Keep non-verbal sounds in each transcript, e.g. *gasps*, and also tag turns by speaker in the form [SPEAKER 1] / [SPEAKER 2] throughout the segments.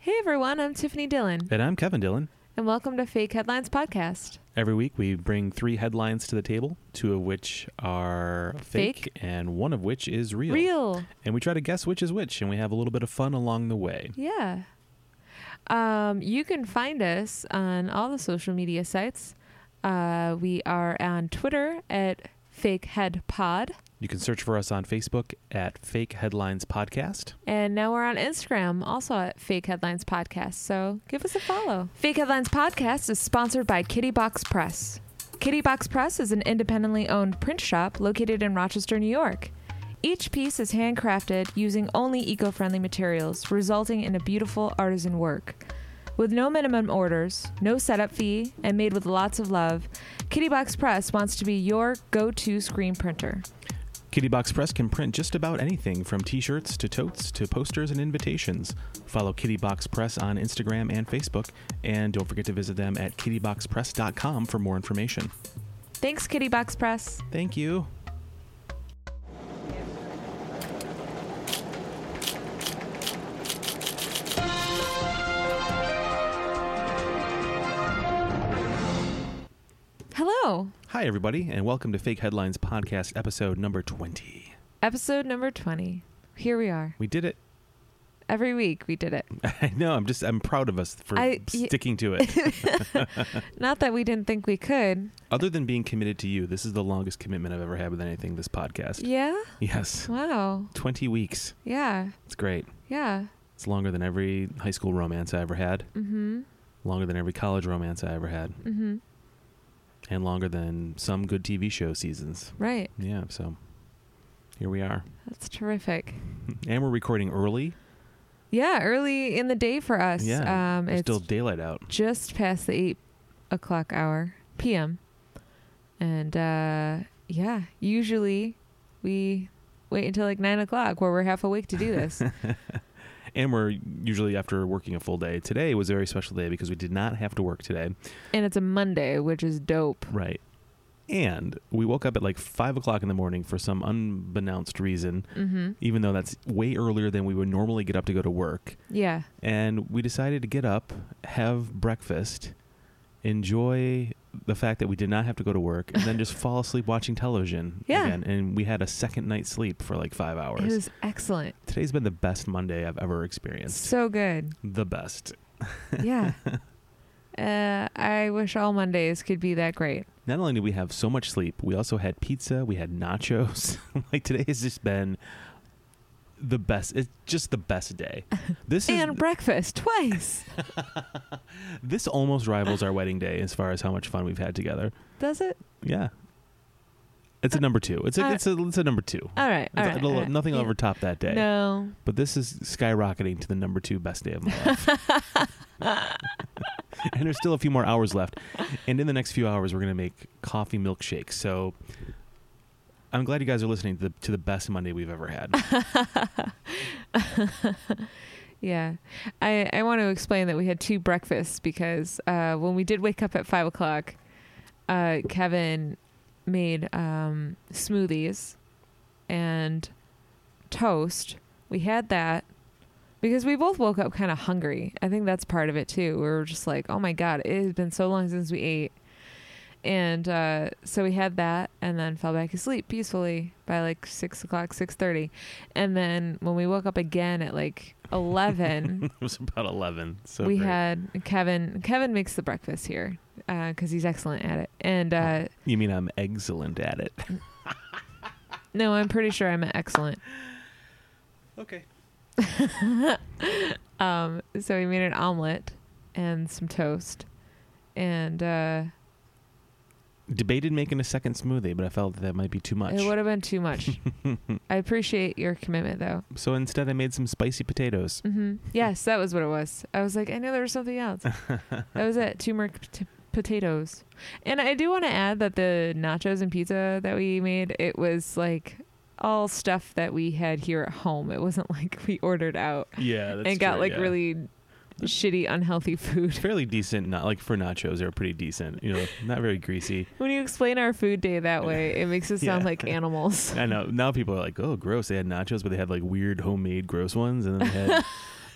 [SPEAKER 1] Hey everyone, I'm Tiffany Dillon,
[SPEAKER 2] And I'm Kevin Dillon.
[SPEAKER 1] and welcome to Fake Headlines Podcast.
[SPEAKER 2] Every week we bring three headlines to the table, two of which are fake,
[SPEAKER 1] Fake.
[SPEAKER 2] and one of which is real.
[SPEAKER 1] Real,
[SPEAKER 2] And we try to guess which is which, and we have a little bit of fun along the way.
[SPEAKER 1] yeah. Um, you can find us on all the social media sites. Uh, we are on Twitter at Fake Head Pod,
[SPEAKER 2] You can search for us on Facebook at Fake Headlines Podcast.
[SPEAKER 1] and now we're on Instagram, also at Fake Headlines Podcast. So give us a follow. Fake Headlines Podcast is sponsored by Kitty Box Press. Kitty Box Press is an independently owned print shop located in Rochester, New York. Each piece is handcrafted using only eco friendly materials, resulting in a beautiful artisan work. With no minimum orders, no setup fee, and made with lots of love, Kitty Box Press wants to be your go to screen printer.
[SPEAKER 2] Kitty Box Press can print just about anything from t shirts to totes to posters and invitations. Follow Kitty Box Press on Instagram and Facebook, and don't forget to visit them at kittyboxpress.com for more information.
[SPEAKER 1] Thanks, Kitty Box Press.
[SPEAKER 2] Thank you.
[SPEAKER 1] Hello,
[SPEAKER 2] Hi, everybody, and welcome to Fake Headlines Podcast, episode number 20.
[SPEAKER 1] episode number 20. Here we are.
[SPEAKER 2] We did it. *laughs*
[SPEAKER 1] Every week we did it.
[SPEAKER 2] I know. I'm just, I'm proud of us for
[SPEAKER 1] I- y-
[SPEAKER 2] sticking to
[SPEAKER 1] *laughs*
[SPEAKER 2] it.
[SPEAKER 1] Not that we didn't think we could.
[SPEAKER 2] Other than being committed to you, this is the longest commitment I've ever had with anything this podcast.
[SPEAKER 1] Yeah?
[SPEAKER 2] Yes.
[SPEAKER 1] Wow.
[SPEAKER 2] 20 weeks.
[SPEAKER 1] Yeah.
[SPEAKER 2] It's great.
[SPEAKER 1] Yeah.
[SPEAKER 2] It's longer than every high school romance I ever had,
[SPEAKER 1] Mm-hmm.
[SPEAKER 2] longer than every college romance I ever had,
[SPEAKER 1] Mm-hmm.
[SPEAKER 2] and longer than some good TV show seasons.
[SPEAKER 1] Right.
[SPEAKER 2] Yeah, so here we are. *laughs*
[SPEAKER 1] That's terrific.
[SPEAKER 2] And we're recording early.
[SPEAKER 1] Yeah, early in the day for us.
[SPEAKER 2] Yeah.
[SPEAKER 1] Um,
[SPEAKER 2] There's
[SPEAKER 1] it's
[SPEAKER 2] still daylight out.
[SPEAKER 1] just past the eight o'clock hour p.m. And uh, yeah, usually we wait until like nine o'clock where we're half awake to do this.
[SPEAKER 2] And we're usually after working a full day. Today was a very special day because we did not have to work today.
[SPEAKER 1] and it's a Monday, which is dope.
[SPEAKER 2] Right. And we woke up at like five o'clock in the morning for some unbeknownst reason,
[SPEAKER 1] Mm-hmm.
[SPEAKER 2] even though that's way earlier than we would normally get up to go to work.
[SPEAKER 1] Yeah.
[SPEAKER 2] And we decided to get up, have breakfast, enjoy the fact that we did not have to go to work, and
[SPEAKER 1] *laughs*
[SPEAKER 2] then just fall asleep watching television
[SPEAKER 1] Yeah.
[SPEAKER 2] again. And we had a second night's sleep for like five hours.
[SPEAKER 1] It was excellent.
[SPEAKER 2] Today's been the best Monday I've ever experienced.
[SPEAKER 1] So good.
[SPEAKER 2] The best. *laughs*
[SPEAKER 1] Yeah. uh, I wish all Mondays could be that great.
[SPEAKER 2] Not only did we have so much sleep, we also had pizza, we had nachos. *laughs* like today has just been the best. It's just the
[SPEAKER 1] *laughs*
[SPEAKER 2] best day. This is
[SPEAKER 1] and breakfast twice.
[SPEAKER 2] this almost rivals our wedding day as far as how much fun we've had together.
[SPEAKER 1] Does it?
[SPEAKER 2] Yeah. It's a number 2. It's a
[SPEAKER 1] Uh,
[SPEAKER 2] it's a it's a number 2.
[SPEAKER 1] All right. All
[SPEAKER 2] It's-
[SPEAKER 1] right,
[SPEAKER 2] it'll-
[SPEAKER 1] all right.
[SPEAKER 2] Nothing will
[SPEAKER 1] Yeah.
[SPEAKER 2] ever top that day.
[SPEAKER 1] No. *laughs*
[SPEAKER 2] But this is skyrocketing to the number 2 best day of my life.
[SPEAKER 1] *laughs*
[SPEAKER 2] and there's still a few more hours left. And in the next few hours, we're going to make coffee milkshakes. So I'm glad you guys are listening to the, to the best Monday we've ever
[SPEAKER 1] *laughs*
[SPEAKER 2] had. *laughs*
[SPEAKER 1] Yeah. I, I want to explain that we had two breakfasts because uh, when we did wake up at five o'clock, uh, Kevin made um, smoothies and toast. We had that because we both woke up kind of hungry. I think that's part of it too. We were just like, oh my God, it has been so long since we ate. And uh, so we had that and then fell back asleep peacefully by like six o'clock, six thirty. And then when we woke up again at like
[SPEAKER 2] *laughs*
[SPEAKER 1] eleven
[SPEAKER 2] it was about 11. So
[SPEAKER 1] we
[SPEAKER 2] great.
[SPEAKER 1] had Kevin. Kevin makes the breakfast here because he's excellent at it. And
[SPEAKER 2] Oh.
[SPEAKER 1] uh,
[SPEAKER 2] You mean I'm excellent at it?
[SPEAKER 1] no, I'm pretty sure I'm excellent.
[SPEAKER 2] Okay.
[SPEAKER 1] *laughs* Um, so we made an omelet and some toast, and uh,
[SPEAKER 2] Debated making a second smoothie, but I felt that, that might be too much.
[SPEAKER 1] it would have been too
[SPEAKER 2] *laughs*
[SPEAKER 1] much. I appreciate your commitment, though.
[SPEAKER 2] So instead, I made some
[SPEAKER 1] *laughs*
[SPEAKER 2] spicy potatoes.
[SPEAKER 1] hmm Yes, that was what it was. I was like, I know there was something
[SPEAKER 2] *laughs*
[SPEAKER 1] else. that was it. Turmeric pot- potatoes, and I do want to add that the nachos and pizza that we made, it was like all stuff that we had here at home. It wasn't *laughs* like we ordered out
[SPEAKER 2] Yeah. That's
[SPEAKER 1] and got like really shitty, unhealthy food. *laughs*
[SPEAKER 2] Fairly decent, not like for nachos, they're pretty decent. You know, not very greasy.
[SPEAKER 1] When you explain our food day
[SPEAKER 2] *laughs*
[SPEAKER 1] that way, it makes us sound
[SPEAKER 2] Yeah.
[SPEAKER 1] like
[SPEAKER 2] *laughs*
[SPEAKER 1] animals. *laughs*
[SPEAKER 2] I know now people are like, oh, gross. They had nachos, but they had like weird homemade gross ones, and then they had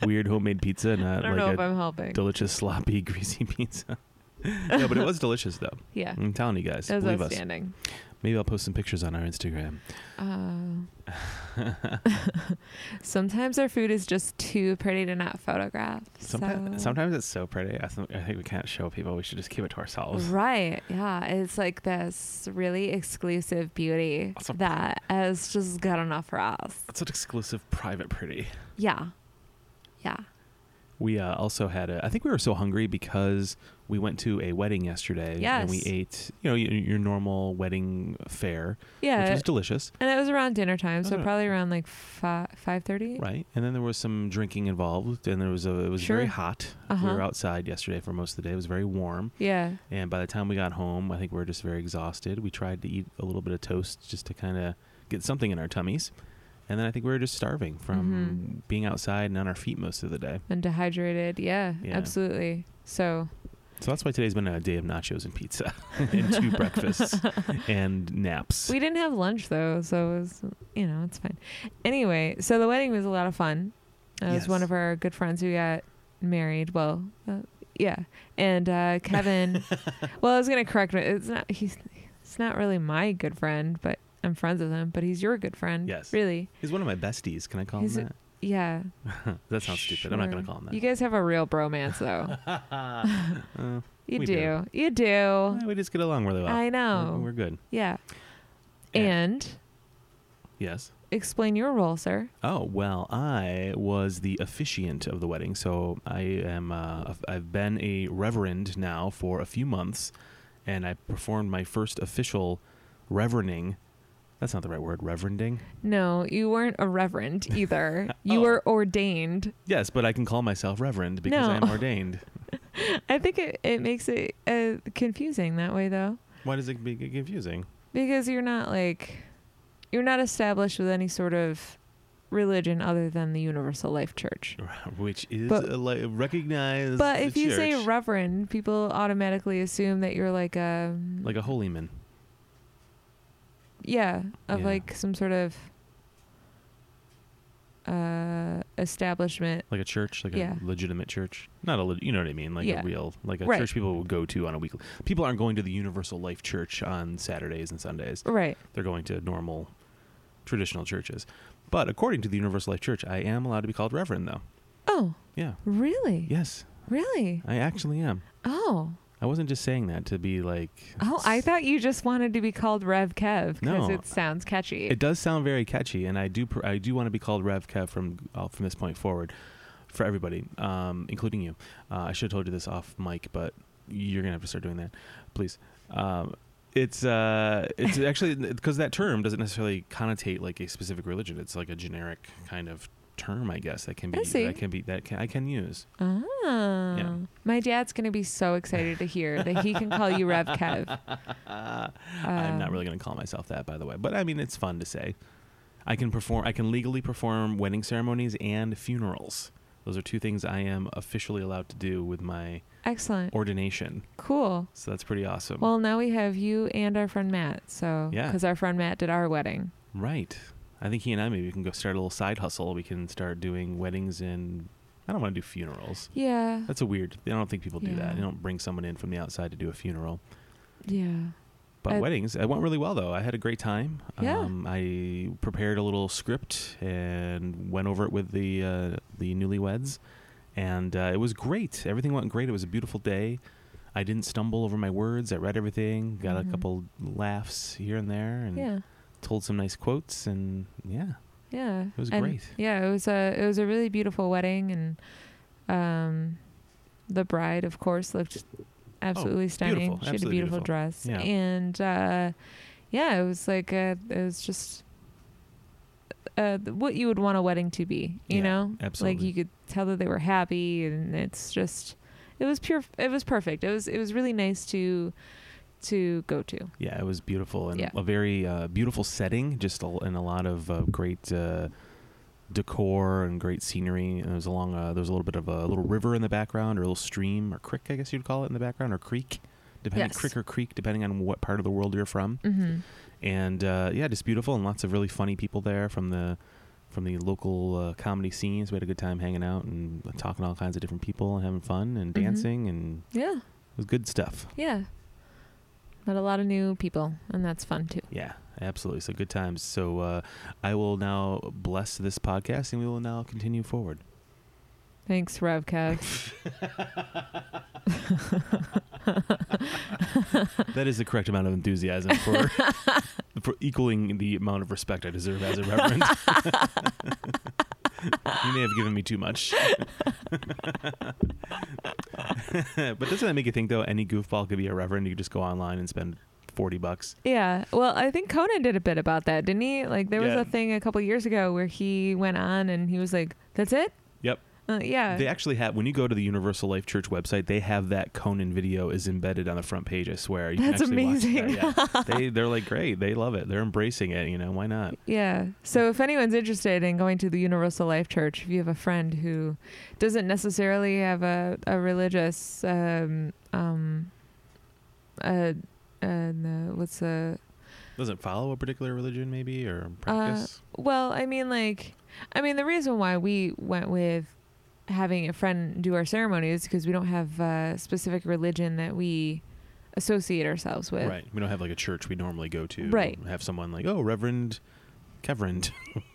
[SPEAKER 2] weird homemade pizza,
[SPEAKER 1] I
[SPEAKER 2] not
[SPEAKER 1] don't know
[SPEAKER 2] like
[SPEAKER 1] if
[SPEAKER 2] a
[SPEAKER 1] I'm helping.
[SPEAKER 2] delicious, sloppy, *laughs* greasy pizza. no, but it was
[SPEAKER 1] *laughs*
[SPEAKER 2] delicious though.
[SPEAKER 1] yeah.
[SPEAKER 2] I'm telling you guys,
[SPEAKER 1] That was
[SPEAKER 2] believe us.
[SPEAKER 1] outstanding.
[SPEAKER 2] Maybe I'll post some pictures on our Instagram. *laughs*
[SPEAKER 1] Uh, sometimes our food is just too pretty to not photograph.
[SPEAKER 2] Sometimes,
[SPEAKER 1] so-
[SPEAKER 2] sometimes it's so pretty. I, th- I think we can't show people. We should just keep it to ourselves.
[SPEAKER 1] Right. Yeah. It's like this really exclusive beauty
[SPEAKER 2] Awesome.
[SPEAKER 1] that is just good enough for us.
[SPEAKER 2] That's an exclusive private pretty.
[SPEAKER 1] Yeah. Yeah.
[SPEAKER 2] We uh, also had a. I think we were so hungry because we went to a wedding yesterday and we
[SPEAKER 1] Yes.
[SPEAKER 2] ate, you know, your, your normal wedding fare, which
[SPEAKER 1] Yeah.
[SPEAKER 2] was delicious,
[SPEAKER 1] And it was around dinner time, so
[SPEAKER 2] Uh-huh.
[SPEAKER 1] probably around like five five thirty.
[SPEAKER 2] right? And then there was some drinking involved, and there was a. It was very
[SPEAKER 1] Sure.
[SPEAKER 2] hot. We
[SPEAKER 1] Uh-huh.
[SPEAKER 2] were outside yesterday for most of the day. It was very warm,
[SPEAKER 1] Yeah.
[SPEAKER 2] and by the time we got home, I think we were just very exhausted. We tried to eat a little bit of toast just to kind of get something in our tummies, and then I think we were just starving from
[SPEAKER 1] Mm-hmm.
[SPEAKER 2] being outside and on our feet most of the day.
[SPEAKER 1] And dehydrated. Yeah,
[SPEAKER 2] Yeah.
[SPEAKER 1] Absolutely. So
[SPEAKER 2] So that's why today's been a day of nachos
[SPEAKER 1] *laughs*
[SPEAKER 2] and pizza and two breakfasts and naps.
[SPEAKER 1] we didn't have lunch though, so it was you know, it's fine. Anyway, so the wedding was a lot of fun. It was
[SPEAKER 2] Yes.
[SPEAKER 1] one of our good friends who got married. Well, uh, yeah. And
[SPEAKER 2] *laughs*
[SPEAKER 1] uh, Kevin Well, I was going to correct me. It's not he's it's not really my good friend, but I'm friends with him, but he's your good friend.
[SPEAKER 2] Yes.
[SPEAKER 1] Really.
[SPEAKER 2] He's one of my besties. Can I call
[SPEAKER 1] He's a-
[SPEAKER 2] him
[SPEAKER 1] Yeah.
[SPEAKER 2] that? *laughs* that sounds stupid. I'm not going to
[SPEAKER 1] Sure.
[SPEAKER 2] call him
[SPEAKER 1] You *laughs*
[SPEAKER 2] *laughs*
[SPEAKER 1] guys have a real bromance though.
[SPEAKER 2] that. Uh,
[SPEAKER 1] You
[SPEAKER 2] We
[SPEAKER 1] do.
[SPEAKER 2] do.
[SPEAKER 1] You do.
[SPEAKER 2] we just get along really well.
[SPEAKER 1] I
[SPEAKER 2] We're-
[SPEAKER 1] know.
[SPEAKER 2] We're, good.
[SPEAKER 1] yeah.
[SPEAKER 2] And-
[SPEAKER 1] And
[SPEAKER 2] Yes.
[SPEAKER 1] explain your role, sir.
[SPEAKER 2] Oh, well, I was the officiant of the wedding. So I am, uh, I've been a reverend now for a few months, and I performed my first official reverending. That's not the right word, reverending.
[SPEAKER 1] No, you weren't a reverend
[SPEAKER 2] *laughs*
[SPEAKER 1] either. You
[SPEAKER 2] Oh.
[SPEAKER 1] were ordained.
[SPEAKER 2] Yes, but I can call myself reverend because I am
[SPEAKER 1] No. *laughs*
[SPEAKER 2] ordained.
[SPEAKER 1] I think it, it makes it uh, confusing that way, though,
[SPEAKER 2] Why does it be confusing?
[SPEAKER 1] because you're not like, you're not established with any sort of religion other than the Universal Life Church.
[SPEAKER 2] *laughs* Which is
[SPEAKER 1] But-
[SPEAKER 2] a, like recognized.
[SPEAKER 1] But if you say
[SPEAKER 2] church,
[SPEAKER 1] reverend, people automatically assume that you're like a,
[SPEAKER 2] like a holy man,
[SPEAKER 1] yeah, of
[SPEAKER 2] Yeah.
[SPEAKER 1] like some sort of uh establishment
[SPEAKER 2] like a church, like
[SPEAKER 1] Yeah.
[SPEAKER 2] a legitimate church, not a, leg- you know what I mean, like
[SPEAKER 1] Yeah.
[SPEAKER 2] a real, like a
[SPEAKER 1] Right.
[SPEAKER 2] church people will go to on a weekly. People aren't going to the Universal Life Church on Saturdays and Sundays.
[SPEAKER 1] right
[SPEAKER 2] They're going to normal, traditional churches. But according to the Universal Life Church, I am allowed to be called reverend, though.
[SPEAKER 1] oh
[SPEAKER 2] Yeah.
[SPEAKER 1] really
[SPEAKER 2] Yes,
[SPEAKER 1] really
[SPEAKER 2] I actually am.
[SPEAKER 1] oh
[SPEAKER 2] I wasn't just saying that to be like.
[SPEAKER 1] Oh, I thought you just wanted to be called Rev Kev because
[SPEAKER 2] No.
[SPEAKER 1] it sounds catchy.
[SPEAKER 2] It does sound very catchy, and I do pr- I do want to be called Rev Kev from uh, from this point forward for everybody, um, including you. Uh, I should have told you this off mic, but you're gonna have to start doing that, please. Um, it's uh,
[SPEAKER 1] *laughs*
[SPEAKER 2] it's actually because that term doesn't necessarily connotate like a specific religion. It's like a generic kind of term, I guess that can
[SPEAKER 1] I
[SPEAKER 2] be
[SPEAKER 1] see.
[SPEAKER 2] that can be that can, I can use.
[SPEAKER 1] ah. My dad's going to be so excited to hear that he can call you Rev Kev.
[SPEAKER 2] *laughs* I'm not
[SPEAKER 1] Um,
[SPEAKER 2] really gonna call myself that, by the way, but I mean it's fun to say. I can perform. I can legally perform wedding ceremonies and funerals. Those are two things I am officially allowed to do with my
[SPEAKER 1] Excellent.
[SPEAKER 2] ordination.
[SPEAKER 1] Cool.
[SPEAKER 2] So that's pretty awesome.
[SPEAKER 1] Well, now we have you and our friend Matt. So,
[SPEAKER 2] Yeah.
[SPEAKER 1] because our friend Matt did our wedding.
[SPEAKER 2] right. I think he and I maybe can go start a little side hustle. We can start doing weddings and I don't want to do funerals.
[SPEAKER 1] Yeah.
[SPEAKER 2] That's a weird. I don't think people do that.
[SPEAKER 1] Yeah.
[SPEAKER 2] They don't bring someone in from the outside to do a funeral.
[SPEAKER 1] Yeah.
[SPEAKER 2] But
[SPEAKER 1] Uh,
[SPEAKER 2] weddings, it went really well though. I had a great time.
[SPEAKER 1] Yeah.
[SPEAKER 2] Um, I prepared a little script and went over it with the uh, the newlyweds, and uh, it was great. Everything went great. It was a beautiful day. I didn't stumble over my words. I read everything. Got a
[SPEAKER 1] Mhm.
[SPEAKER 2] couple laughs here and there, and
[SPEAKER 1] Yeah.
[SPEAKER 2] told some nice quotes. And yeah,
[SPEAKER 1] Yeah.
[SPEAKER 2] it was
[SPEAKER 1] And-
[SPEAKER 2] great.
[SPEAKER 1] Yeah, it was a it was a really beautiful wedding and um the bride of course looked absolutely stunning.
[SPEAKER 2] Oh, beautiful,
[SPEAKER 1] She had a
[SPEAKER 2] absolutely
[SPEAKER 1] beautiful,
[SPEAKER 2] beautiful.
[SPEAKER 1] dress.
[SPEAKER 2] Yeah.
[SPEAKER 1] And uh yeah, it was like uh it was just uh, th- what you would want a wedding to be, you
[SPEAKER 2] Yeah,
[SPEAKER 1] know? Like
[SPEAKER 2] absolutely.
[SPEAKER 1] you could tell that they were happy and it's just it was pure it was perfect. It was it was really nice to to go to.
[SPEAKER 2] Yeah, it was beautiful and
[SPEAKER 1] Yeah.
[SPEAKER 2] a very uh, beautiful setting, just a, and a lot of uh, great uh, decor and great scenery. And it was along uh, there was a little bit of a little river in the background, or a little stream or creek, I guess you'd call it in the background, or creek, depending
[SPEAKER 1] Yes.
[SPEAKER 2] creek or creek, depending on what part of the world you're from.
[SPEAKER 1] Mhm.
[SPEAKER 2] And uh, yeah, just beautiful and lots of really funny people there from the from the local uh, comedy scenes. We had a good time hanging out and talking to all kinds of different people and having fun and
[SPEAKER 1] Mhm.
[SPEAKER 2] dancing, and
[SPEAKER 1] Yeah.
[SPEAKER 2] it was good stuff.
[SPEAKER 1] Yeah. Met a lot of new people, and that's fun too.
[SPEAKER 2] Yeah, absolutely. So good times. So uh, I will now bless this podcast, and we will now continue forward.
[SPEAKER 1] Thanks, Revcag.
[SPEAKER 2] That is the correct amount of enthusiasm for, for equaling the amount of respect I deserve as a reverend. *laughs* you may have given me too much. *laughs* but doesn't that make you think, though, any goofball could be a reverend? You could just go online and spend 40 bucks.
[SPEAKER 1] *laughs* Yeah. Well, I think Conan did a bit about that, didn't he? Like there
[SPEAKER 2] Yeah.
[SPEAKER 1] was a thing a couple years ago where he went on and he was like, "That's it."
[SPEAKER 2] Yep.
[SPEAKER 1] Uh, yeah.
[SPEAKER 2] They actually have, when you go to the Universal Life Church website, they have that Conan video is embedded on the front page, I swear. You
[SPEAKER 1] That's
[SPEAKER 2] can actually
[SPEAKER 1] amazing.
[SPEAKER 2] Watch that, yeah.
[SPEAKER 1] *laughs*
[SPEAKER 2] they, they're like, great. They love it. They're embracing it. You know, why not?
[SPEAKER 1] yeah. So if anyone's interested in going to the Universal Life Church, if you have a friend who doesn't necessarily have a a religious um um uh, and uh, what's the
[SPEAKER 2] Doesn't follow a particular religion, maybe,
[SPEAKER 1] Uh,
[SPEAKER 2] or practice?
[SPEAKER 1] Well, I mean, like, I mean, the reason why we went with having a friend do our ceremony is because we don't have a specific religion that we associate ourselves with.
[SPEAKER 2] Right. We don't have like a church we normally go to.
[SPEAKER 1] Right.
[SPEAKER 2] Have someone like, oh, Reverend Keverend,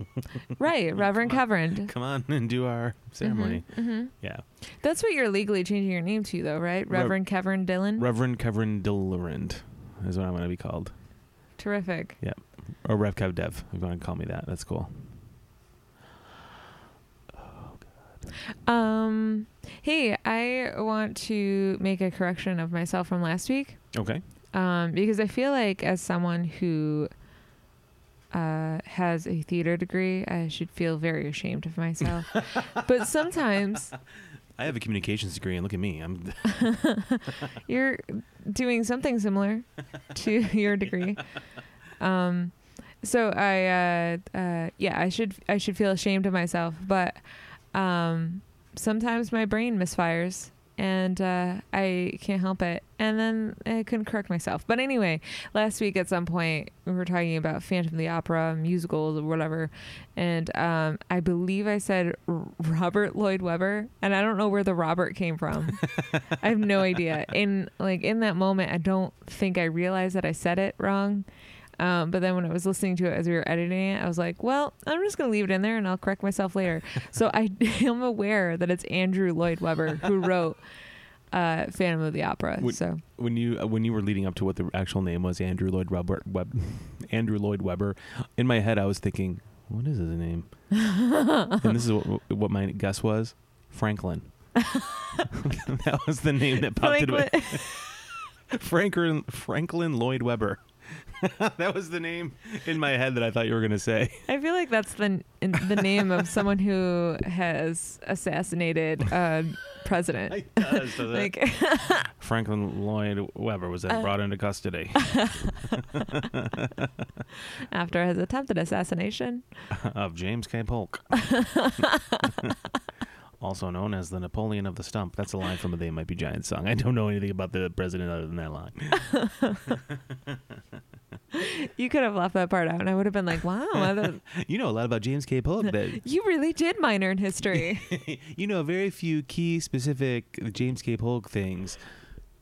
[SPEAKER 1] *laughs* Right, Reverend Mm-hmm. Coverand.
[SPEAKER 2] *laughs* Mm-hmm. come on and do our ceremony.
[SPEAKER 1] hmm
[SPEAKER 2] Yeah.
[SPEAKER 1] That's what you're legally changing your name to, though, right?
[SPEAKER 2] Rev-
[SPEAKER 1] Reverend Coverand Dillon.
[SPEAKER 2] Reverend Keverend Dillerend is what I'm going to be called.
[SPEAKER 1] Terrific.
[SPEAKER 2] Or Rev Kev Dev. If you want to call me that, that's cool.
[SPEAKER 1] Um, hey, I want to make a correction of myself from last week.
[SPEAKER 2] Okay.
[SPEAKER 1] um, because I feel like as someone who uh, has a theater degree, I should feel very ashamed of myself. but sometimes
[SPEAKER 2] I have a communications degree, and look at me. I'm
[SPEAKER 1] you're doing something similar to your degree. Um, so I, uh, uh, yeah, I should I should feel ashamed of myself, but um, sometimes my brain misfires and uh, I can't help it. And then I couldn't correct myself. But anyway, last week at some point we were talking about Phantom of the Opera musicals or whatever, and um, I believe I said R- Robert Lloyd Webber, and I don't know where the Robert came from. I have no idea. In like in that moment, I don't think I realized that I said it wrong. Um, but then when I was listening to it as we were editing it, I was like, "Well, I'm just gonna leave it in there and I'll correct myself later." so I *laughs* am aware that it's Andrew Lloyd Webber who wrote uh, Phantom of the Opera.
[SPEAKER 2] Would-
[SPEAKER 1] so
[SPEAKER 2] when you uh, when you were leading up to what the actual name was, Andrew Lloyd Webber. Web, *laughs* Andrew Lloyd Webber. In my head, I was thinking, what is his name? and this is what, what my guess was: Franklin. *laughs* that was the name that popped into
[SPEAKER 1] Franklin,
[SPEAKER 2] *laughs* Franklin Franklin Lloyd Webber. *laughs* that was the name in my head that I thought you were going to say.
[SPEAKER 1] *laughs* I feel like that's the in, the name of someone who has assassinated a president.
[SPEAKER 2] It does, doesn't it?
[SPEAKER 1] Like,
[SPEAKER 2] Franklin Lloyd Webber was then
[SPEAKER 1] Uh,
[SPEAKER 2] brought into custody.
[SPEAKER 1] after his attempted assassination.
[SPEAKER 2] of James
[SPEAKER 1] *laughs*
[SPEAKER 2] K. Polk, also known as the Napoleon of the Stump. That's a line from a They Might Be Giants song. I don't know anything about the president other than that line.
[SPEAKER 1] You could have left that part out, and I would have been like, "Wow, I thought-
[SPEAKER 2] You know a lot about James K. Polk.
[SPEAKER 1] *laughs*
[SPEAKER 2] That
[SPEAKER 1] you really did minor in
[SPEAKER 2] *laughs*
[SPEAKER 1] history."
[SPEAKER 2] you know very few key specific James K. Polk things.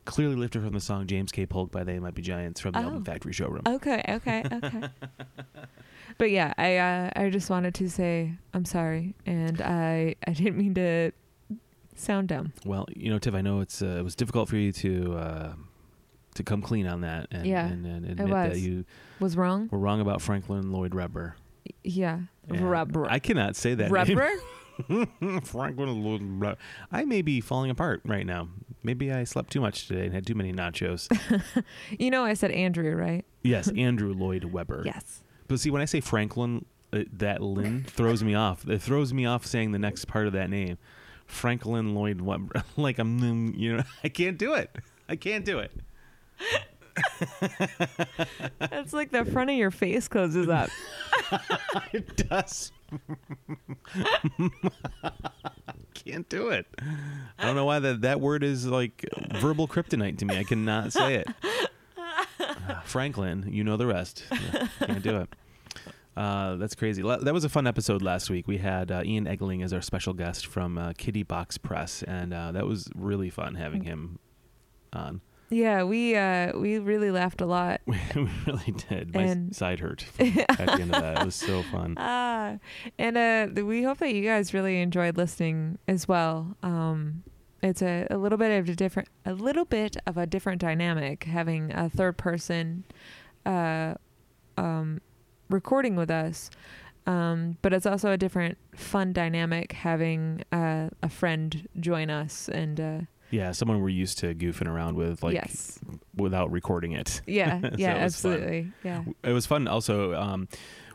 [SPEAKER 2] Clearly lifted from the song James K. Polk by They Might Be Giants from the
[SPEAKER 1] Oh.
[SPEAKER 2] Album Factory showroom.
[SPEAKER 1] okay, okay,
[SPEAKER 2] *laughs*
[SPEAKER 1] okay. But yeah, I uh, I just wanted to say I'm sorry, and I I didn't mean to sound dumb.
[SPEAKER 2] Well, you know, Tiff, I know it's uh, it was difficult for you to uh, to come clean on that and,
[SPEAKER 1] Yeah,
[SPEAKER 2] and, and admit that
[SPEAKER 1] was.
[SPEAKER 2] you
[SPEAKER 1] Was wrong?
[SPEAKER 2] were wrong about Franklin Lloyd Webber.
[SPEAKER 1] Yeah,
[SPEAKER 2] And
[SPEAKER 1] rubber.
[SPEAKER 2] I cannot say that. name. *laughs*
[SPEAKER 1] rubber.
[SPEAKER 2] Franklin Lloyd Webber. I may be falling apart right now. Maybe I slept too much today and had too many nachos.
[SPEAKER 1] You know, I said Andrew, right?
[SPEAKER 2] yes, Andrew Lloyd Webber.
[SPEAKER 1] Yes.
[SPEAKER 2] But see, when I say Franklin, uh, that Lynn throws me off. It throws me off saying the next part of that name, Franklin Lloyd Webber. *laughs* like I'm, mm, you know, *laughs* I can't do it. I can't do it.
[SPEAKER 1] It's like the front of your face closes
[SPEAKER 2] *laughs*
[SPEAKER 1] up.
[SPEAKER 2] It does. *laughs* can't do it. I don't know why that that word is like verbal kryptonite to me. I cannot say it. Ah, Franklin, you know the rest. Yeah, Can't do it. Uh, that's crazy. La- That was a fun episode last week. We had uh, Ian Egling as our special guest from uh, Kitty Box Press, and uh, that was really fun having him on. *laughs*
[SPEAKER 1] Yeah, we uh, we really laughed a lot.
[SPEAKER 2] we really did. My s-
[SPEAKER 1] And-
[SPEAKER 2] side hurt from- at the end of that. It was so *laughs* fun.
[SPEAKER 1] Ah, and uh, th- we hope that you guys really enjoyed listening as well. Um, it's a, a little bit of a different, a little bit of a different dynamic having a third person, uh, um, recording with us. Um, but it's also a different fun dynamic having uh, a friend join us and uh,
[SPEAKER 2] Yeah, someone we're used to goofing around with, like
[SPEAKER 1] yes,
[SPEAKER 2] without recording it.
[SPEAKER 1] yeah,
[SPEAKER 2] *laughs* So
[SPEAKER 1] yeah,
[SPEAKER 2] it was fun.
[SPEAKER 1] absolutely, yeah.
[SPEAKER 2] It was fun. Also, um,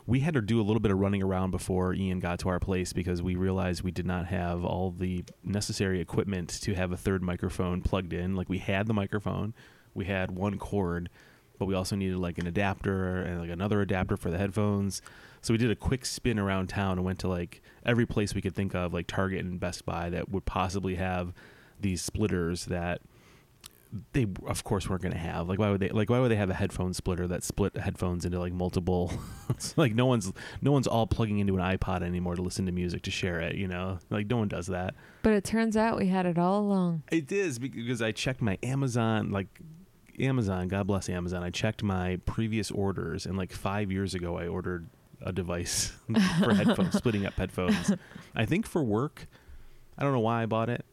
[SPEAKER 2] we had to do a little bit of running around before Ian got to our place because we realized we did not have all the necessary equipment to have a third microphone plugged in. Like we had the microphone, we had one cord, but we also needed like an adapter and like another adapter for the headphones. So we did a quick spin around town and went to like every place we could think of, like Target and Best Buy, that would possibly have these splitters that they of course weren't going to have like why would they like why would they have a headphone splitter that split headphones into like multiple *laughs* it's like no one's no one's all plugging into an iPod anymore to listen to music to share it you know like no one does that
[SPEAKER 1] But it turns out we had it all along.
[SPEAKER 2] it is because I checked my Amazon like Amazon God bless Amazon I checked my previous orders and like 5 years ago I ordered a device *laughs* for headphones splitting up headphones I think for work I don't know why I bought it,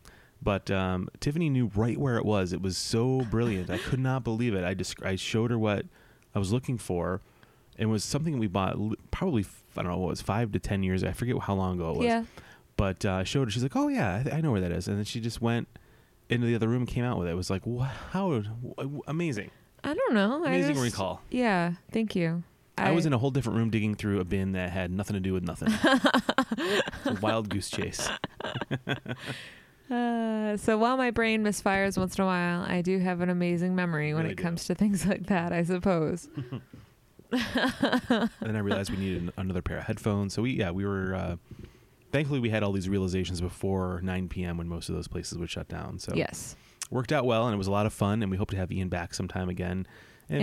[SPEAKER 2] but um, Tiffany knew right where it was. It was so brilliant. I could not believe it. I desc- I showed her what I was looking for. It was something we bought l- probably f- I don't know what it was five to ten years. I forget how long ago it was.
[SPEAKER 1] Yeah,
[SPEAKER 2] But uh, I showed her. She's like, "Oh yeah, I, th- I know where that is." And then she just went into the other room, and came out with it. It was like, "Wow, w- w- amazing,
[SPEAKER 1] I don't know. I
[SPEAKER 2] amazing
[SPEAKER 1] just-
[SPEAKER 2] recall."
[SPEAKER 1] Yeah, thank you.
[SPEAKER 2] I, was in a whole different room digging through a bin that had nothing to do with nothing. It's a wild goose chase.
[SPEAKER 1] Uh, so while my brain misfires once in a while, I do have an amazing memory when
[SPEAKER 2] Really
[SPEAKER 1] it
[SPEAKER 2] do.
[SPEAKER 1] comes to things *laughs* like that, I suppose.
[SPEAKER 2] And then I realized we needed an- another pair of headphones. So we, yeah, we were. Uh, thankfully, we had all these realizations before 9 p.m. when most of those places would shut down. *laughs* So
[SPEAKER 1] Yes.
[SPEAKER 2] worked out well, and it was a lot of fun. And we hope to have Ian back sometime again. And,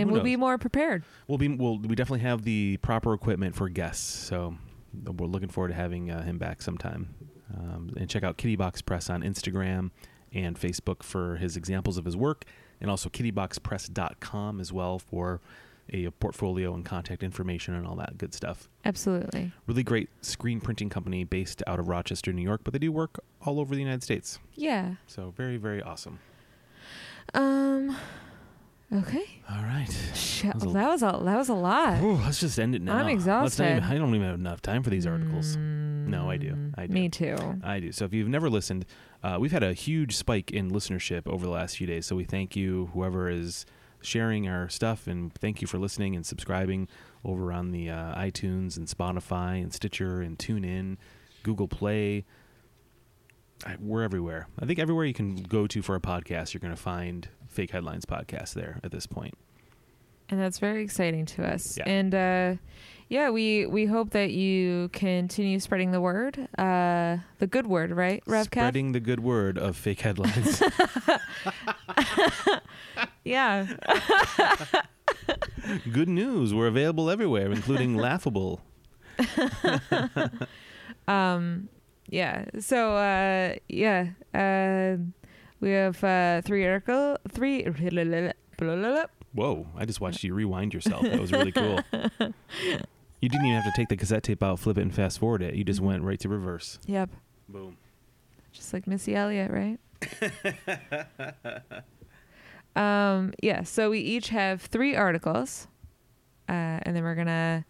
[SPEAKER 1] And,
[SPEAKER 2] who
[SPEAKER 1] we'll
[SPEAKER 2] knows?
[SPEAKER 1] be more prepared.
[SPEAKER 2] we'll be we'll we definitely have the proper equipment for guests. So we're looking forward to having uh, him back sometime. Um, and check out Kitty Box Press on Instagram and Facebook for his examples of his work, and also kittyboxpress.com as well for a portfolio and contact information and all that good stuff
[SPEAKER 1] Absolutely.
[SPEAKER 2] really great screen printing company based out of Rochester, New York, but they do work all over the United States.
[SPEAKER 1] Yeah.
[SPEAKER 2] So very, very awesome.
[SPEAKER 1] Um. Okay.
[SPEAKER 2] All right.
[SPEAKER 1] Sh-
[SPEAKER 2] was a-
[SPEAKER 1] That was a that was a lot.
[SPEAKER 2] Ooh, let's just end it now.
[SPEAKER 1] Uh, I'm
[SPEAKER 2] Let's not even-
[SPEAKER 1] exhausted.
[SPEAKER 2] I don't even have enough time for these articles.
[SPEAKER 1] No,
[SPEAKER 2] I do. I do.
[SPEAKER 1] Mm, Me too.
[SPEAKER 2] I do. So if you've never listened, uh, we've had a huge spike in listenership over the last few days. So we thank you, whoever is sharing our stuff, and thank you for listening and subscribing over on the uh, iTunes and Spotify and Stitcher and TuneIn, Google Play. I, we're everywhere. I think everywhere you can go to for a podcast, you're going to find Fake Headlines podcast there at this point.
[SPEAKER 1] and that's very exciting to us
[SPEAKER 2] Yeah.
[SPEAKER 1] and uh yeah we we hope that you continue spreading the word uh the good word right Revcat?
[SPEAKER 2] Spreading the good word of Fake Headlines.
[SPEAKER 1] yeah
[SPEAKER 2] good news. We're available everywhere, including Laughable.
[SPEAKER 1] um yeah so uh yeah uh we have uh three article three *laughs*
[SPEAKER 2] Whoa, I just watched you rewind yourself. That was really
[SPEAKER 1] *laughs*
[SPEAKER 2] cool. You didn't even have to take the cassette tape out, flip it, and fast forward it. You just
[SPEAKER 1] Mm-hmm.
[SPEAKER 2] went right to reverse.
[SPEAKER 1] yep
[SPEAKER 2] Boom.
[SPEAKER 1] just like Missy Elliott, right? um, yeah. So we each have three articles, uh, and then we're gonna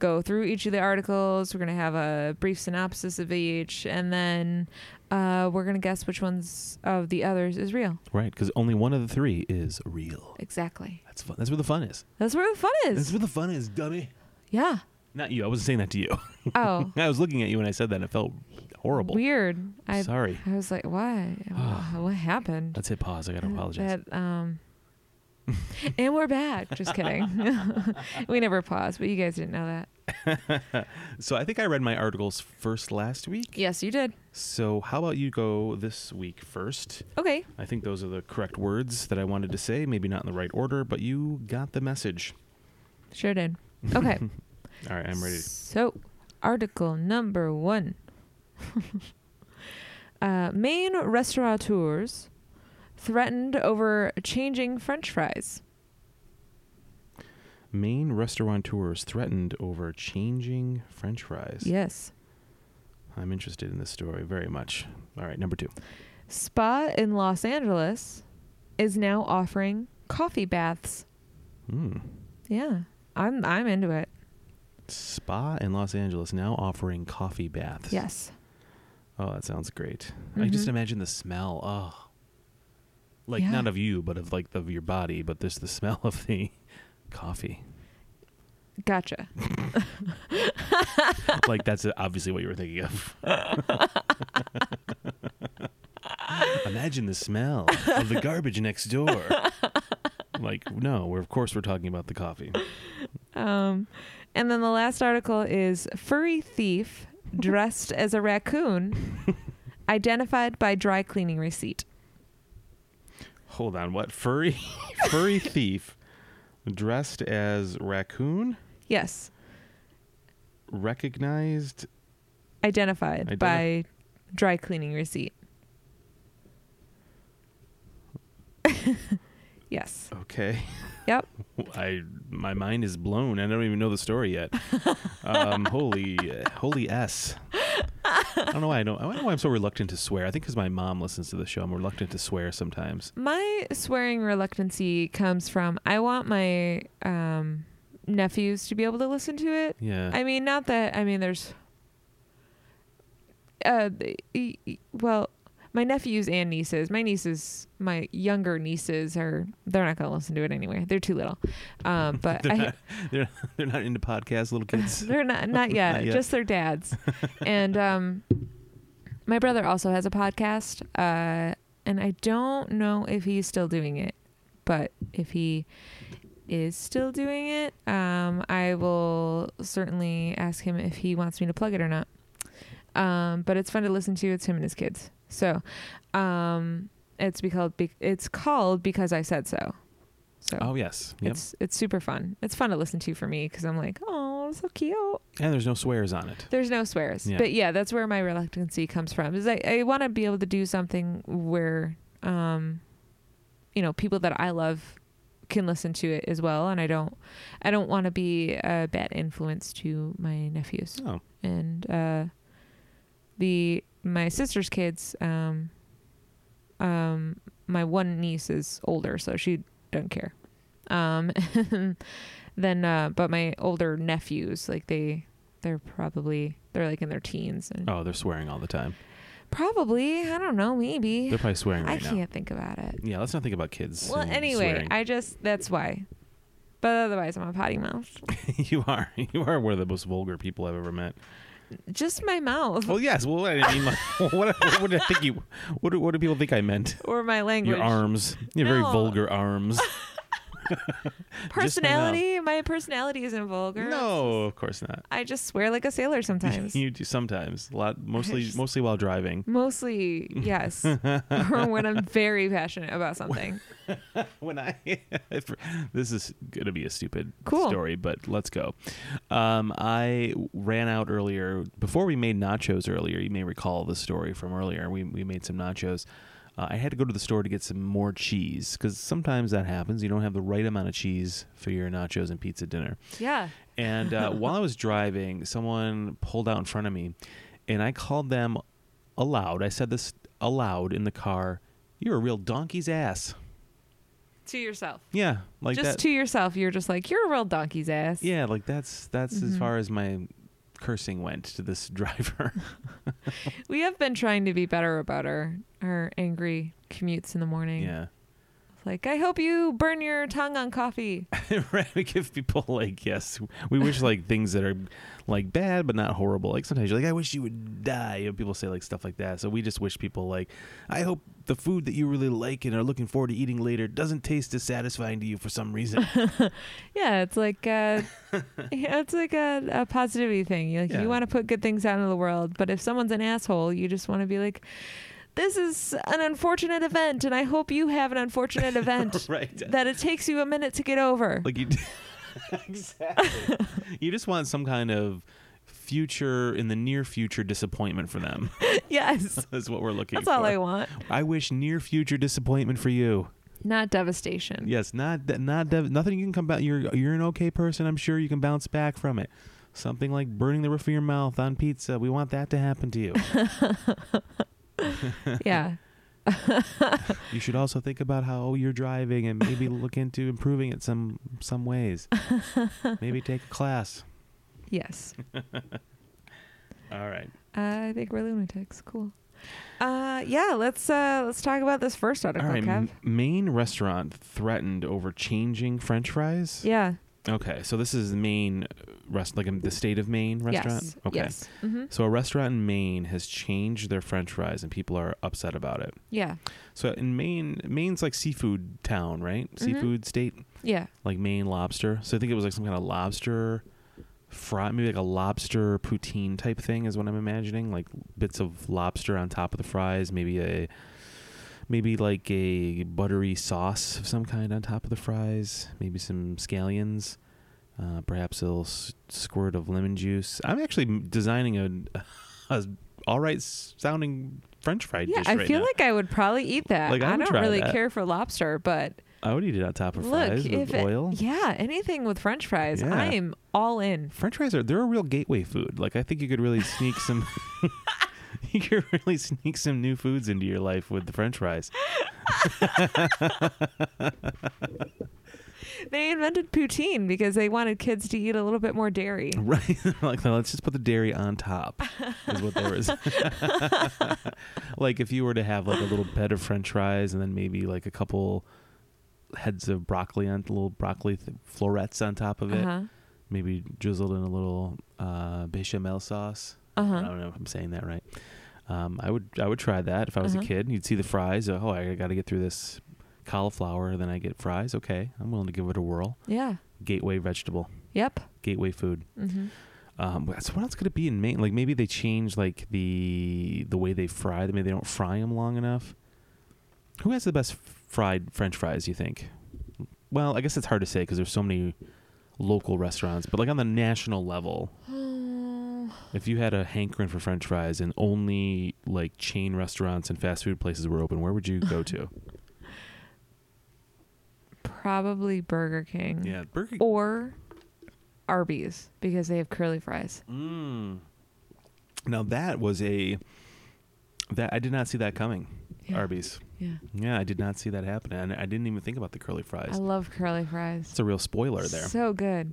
[SPEAKER 1] go through each of the articles. We're gonna have a brief synopsis of each, and then uh, we're gonna guess which ones of the others is real.
[SPEAKER 2] Right, because only one of the three is real.
[SPEAKER 1] Exactly.
[SPEAKER 2] That's fun. That's where the fun is.
[SPEAKER 1] That's where the fun
[SPEAKER 2] That's
[SPEAKER 1] is.
[SPEAKER 2] where the fun is, dummy.
[SPEAKER 1] Yeah.
[SPEAKER 2] Not you. I wasn't saying that to you. *laughs*
[SPEAKER 1] Oh,
[SPEAKER 2] I was looking at you when I said that. And it felt horrible.
[SPEAKER 1] weird. I *laughs*
[SPEAKER 2] Sorry.
[SPEAKER 1] I was like,
[SPEAKER 2] *sighs*
[SPEAKER 1] why? what happened?
[SPEAKER 2] Let's hit pause. I gotta
[SPEAKER 1] Uh,
[SPEAKER 2] apologize.
[SPEAKER 1] that,
[SPEAKER 2] *laughs*
[SPEAKER 1] um, and we're back. Just kidding. *laughs* we never paused, but you guys didn't know that.
[SPEAKER 2] So I think I read my articles first last week.
[SPEAKER 1] Yes, you did.
[SPEAKER 2] So how about you go this week first?
[SPEAKER 1] Okay.
[SPEAKER 2] I think those are the correct words that I wanted to say. Maybe not in the right order, but you got the message.
[SPEAKER 1] Sure did. Okay.
[SPEAKER 2] All right, *laughs* I'm ready.
[SPEAKER 1] So, article number one. *laughs* uh, Maine restaurateurs threatened over changing French fries.
[SPEAKER 2] Maine restaurateurs threatened over changing French fries.
[SPEAKER 1] Yes.
[SPEAKER 2] I'm interested in this story very much. All right, number two.
[SPEAKER 1] Spa in Los Angeles is now offering coffee baths.
[SPEAKER 2] Hmm.
[SPEAKER 1] Yeah, I'm I'm into it.
[SPEAKER 2] Spa in Los Angeles now offering coffee baths.
[SPEAKER 1] Yes.
[SPEAKER 2] Oh, that sounds great. I just
[SPEAKER 1] Mhm.
[SPEAKER 2] imagine the smell. Oh. Like
[SPEAKER 1] Yeah.
[SPEAKER 2] not of you, but of like of your body, but there's the *laughs* smell of the coffee.
[SPEAKER 1] Gotcha.
[SPEAKER 2] like that's obviously what you were thinking of. Imagine the smell of the garbage next door. Like no, we're of course we're talking about the coffee.
[SPEAKER 1] Um, and then the last article is furry thief dressed as a raccoon identified by dry cleaning receipt.
[SPEAKER 2] Hold on, what furry *laughs* furry thief dressed as raccoon
[SPEAKER 1] Yes,
[SPEAKER 2] recognized
[SPEAKER 1] identified
[SPEAKER 2] Identi-
[SPEAKER 1] by dry cleaning receipt. *laughs* yes.
[SPEAKER 2] Okay.
[SPEAKER 1] Yep.
[SPEAKER 2] I my mind is blown. I don't even know the story yet.
[SPEAKER 1] *laughs*
[SPEAKER 2] Um, holy holy s. I don't know why I don't. I don't know why I'm so reluctant to swear. I think because my mom listens to the show. I'm reluctant to swear sometimes.
[SPEAKER 1] My swearing reluctancy comes from I want my um, nephews to be able to listen to it.
[SPEAKER 2] Yeah.
[SPEAKER 1] I mean, not that. I mean, there's. Uh, the- e- e- well, my nephews and nieces. My nieces, my younger nieces are. They're not gonna listen to it anyway. They're too little. Um, but
[SPEAKER 2] they're,
[SPEAKER 1] I,
[SPEAKER 2] not, they're, *laughs* they're not into podcasts, little
[SPEAKER 1] *laughs*
[SPEAKER 2] kids.
[SPEAKER 1] they're not not yet,
[SPEAKER 2] *laughs* Not yet.
[SPEAKER 1] just their dads. and um my brother also has a podcast. Uh and I don't know if he's still doing it, but if he is still doing it, um I will certainly ask him if he wants me to plug it or not. Um but it's fun to listen to. It's him and his kids. So, um it's be called be- it's called because I said so. So
[SPEAKER 2] Oh yes. Yep.
[SPEAKER 1] it's it's super fun. It's fun to listen to for me because I'm like, oh, so cute.
[SPEAKER 2] And there's no swears on it.
[SPEAKER 1] There's no swears,
[SPEAKER 2] Yeah.
[SPEAKER 1] but yeah, that's where my reluctancy comes from. Is I I want to be able to do something where, um, you know, people that I love can listen to it as well, and I don't I don't want to be a bad influence to my nephews
[SPEAKER 2] Oh.
[SPEAKER 1] and uh, the my sister's kids. Um, um, my one niece is older, so she don't care. Um, *laughs* then uh, but my older nephews, like they they're probably they're like in their teens and
[SPEAKER 2] Oh, they're swearing all the time.
[SPEAKER 1] probably I don't know maybe
[SPEAKER 2] They're probably swearing
[SPEAKER 1] I
[SPEAKER 2] right now.
[SPEAKER 1] can't think about it.
[SPEAKER 2] Yeah. Let's not think about kids.
[SPEAKER 1] Well,
[SPEAKER 2] and
[SPEAKER 1] anyway,
[SPEAKER 2] swearing.
[SPEAKER 1] I just that's why. But otherwise, I'm a potty mouth.
[SPEAKER 2] *laughs* you are you are one of the most vulgar people I've
[SPEAKER 1] *laughs*
[SPEAKER 2] ever met.
[SPEAKER 1] Just my mouth
[SPEAKER 2] Well, yes. Well, I mean, like, *laughs* what, what did I think you? What do, what do people think I meant?
[SPEAKER 1] or my language.
[SPEAKER 2] Your arms, your very
[SPEAKER 1] No.
[SPEAKER 2] vulgar
[SPEAKER 1] *laughs*
[SPEAKER 2] arms.
[SPEAKER 1] personality. My personality isn't vulgar.
[SPEAKER 2] no, of course not.
[SPEAKER 1] I just swear like a
[SPEAKER 2] *laughs*
[SPEAKER 1] sailor sometimes.
[SPEAKER 2] you do sometimes a lot,
[SPEAKER 1] *laughs*
[SPEAKER 2] mostly
[SPEAKER 1] just-
[SPEAKER 2] mostly while driving.
[SPEAKER 1] Mostly,
[SPEAKER 2] *laughs*
[SPEAKER 1] yes. or when I'm very passionate about something.
[SPEAKER 2] When I, *laughs* if- this is gonna be a stupid
[SPEAKER 1] Cool.
[SPEAKER 2] story, but let's go. Um, I ran out earlier before we made nachos earlier. You may recall the story from earlier. We we made some nachos. Uh, I had to go to the store to get some more cheese because sometimes that happens. You don't have the right amount of cheese for your nachos and pizza dinner.
[SPEAKER 1] Yeah.
[SPEAKER 2] And uh, while I was driving, someone pulled out in front of me, and I called them aloud. I said this aloud in the car. You're a real donkey's ass.
[SPEAKER 1] To yourself.
[SPEAKER 2] Yeah, like
[SPEAKER 1] just
[SPEAKER 2] that.
[SPEAKER 1] to yourself, you're just like, you're a real donkey's ass.
[SPEAKER 2] yeah, like that's that's as
[SPEAKER 1] Mhm.
[SPEAKER 2] far as my cursing went to this *laughs* driver.
[SPEAKER 1] We have been trying to be better about our, our angry commutes in the morning.
[SPEAKER 2] yeah,
[SPEAKER 1] It's Like, I hope you burn your tongue on coffee.
[SPEAKER 2] *laughs* right. We give people like yes, we wish like things that are like bad but not horrible. Like sometimes you're like, I wish you would die. You know, people say like stuff like that. So we just wish people like, I hope the food that you really like and are looking forward to eating later doesn't taste as satisfying to you for
[SPEAKER 1] *laughs*
[SPEAKER 2] some reason.
[SPEAKER 1] Yeah, it's like
[SPEAKER 2] *laughs*
[SPEAKER 1] uh yeah, it's like a, a positivity thing. You like
[SPEAKER 2] Yeah.
[SPEAKER 1] you want to put good things out into the world, but if someone's an asshole, you just want to be like, this is an unfortunate event,
[SPEAKER 2] *laughs*
[SPEAKER 1] and I hope you have an unfortunate event
[SPEAKER 2] right.
[SPEAKER 1] that it takes you a minute to get over.
[SPEAKER 2] like you *laughs* exactly. you just want some kind of future in the near future disappointment for them.
[SPEAKER 1] *laughs*
[SPEAKER 2] *laughs*
[SPEAKER 1] yes.
[SPEAKER 2] That's what we're looking
[SPEAKER 1] That's
[SPEAKER 2] for.
[SPEAKER 1] all I want.
[SPEAKER 2] I wish near future disappointment for you.
[SPEAKER 1] Not devastation.
[SPEAKER 2] Yes, not that, not that, nothing you can come back. You're you're an okay person. I'm sure you can bounce back from it. Something like burning the roof of your mouth on pizza. We want that to happen to you.
[SPEAKER 1] yeah.
[SPEAKER 2] you should also think about how you're driving and maybe look into improving it some some ways. maybe take a class.
[SPEAKER 1] Yes.
[SPEAKER 2] All right.
[SPEAKER 1] I think we're lunatics. Cool. Uh, yeah. Let's uh, let's talk about this first
[SPEAKER 2] All
[SPEAKER 1] article,
[SPEAKER 2] right.
[SPEAKER 1] Kev.
[SPEAKER 2] M- Maine restaurant threatened over changing French fries.
[SPEAKER 1] Yeah.
[SPEAKER 2] Okay, so this is Maine uh, rest like um, the state of Maine restaurant.
[SPEAKER 1] Yes.
[SPEAKER 2] Okay.
[SPEAKER 1] Yes. hmm
[SPEAKER 2] So a restaurant in Maine has changed their French fries, and people are upset about it.
[SPEAKER 1] Yeah.
[SPEAKER 2] So in Maine, Maine's like seafood town, right?
[SPEAKER 1] Mhm.
[SPEAKER 2] Seafood state,
[SPEAKER 1] Yeah.
[SPEAKER 2] like Maine lobster. So I think it was like some kind of lobster fry, maybe like a lobster poutine type thing is what I'm imagining, like bits of lobster on top of the fries, maybe a maybe like a buttery sauce of some kind on top of the fries, maybe some scallions. Uh, perhaps a little s- squirt of lemon juice. I'm actually m- designing a, *laughs* a all right sounding French fried
[SPEAKER 1] Yeah.
[SPEAKER 2] dish
[SPEAKER 1] I
[SPEAKER 2] right
[SPEAKER 1] feel
[SPEAKER 2] now.
[SPEAKER 1] like I would probably eat that.
[SPEAKER 2] Like, I
[SPEAKER 1] I,
[SPEAKER 2] would
[SPEAKER 1] don't
[SPEAKER 2] try
[SPEAKER 1] really
[SPEAKER 2] that.
[SPEAKER 1] care for lobster, but
[SPEAKER 2] I would eat it on top of
[SPEAKER 1] look,
[SPEAKER 2] fries
[SPEAKER 1] if
[SPEAKER 2] with
[SPEAKER 1] it-
[SPEAKER 2] oil.
[SPEAKER 1] yeah, anything with French fries,
[SPEAKER 2] Yeah.
[SPEAKER 1] I am all in.
[SPEAKER 2] French fries are they're a real gateway food. Like I think you could really
[SPEAKER 1] *laughs*
[SPEAKER 2] sneak some *laughs* you could really sneak some new foods into your life with the
[SPEAKER 1] *laughs*
[SPEAKER 2] French fries.
[SPEAKER 1] They invented poutine because they wanted kids to eat a little bit more dairy.
[SPEAKER 2] Right. *laughs* like no, let's just put the dairy on top is what
[SPEAKER 1] *laughs*
[SPEAKER 2] there is. like if you were to have like a little bed of French fries and then maybe like a couple heads of broccoli on little broccoli th- florets on top of it.
[SPEAKER 1] Uh-huh.
[SPEAKER 2] maybe drizzled in a little uh, bechamel sauce. I
[SPEAKER 1] Uh-huh.
[SPEAKER 2] don't know if I'm saying that right. Um, I would I would try that if I was a
[SPEAKER 1] Uh-huh.
[SPEAKER 2] kid. You'd see the fries. Oh, I got to get through this cauliflower, then I get fries. Okay, I'm willing to give it a whirl.
[SPEAKER 1] Yeah.
[SPEAKER 2] Gateway vegetable,
[SPEAKER 1] Yep.
[SPEAKER 2] gateway food. *sighs*
[SPEAKER 1] Mm-hmm.
[SPEAKER 2] Um, but so what else could it be in Maine? Like maybe they change like the the way they fry them. Maybe they don't fry them long enough. Who has the best fried French fries? You think? Well, I guess it's hard to say because there's so many local restaurants. But like on the national level, if you had a hankering for French fries and only like chain restaurants and fast food places were open, where would you go to?
[SPEAKER 1] Probably Burger King.
[SPEAKER 2] *laughs* yeah, Burger.
[SPEAKER 1] Oh. Or Arby's because they have curly fries.
[SPEAKER 2] Mm. Now that was a that I did not see that coming.
[SPEAKER 1] Yeah.
[SPEAKER 2] Arby's.
[SPEAKER 1] Yeah.
[SPEAKER 2] Yeah, I did not see that happen, and I didn't even think about the curly
[SPEAKER 1] I
[SPEAKER 2] fries.
[SPEAKER 1] love curly fries.
[SPEAKER 2] It's a real spoiler there.
[SPEAKER 1] So good.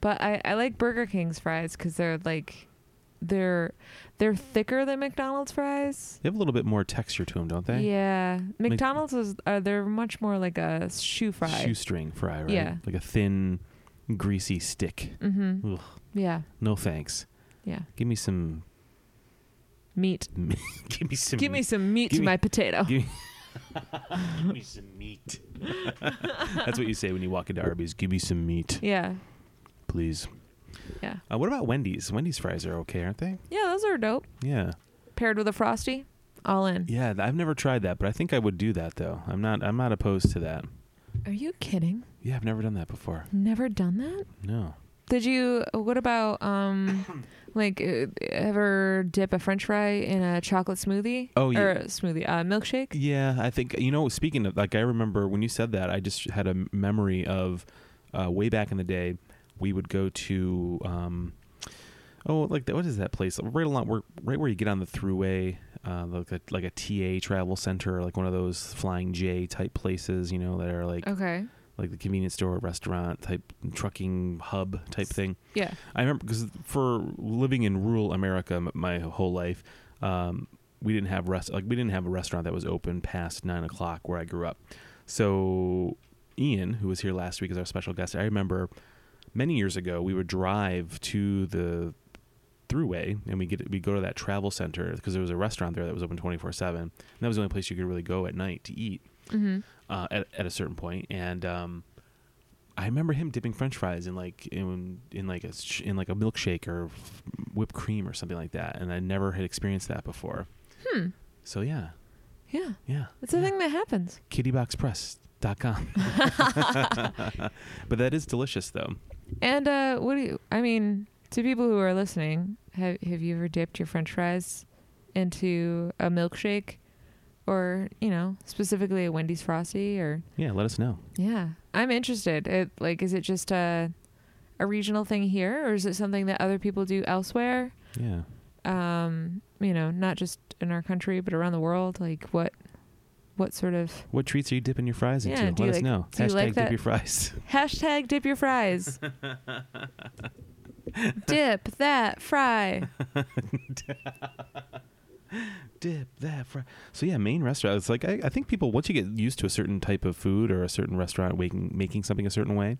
[SPEAKER 1] But I, I like Burger King's fries because they're like, they're they're thicker than McDonald's fries.
[SPEAKER 2] they have a little bit more texture to them, don't they?
[SPEAKER 1] Yeah, McDonald's is uh, they're much more like a shoe fry.
[SPEAKER 2] Shoestring fry, right?
[SPEAKER 1] Yeah.
[SPEAKER 2] Like a thin, greasy stick.
[SPEAKER 1] Mm-hmm.
[SPEAKER 2] Ugh.
[SPEAKER 1] Yeah,
[SPEAKER 2] No thanks.
[SPEAKER 1] yeah.
[SPEAKER 2] Give me some. *laughs*
[SPEAKER 1] Meat.
[SPEAKER 2] Give me some.
[SPEAKER 1] Give me some meat
[SPEAKER 2] give
[SPEAKER 1] to
[SPEAKER 2] me-
[SPEAKER 1] my
[SPEAKER 2] *laughs*
[SPEAKER 1] potato.
[SPEAKER 2] give give me some meat. *laughs* That's what you say when you walk into Arby's. Give me some meat,
[SPEAKER 1] yeah,
[SPEAKER 2] please.
[SPEAKER 1] yeah,
[SPEAKER 2] Uh, what about Wendy's? Wendy's fries are okay, aren't they?
[SPEAKER 1] yeah. Those are dope.
[SPEAKER 2] Yeah.
[SPEAKER 1] Paired with a frosty, all in.
[SPEAKER 2] Yeah, th- I've never tried that, but I think I would do that though. I'm not. I'm not opposed to that.
[SPEAKER 1] Are you kidding?
[SPEAKER 2] Yeah, I've never done that before.
[SPEAKER 1] Never done that.
[SPEAKER 2] No.
[SPEAKER 1] Did you? What about
[SPEAKER 2] *coughs*
[SPEAKER 1] um, like uh, ever dip a French fry in a chocolate smoothie?
[SPEAKER 2] Oh, yeah.
[SPEAKER 1] or a smoothie, uh, milkshake.
[SPEAKER 2] Yeah, I think you know. Speaking of, like, I remember when you said that, I just had a m- memory of uh, way back in the day. We would go to, um, oh, like that, what is that place? Right along, where, right where you get on the throughway, uh, like a, like a TA travel center, like one of those Flying J type places, you know, that are like
[SPEAKER 1] Okay.
[SPEAKER 2] like the convenience store, restaurant type, trucking hub type thing.
[SPEAKER 1] Yeah.
[SPEAKER 2] I remember because for living in rural America m- my whole life, um, we didn't have rest like we didn't have a restaurant that was open past nine o'clock where I grew up. So Ian, who was here last week as our special guest, I remember many years ago we would drive to the throughway and we get we go to that travel center because there was a restaurant there that was open 24/7 and that was the only place you could really go at night to eat
[SPEAKER 1] Mm-hmm.
[SPEAKER 2] uh, at, at a certain point, and um, I remember him dipping French fries in like in in like a sh- in like a milkshake or f- whipped cream or something like that, and I never had experienced that before.
[SPEAKER 1] Hmm.
[SPEAKER 2] So yeah,
[SPEAKER 1] Yeah.
[SPEAKER 2] yeah,
[SPEAKER 1] It's a thing that happens. *laughs*
[SPEAKER 2] *laughs* kittyboxpress.com. but that is delicious though.
[SPEAKER 1] And uh, what do you? I mean, to people who are listening, have have you ever dipped your French fries into a milkshake, or you know, specifically a Wendy's frosty? Or
[SPEAKER 2] Yeah, let us know.
[SPEAKER 1] yeah, I'm interested. It like, is it just a a regional thing here, or is it something that other people do elsewhere?
[SPEAKER 2] Yeah.
[SPEAKER 1] Um, you know, not just in our country, but around the world. Like, what what sort of
[SPEAKER 2] What treats are you dipping your fries
[SPEAKER 1] Yeah,
[SPEAKER 2] into? Let
[SPEAKER 1] do you
[SPEAKER 2] us
[SPEAKER 1] like-
[SPEAKER 2] know.
[SPEAKER 1] do you
[SPEAKER 2] Hashtag
[SPEAKER 1] like
[SPEAKER 2] dip
[SPEAKER 1] that?
[SPEAKER 2] your fries.
[SPEAKER 1] Hashtag dip your fries. dip that fry.
[SPEAKER 2] dip that fry. So yeah, main restaurant. It's like I, I think people once you get used to a certain type of food or a certain restaurant making making something a certain way,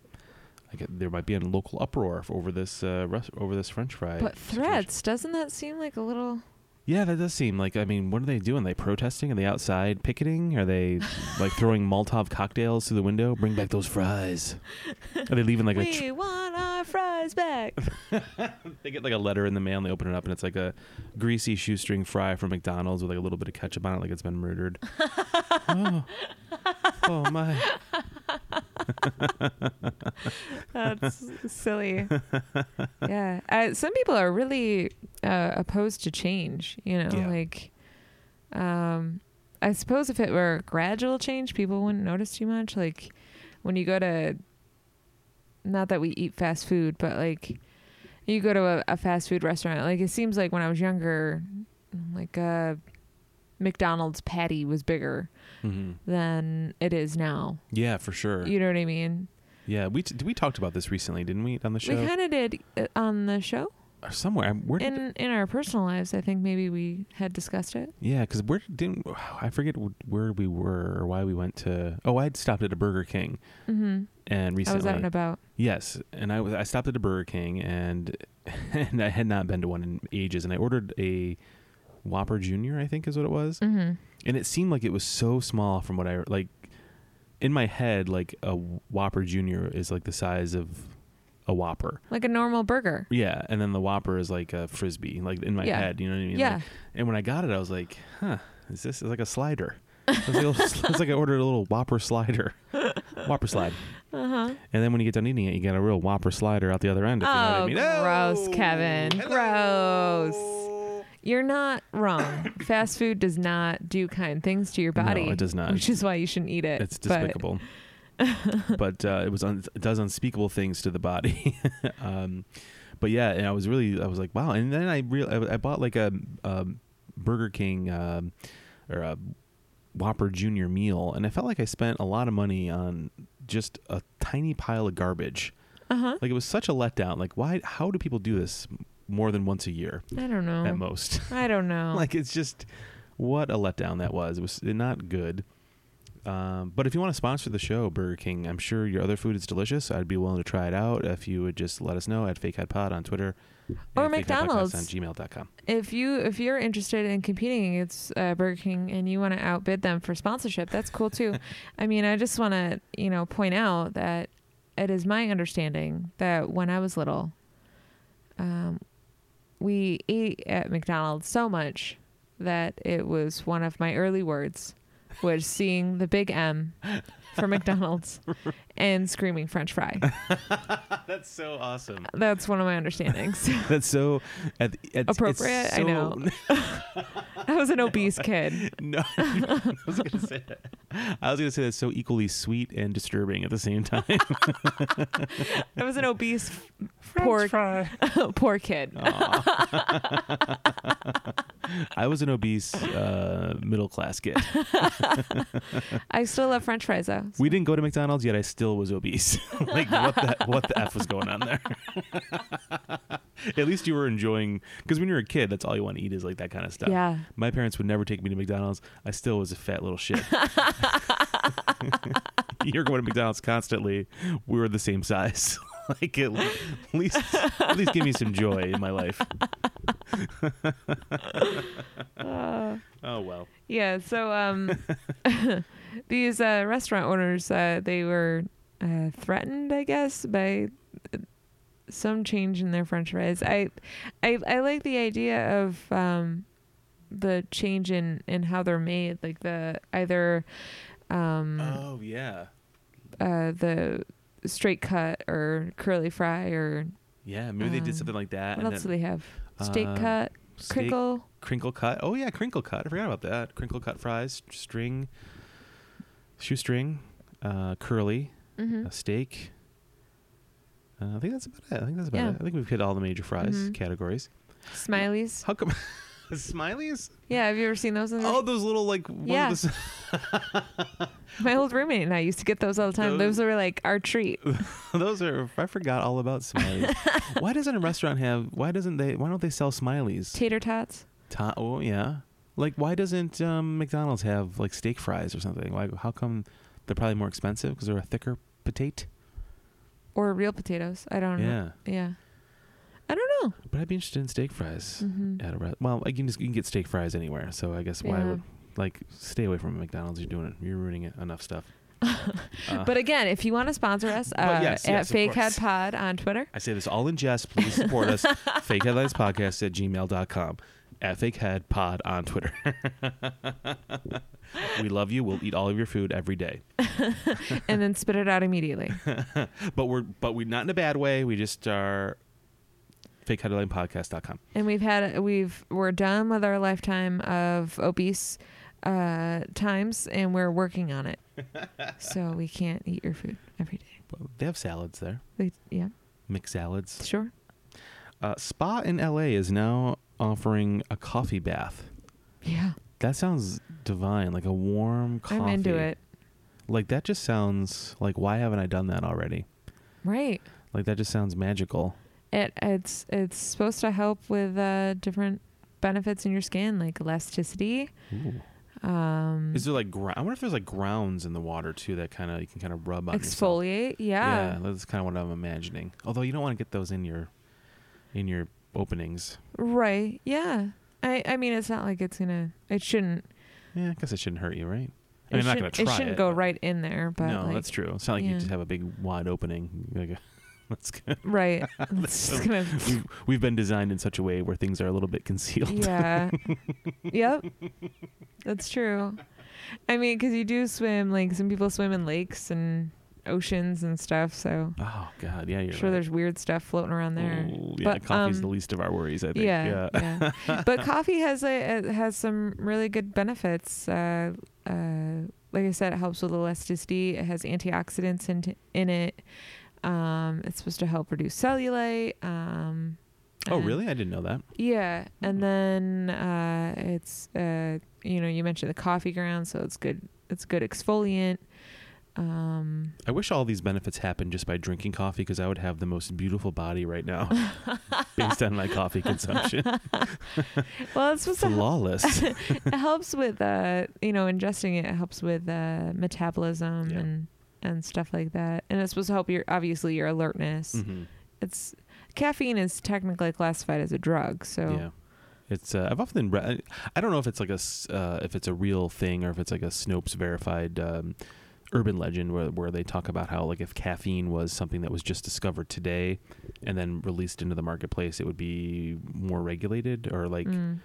[SPEAKER 2] like there might be a local uproar f- over this uh, rest, over this French fry.
[SPEAKER 1] But
[SPEAKER 2] situation.
[SPEAKER 1] threats, doesn't that seem like a little.
[SPEAKER 2] Yeah, that does seem like. I mean, what are they doing? Are they protesting? Are they outside picketing? Are they like throwing Molotov cocktails through the window? Bring back those fries. Are
[SPEAKER 1] *laughs*
[SPEAKER 2] they leaving like a?
[SPEAKER 1] we
[SPEAKER 2] Tr-
[SPEAKER 1] want our fries back.
[SPEAKER 2] *laughs* they get like a letter in the mail and they open it up and it's like a greasy shoestring fry from McDonald's with like a little bit of ketchup on it, like it's
[SPEAKER 1] *laughs*
[SPEAKER 2] been murdered. oh. oh my! *laughs*
[SPEAKER 1] That's silly. Yeah. Uh, some people are really uh, opposed to change, you know,
[SPEAKER 2] Yeah.
[SPEAKER 1] like. Um, I suppose if it were gradual change, people wouldn't notice too much. Like when you go to, not that we eat fast food, but like you go to a, a fast food restaurant. Like it seems like when I was younger, like a McDonald's patty was bigger
[SPEAKER 2] hmm
[SPEAKER 1] than it is now.
[SPEAKER 2] Yeah, for sure.
[SPEAKER 1] You know what I mean?
[SPEAKER 2] Yeah, we t- we talked about this recently, didn't we, on the show
[SPEAKER 1] We kind of did uh, on the show
[SPEAKER 2] or somewhere? Where did,
[SPEAKER 1] in in our personal lives. I think maybe we had discussed it.
[SPEAKER 2] yeah, because where didn't *sighs* I forget wh- where we were or why we went to? Oh, I'd stopped at a Burger King
[SPEAKER 1] hmm I
[SPEAKER 2] and recently.
[SPEAKER 1] was out and about.
[SPEAKER 2] Yes, and I was I stopped at a Burger King and *laughs* and I had not been to one in ages, and I ordered a Whopper Junior, I think is what it was,
[SPEAKER 1] hmm
[SPEAKER 2] and it seemed like it was so small from what I like in my head. Like a Whopper Junior is like the size of a Whopper,
[SPEAKER 1] Like a normal burger.
[SPEAKER 2] yeah, and then the Whopper is like a frisbee, like in my
[SPEAKER 1] Yeah.
[SPEAKER 2] head, you know what I mean?
[SPEAKER 1] yeah.
[SPEAKER 2] Like- and when I got it, I was like, huh, is this is like a slider? *laughs* It's like, a little- it's like I ordered a little
[SPEAKER 1] *laughs*
[SPEAKER 2] Whopper slider, Whopper slide.
[SPEAKER 1] uh huh.
[SPEAKER 2] And then when you get done eating it, you get a real whopper slider out the other end. If you know what I
[SPEAKER 1] Oh,
[SPEAKER 2] mean.
[SPEAKER 1] gross, Kevin.
[SPEAKER 2] Hello.
[SPEAKER 1] You're not
[SPEAKER 2] *coughs*
[SPEAKER 1] wrong. Fast food does not do kind things to your
[SPEAKER 2] No,
[SPEAKER 1] body.
[SPEAKER 2] it does not.
[SPEAKER 1] Which is why you shouldn't eat it.
[SPEAKER 2] It's
[SPEAKER 1] Eh, But
[SPEAKER 2] despicable. but uh, it was un- it does unspeakable things to the body. *laughs* um, but yeah, and I was really I was like wow. And then I real I, I bought like a, um Burger King um, or a Whopper Junior meal, and I felt like I spent a lot of money on just a tiny pile of garbage.
[SPEAKER 1] Uh-huh.
[SPEAKER 2] Like it was such a letdown. Like why? How do people do this more than once a year
[SPEAKER 1] I don't
[SPEAKER 2] at
[SPEAKER 1] know.
[SPEAKER 2] most?
[SPEAKER 1] I don't know.
[SPEAKER 2] like it's just what a letdown that was. It was not good. Um, but if you want to sponsor the show, Burger King, I'm sure your other food is delicious. I'd be willing to try it out if you would just let us know at FakeHeadPod on Twitter
[SPEAKER 1] Or
[SPEAKER 2] and
[SPEAKER 1] McDonald's.
[SPEAKER 2] fakeheadpodcast on gmail.com.
[SPEAKER 1] if you if you're interested in competing against uh, Burger King and you want to outbid them for sponsorship, that's cool too. I mean, I just want to you know point out that it is my understanding that when I was little, um, we ate at McDonald's so much that it was one of my early words was seeing the big M for McDonald's and screaming French fry.
[SPEAKER 2] *laughs* That's so awesome.
[SPEAKER 1] That's one of my understandings.
[SPEAKER 2] *laughs*
[SPEAKER 1] *laughs*
[SPEAKER 2] That's so at, the- at, it's
[SPEAKER 1] Appropriate, I
[SPEAKER 2] so-
[SPEAKER 1] know. I was an obese kid.
[SPEAKER 2] *laughs* No, *laughs* I was going to say that. I was going to say that's so equally sweet and disturbing at the
[SPEAKER 1] *laughs*
[SPEAKER 2] same time.
[SPEAKER 1] I was an obese poor *laughs* poor kid.
[SPEAKER 2] Aw. *laughs* I was an obese uh, middle class kid.
[SPEAKER 1] I still love French fries though.
[SPEAKER 2] We didn't go to McDonald's yet. I still was obese. *laughs* like what the what the f was going on there? *laughs* At least you were enjoying because when you're a kid, that's all you want to eat is like that kind of stuff.
[SPEAKER 1] Yeah.
[SPEAKER 2] My parents would never take me to McDonald's. I still was a fat little shit. *laughs* you're going to McDonald's constantly. We were the same size. *laughs* like at le- at least at least give me some joy in my life.
[SPEAKER 1] Uh,
[SPEAKER 2] *laughs* Oh well.
[SPEAKER 1] *laughs* yeah. So
[SPEAKER 2] *laughs*
[SPEAKER 1] um, *laughs* these uh, restaurant owners uh, they were uh, threatened, I guess, by uh, some change in their French fries. I I I like the idea of um, the change in in how they're made,
[SPEAKER 2] Uh.
[SPEAKER 1] like the either um
[SPEAKER 2] Oh yeah.
[SPEAKER 1] uh the straight cut or curly fry or
[SPEAKER 2] Yeah, maybe they did
[SPEAKER 1] Um,
[SPEAKER 2] something like that.
[SPEAKER 1] what
[SPEAKER 2] and
[SPEAKER 1] else do
[SPEAKER 2] then
[SPEAKER 1] they have? Steak
[SPEAKER 2] uh,
[SPEAKER 1] cut,
[SPEAKER 2] steak-
[SPEAKER 1] crinkle.
[SPEAKER 2] crinkle cut. Oh yeah, crinkle cut. I forgot about that. Crinkle cut fries, string, shoestring, uh, curly,
[SPEAKER 1] Mm-hmm.
[SPEAKER 2] a steak. Uh, I think that's about it. I think that's about
[SPEAKER 1] Yeah.
[SPEAKER 2] it. I think we've hit all the major fries
[SPEAKER 1] Mhm.
[SPEAKER 2] categories.
[SPEAKER 1] Smileys.
[SPEAKER 2] How come *laughs* smileys?
[SPEAKER 1] Yeah, have you ever seen those? In the-
[SPEAKER 2] Oh, those little like one of
[SPEAKER 1] Mm-hmm. Yeah.
[SPEAKER 2] those- *laughs*
[SPEAKER 1] My old roommate and I used to get those all the time.
[SPEAKER 2] Those-
[SPEAKER 1] Those, were like our treat.
[SPEAKER 2] Those are I forgot all
[SPEAKER 1] *laughs*
[SPEAKER 2] about smileys. why doesn't a restaurant have why doesn't they why don't they sell smileys?
[SPEAKER 1] Tater tots.
[SPEAKER 2] Ta- oh yeah. Like why doesn't um, McDonald's have like steak fries or something? Like how come they're probably more expensive because they're a thicker potato?
[SPEAKER 1] Or real potatoes. I don't know.
[SPEAKER 2] Yeah.
[SPEAKER 1] Yeah. I don't know.
[SPEAKER 2] But I'd be interested in steak fries
[SPEAKER 1] hmm
[SPEAKER 2] at a re- well, like, you can just you can get steak fries anywhere. So I guess why
[SPEAKER 1] Yeah.
[SPEAKER 2] would like stay away from McDonald's? You're doing it. You're ruining it. Enough stuff. Uh,
[SPEAKER 1] But again, if you want to sponsor us
[SPEAKER 2] Well,
[SPEAKER 1] uh,
[SPEAKER 2] Oh, yes,
[SPEAKER 1] at
[SPEAKER 2] yes, of
[SPEAKER 1] Fake Head
[SPEAKER 2] course.
[SPEAKER 1] Pod on
[SPEAKER 2] *laughs*
[SPEAKER 1] Twitter,
[SPEAKER 2] I say this all in jest. Please support us. fake headlines podcast at gmail.com. At fake head pod on Twitter. *laughs* we love you. We'll eat all of your food every day.
[SPEAKER 1] and then spit it out immediately.
[SPEAKER 2] *laughs* But we're but we're not in a bad way. We just are fake headline podcast.com.
[SPEAKER 1] And we've had we've we're done with our lifetime of obese uh, times, and we're working
[SPEAKER 2] *laughs*
[SPEAKER 1] on it. so we can't eat your food every day.
[SPEAKER 2] They have salads there.
[SPEAKER 1] They, yeah,
[SPEAKER 2] Mixed salads.
[SPEAKER 1] sure.
[SPEAKER 2] Uh, spa in LA is now offering a coffee bath.
[SPEAKER 1] Yeah,
[SPEAKER 2] That sounds divine, like a warm coffee.
[SPEAKER 1] I'm into it.
[SPEAKER 2] Like that just sounds like why haven't I done that already?
[SPEAKER 1] Right.
[SPEAKER 2] Like that just sounds magical.
[SPEAKER 1] It it's it's supposed to help with uh, different benefits in your skin, like elasticity. Um,
[SPEAKER 2] Is there like gro- I wonder if there's like grounds in the water too that kind of you can kind of rub on yourself.
[SPEAKER 1] exfoliate? Yeah.
[SPEAKER 2] that's kind of what I'm imagining. Although you don't want to get those in your in your openings.
[SPEAKER 1] Right. Yeah. I I mean, it's not like it's gonna. It shouldn't.
[SPEAKER 2] Yeah, I guess it shouldn't hurt you, right? I
[SPEAKER 1] it
[SPEAKER 2] mean, I'm not
[SPEAKER 1] shouldn't-
[SPEAKER 2] gonna try
[SPEAKER 1] It shouldn't
[SPEAKER 2] it,
[SPEAKER 1] go
[SPEAKER 2] but-
[SPEAKER 1] right in there, but
[SPEAKER 2] no,
[SPEAKER 1] like,
[SPEAKER 2] that's true. It's not like you
[SPEAKER 1] yeah.
[SPEAKER 2] just have a big wide opening. You're Like, *laughs* let's go. *laughs*
[SPEAKER 1] right. *laughs* It's just gonna.
[SPEAKER 2] We've, we've been designed in such a way where things are a little bit concealed.
[SPEAKER 1] Yeah. yep. That's true. I mean, because you do swim. Like some people swim in lakes and oceans and stuff. So
[SPEAKER 2] Oh God, yeah, you're
[SPEAKER 1] sure,
[SPEAKER 2] right.
[SPEAKER 1] there's weird stuff floating around there.
[SPEAKER 2] Ooh, yeah,
[SPEAKER 1] But,
[SPEAKER 2] coffee's
[SPEAKER 1] um,
[SPEAKER 2] the least of our worries. I think.
[SPEAKER 1] yeah, yeah.
[SPEAKER 2] *laughs*
[SPEAKER 1] but coffee has a it has some really good benefits. Uh, uh, like I said, it helps with elasticity. It has antioxidants in t- in it. Um, it's supposed to help reduce cellulite. Um,
[SPEAKER 2] Oh,
[SPEAKER 1] and-
[SPEAKER 2] really? I didn't know that.
[SPEAKER 1] Yeah,
[SPEAKER 2] Hmm.
[SPEAKER 1] and then uh, it's uh, you know you mentioned the coffee ground, so it's good. It's good exfoliant. Um,
[SPEAKER 2] I wish all these benefits happened just by drinking coffee because I would have the most beautiful body
[SPEAKER 1] *laughs*
[SPEAKER 2] right now, Oh, based on my coffee consumption.
[SPEAKER 1] well, it's supposed to help. *laughs*
[SPEAKER 2] Flawless. *laughs*
[SPEAKER 1] it helps with uh you know ingesting it, it helps with uh metabolism
[SPEAKER 2] Yeah.
[SPEAKER 1] and and stuff like that and it's supposed to help your obviously your alertness
[SPEAKER 2] Mhm.
[SPEAKER 1] it's caffeine is technically classified as a drug so
[SPEAKER 2] Yeah. It's. Uh, I've often read. I don't know if it's like a s- uh, if it's a real thing or if it's like a Snopes verified um, urban legend where where they talk about how like if caffeine was something that was just discovered today and then released into the marketplace, it would be more regulated or like
[SPEAKER 1] mm.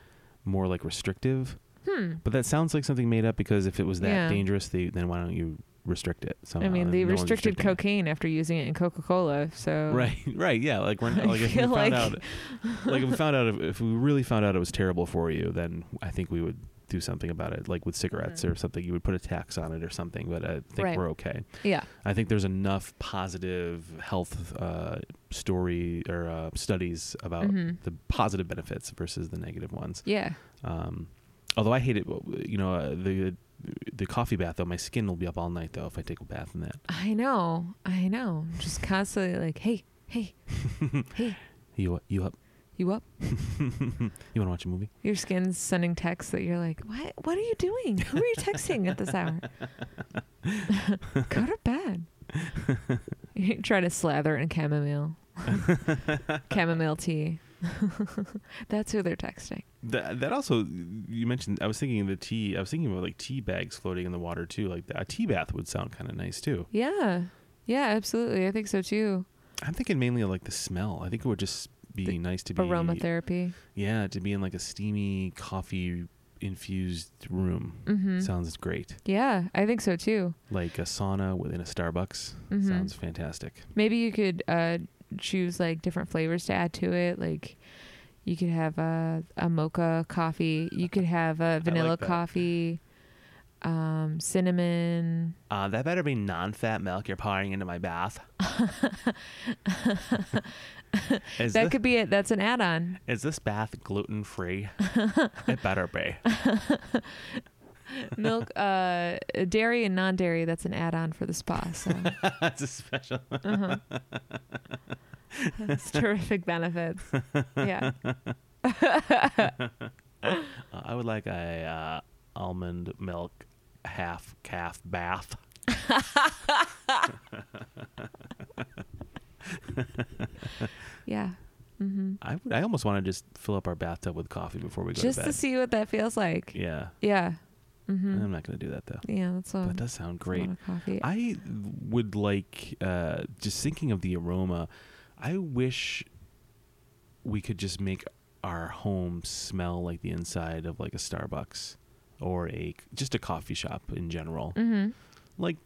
[SPEAKER 2] more like restrictive.
[SPEAKER 1] hmm
[SPEAKER 2] But that sounds like something made up because if it was that
[SPEAKER 1] Yeah.
[SPEAKER 2] dangerous, they, then why don't you restrict it?
[SPEAKER 1] i
[SPEAKER 2] somehow?
[SPEAKER 1] mean
[SPEAKER 2] And
[SPEAKER 1] they
[SPEAKER 2] Oh, no one's
[SPEAKER 1] restricted
[SPEAKER 2] restricting it.
[SPEAKER 1] cocaine after using it in coca-cola so
[SPEAKER 2] Right, *laughs* right, yeah. Like we're not,
[SPEAKER 1] *laughs* I
[SPEAKER 2] like if we
[SPEAKER 1] feel
[SPEAKER 2] found
[SPEAKER 1] like- *laughs*
[SPEAKER 2] out, like if we found out if, if we really found out it was terrible for you, then I think we would do something about it, like with cigarettes
[SPEAKER 1] Mhm.
[SPEAKER 2] or something. You would put a tax on it or something. But I think
[SPEAKER 1] Right.
[SPEAKER 2] we're okay.
[SPEAKER 1] yeah
[SPEAKER 2] I think there's enough positive health uh, story or uh, studies about
[SPEAKER 1] hmm
[SPEAKER 2] the positive benefits versus the negative ones.
[SPEAKER 1] yeah
[SPEAKER 2] Um, although I hate it, you know, uh, the the coffee bath though, my skin will be up all night though if I take a bath in that.
[SPEAKER 1] i know i know just constantly like hey
[SPEAKER 2] *laughs*
[SPEAKER 1] hey hey
[SPEAKER 2] You you up?
[SPEAKER 1] you up
[SPEAKER 2] you want to watch a movie?
[SPEAKER 1] Your skin's sending texts that you're like, what? What are you doing? Who are you texting at this hour? Go to bed. you try to slather in chamomile, chamomile tea. *laughs* That's who they're texting.
[SPEAKER 2] That that also you mentioned. I was thinking of the tea. I was thinking about like tea bags floating in the water too. Like a tea bath would sound kind of nice too.
[SPEAKER 1] Yeah, yeah, absolutely. I think so too.
[SPEAKER 2] I'm thinking mainly of like the smell. I think it would just be
[SPEAKER 1] The
[SPEAKER 2] nice to be
[SPEAKER 1] Aromatherapy.
[SPEAKER 2] Yeah, to be in like a steamy coffee infused room.
[SPEAKER 1] hmm
[SPEAKER 2] Sounds great.
[SPEAKER 1] yeah, I think so too.
[SPEAKER 2] Like a sauna within a Starbucks.
[SPEAKER 1] Mhm.
[SPEAKER 2] Sounds fantastic.
[SPEAKER 1] Maybe you could uh, choose like different flavors to add to it. Like you could have a, a mocha coffee. You
[SPEAKER 3] *laughs*
[SPEAKER 1] could have a vanilla
[SPEAKER 3] like that.
[SPEAKER 1] coffee, um, cinnamon.
[SPEAKER 3] Uh, that better be non-fat milk you're pouring into my
[SPEAKER 1] *laughs*
[SPEAKER 3] bath. is,
[SPEAKER 1] that
[SPEAKER 3] this,
[SPEAKER 1] could be it. That's an add-on.
[SPEAKER 3] is this bath
[SPEAKER 1] *laughs*
[SPEAKER 3] gluten-free? it better be. *laughs*
[SPEAKER 1] Milk, uh, dairy and non-dairy. That's an add-on for the spa. So
[SPEAKER 3] That's a special.
[SPEAKER 1] uh-huh.
[SPEAKER 3] *laughs*
[SPEAKER 1] that's terrific benefits. Yeah.
[SPEAKER 3] Uh, I would like a uh, almond milk half calf bath.
[SPEAKER 1] Yeah. hmm
[SPEAKER 3] I would, I almost want to just fill up our bathtub with coffee before we go
[SPEAKER 1] Just
[SPEAKER 3] to
[SPEAKER 1] to
[SPEAKER 3] bed.
[SPEAKER 1] see what that feels like. Yeah.
[SPEAKER 3] yeah,
[SPEAKER 1] hmm
[SPEAKER 3] I'm not gonna do that though.
[SPEAKER 1] Yeah, that's all.
[SPEAKER 3] That does sound uh, great.
[SPEAKER 1] amount of coffee.
[SPEAKER 2] I would like uh, just thinking of the aroma. I wish we could just make our home smell like the inside of like a Starbucks or a just a coffee shop in general.
[SPEAKER 1] mm-hmm.
[SPEAKER 2] Like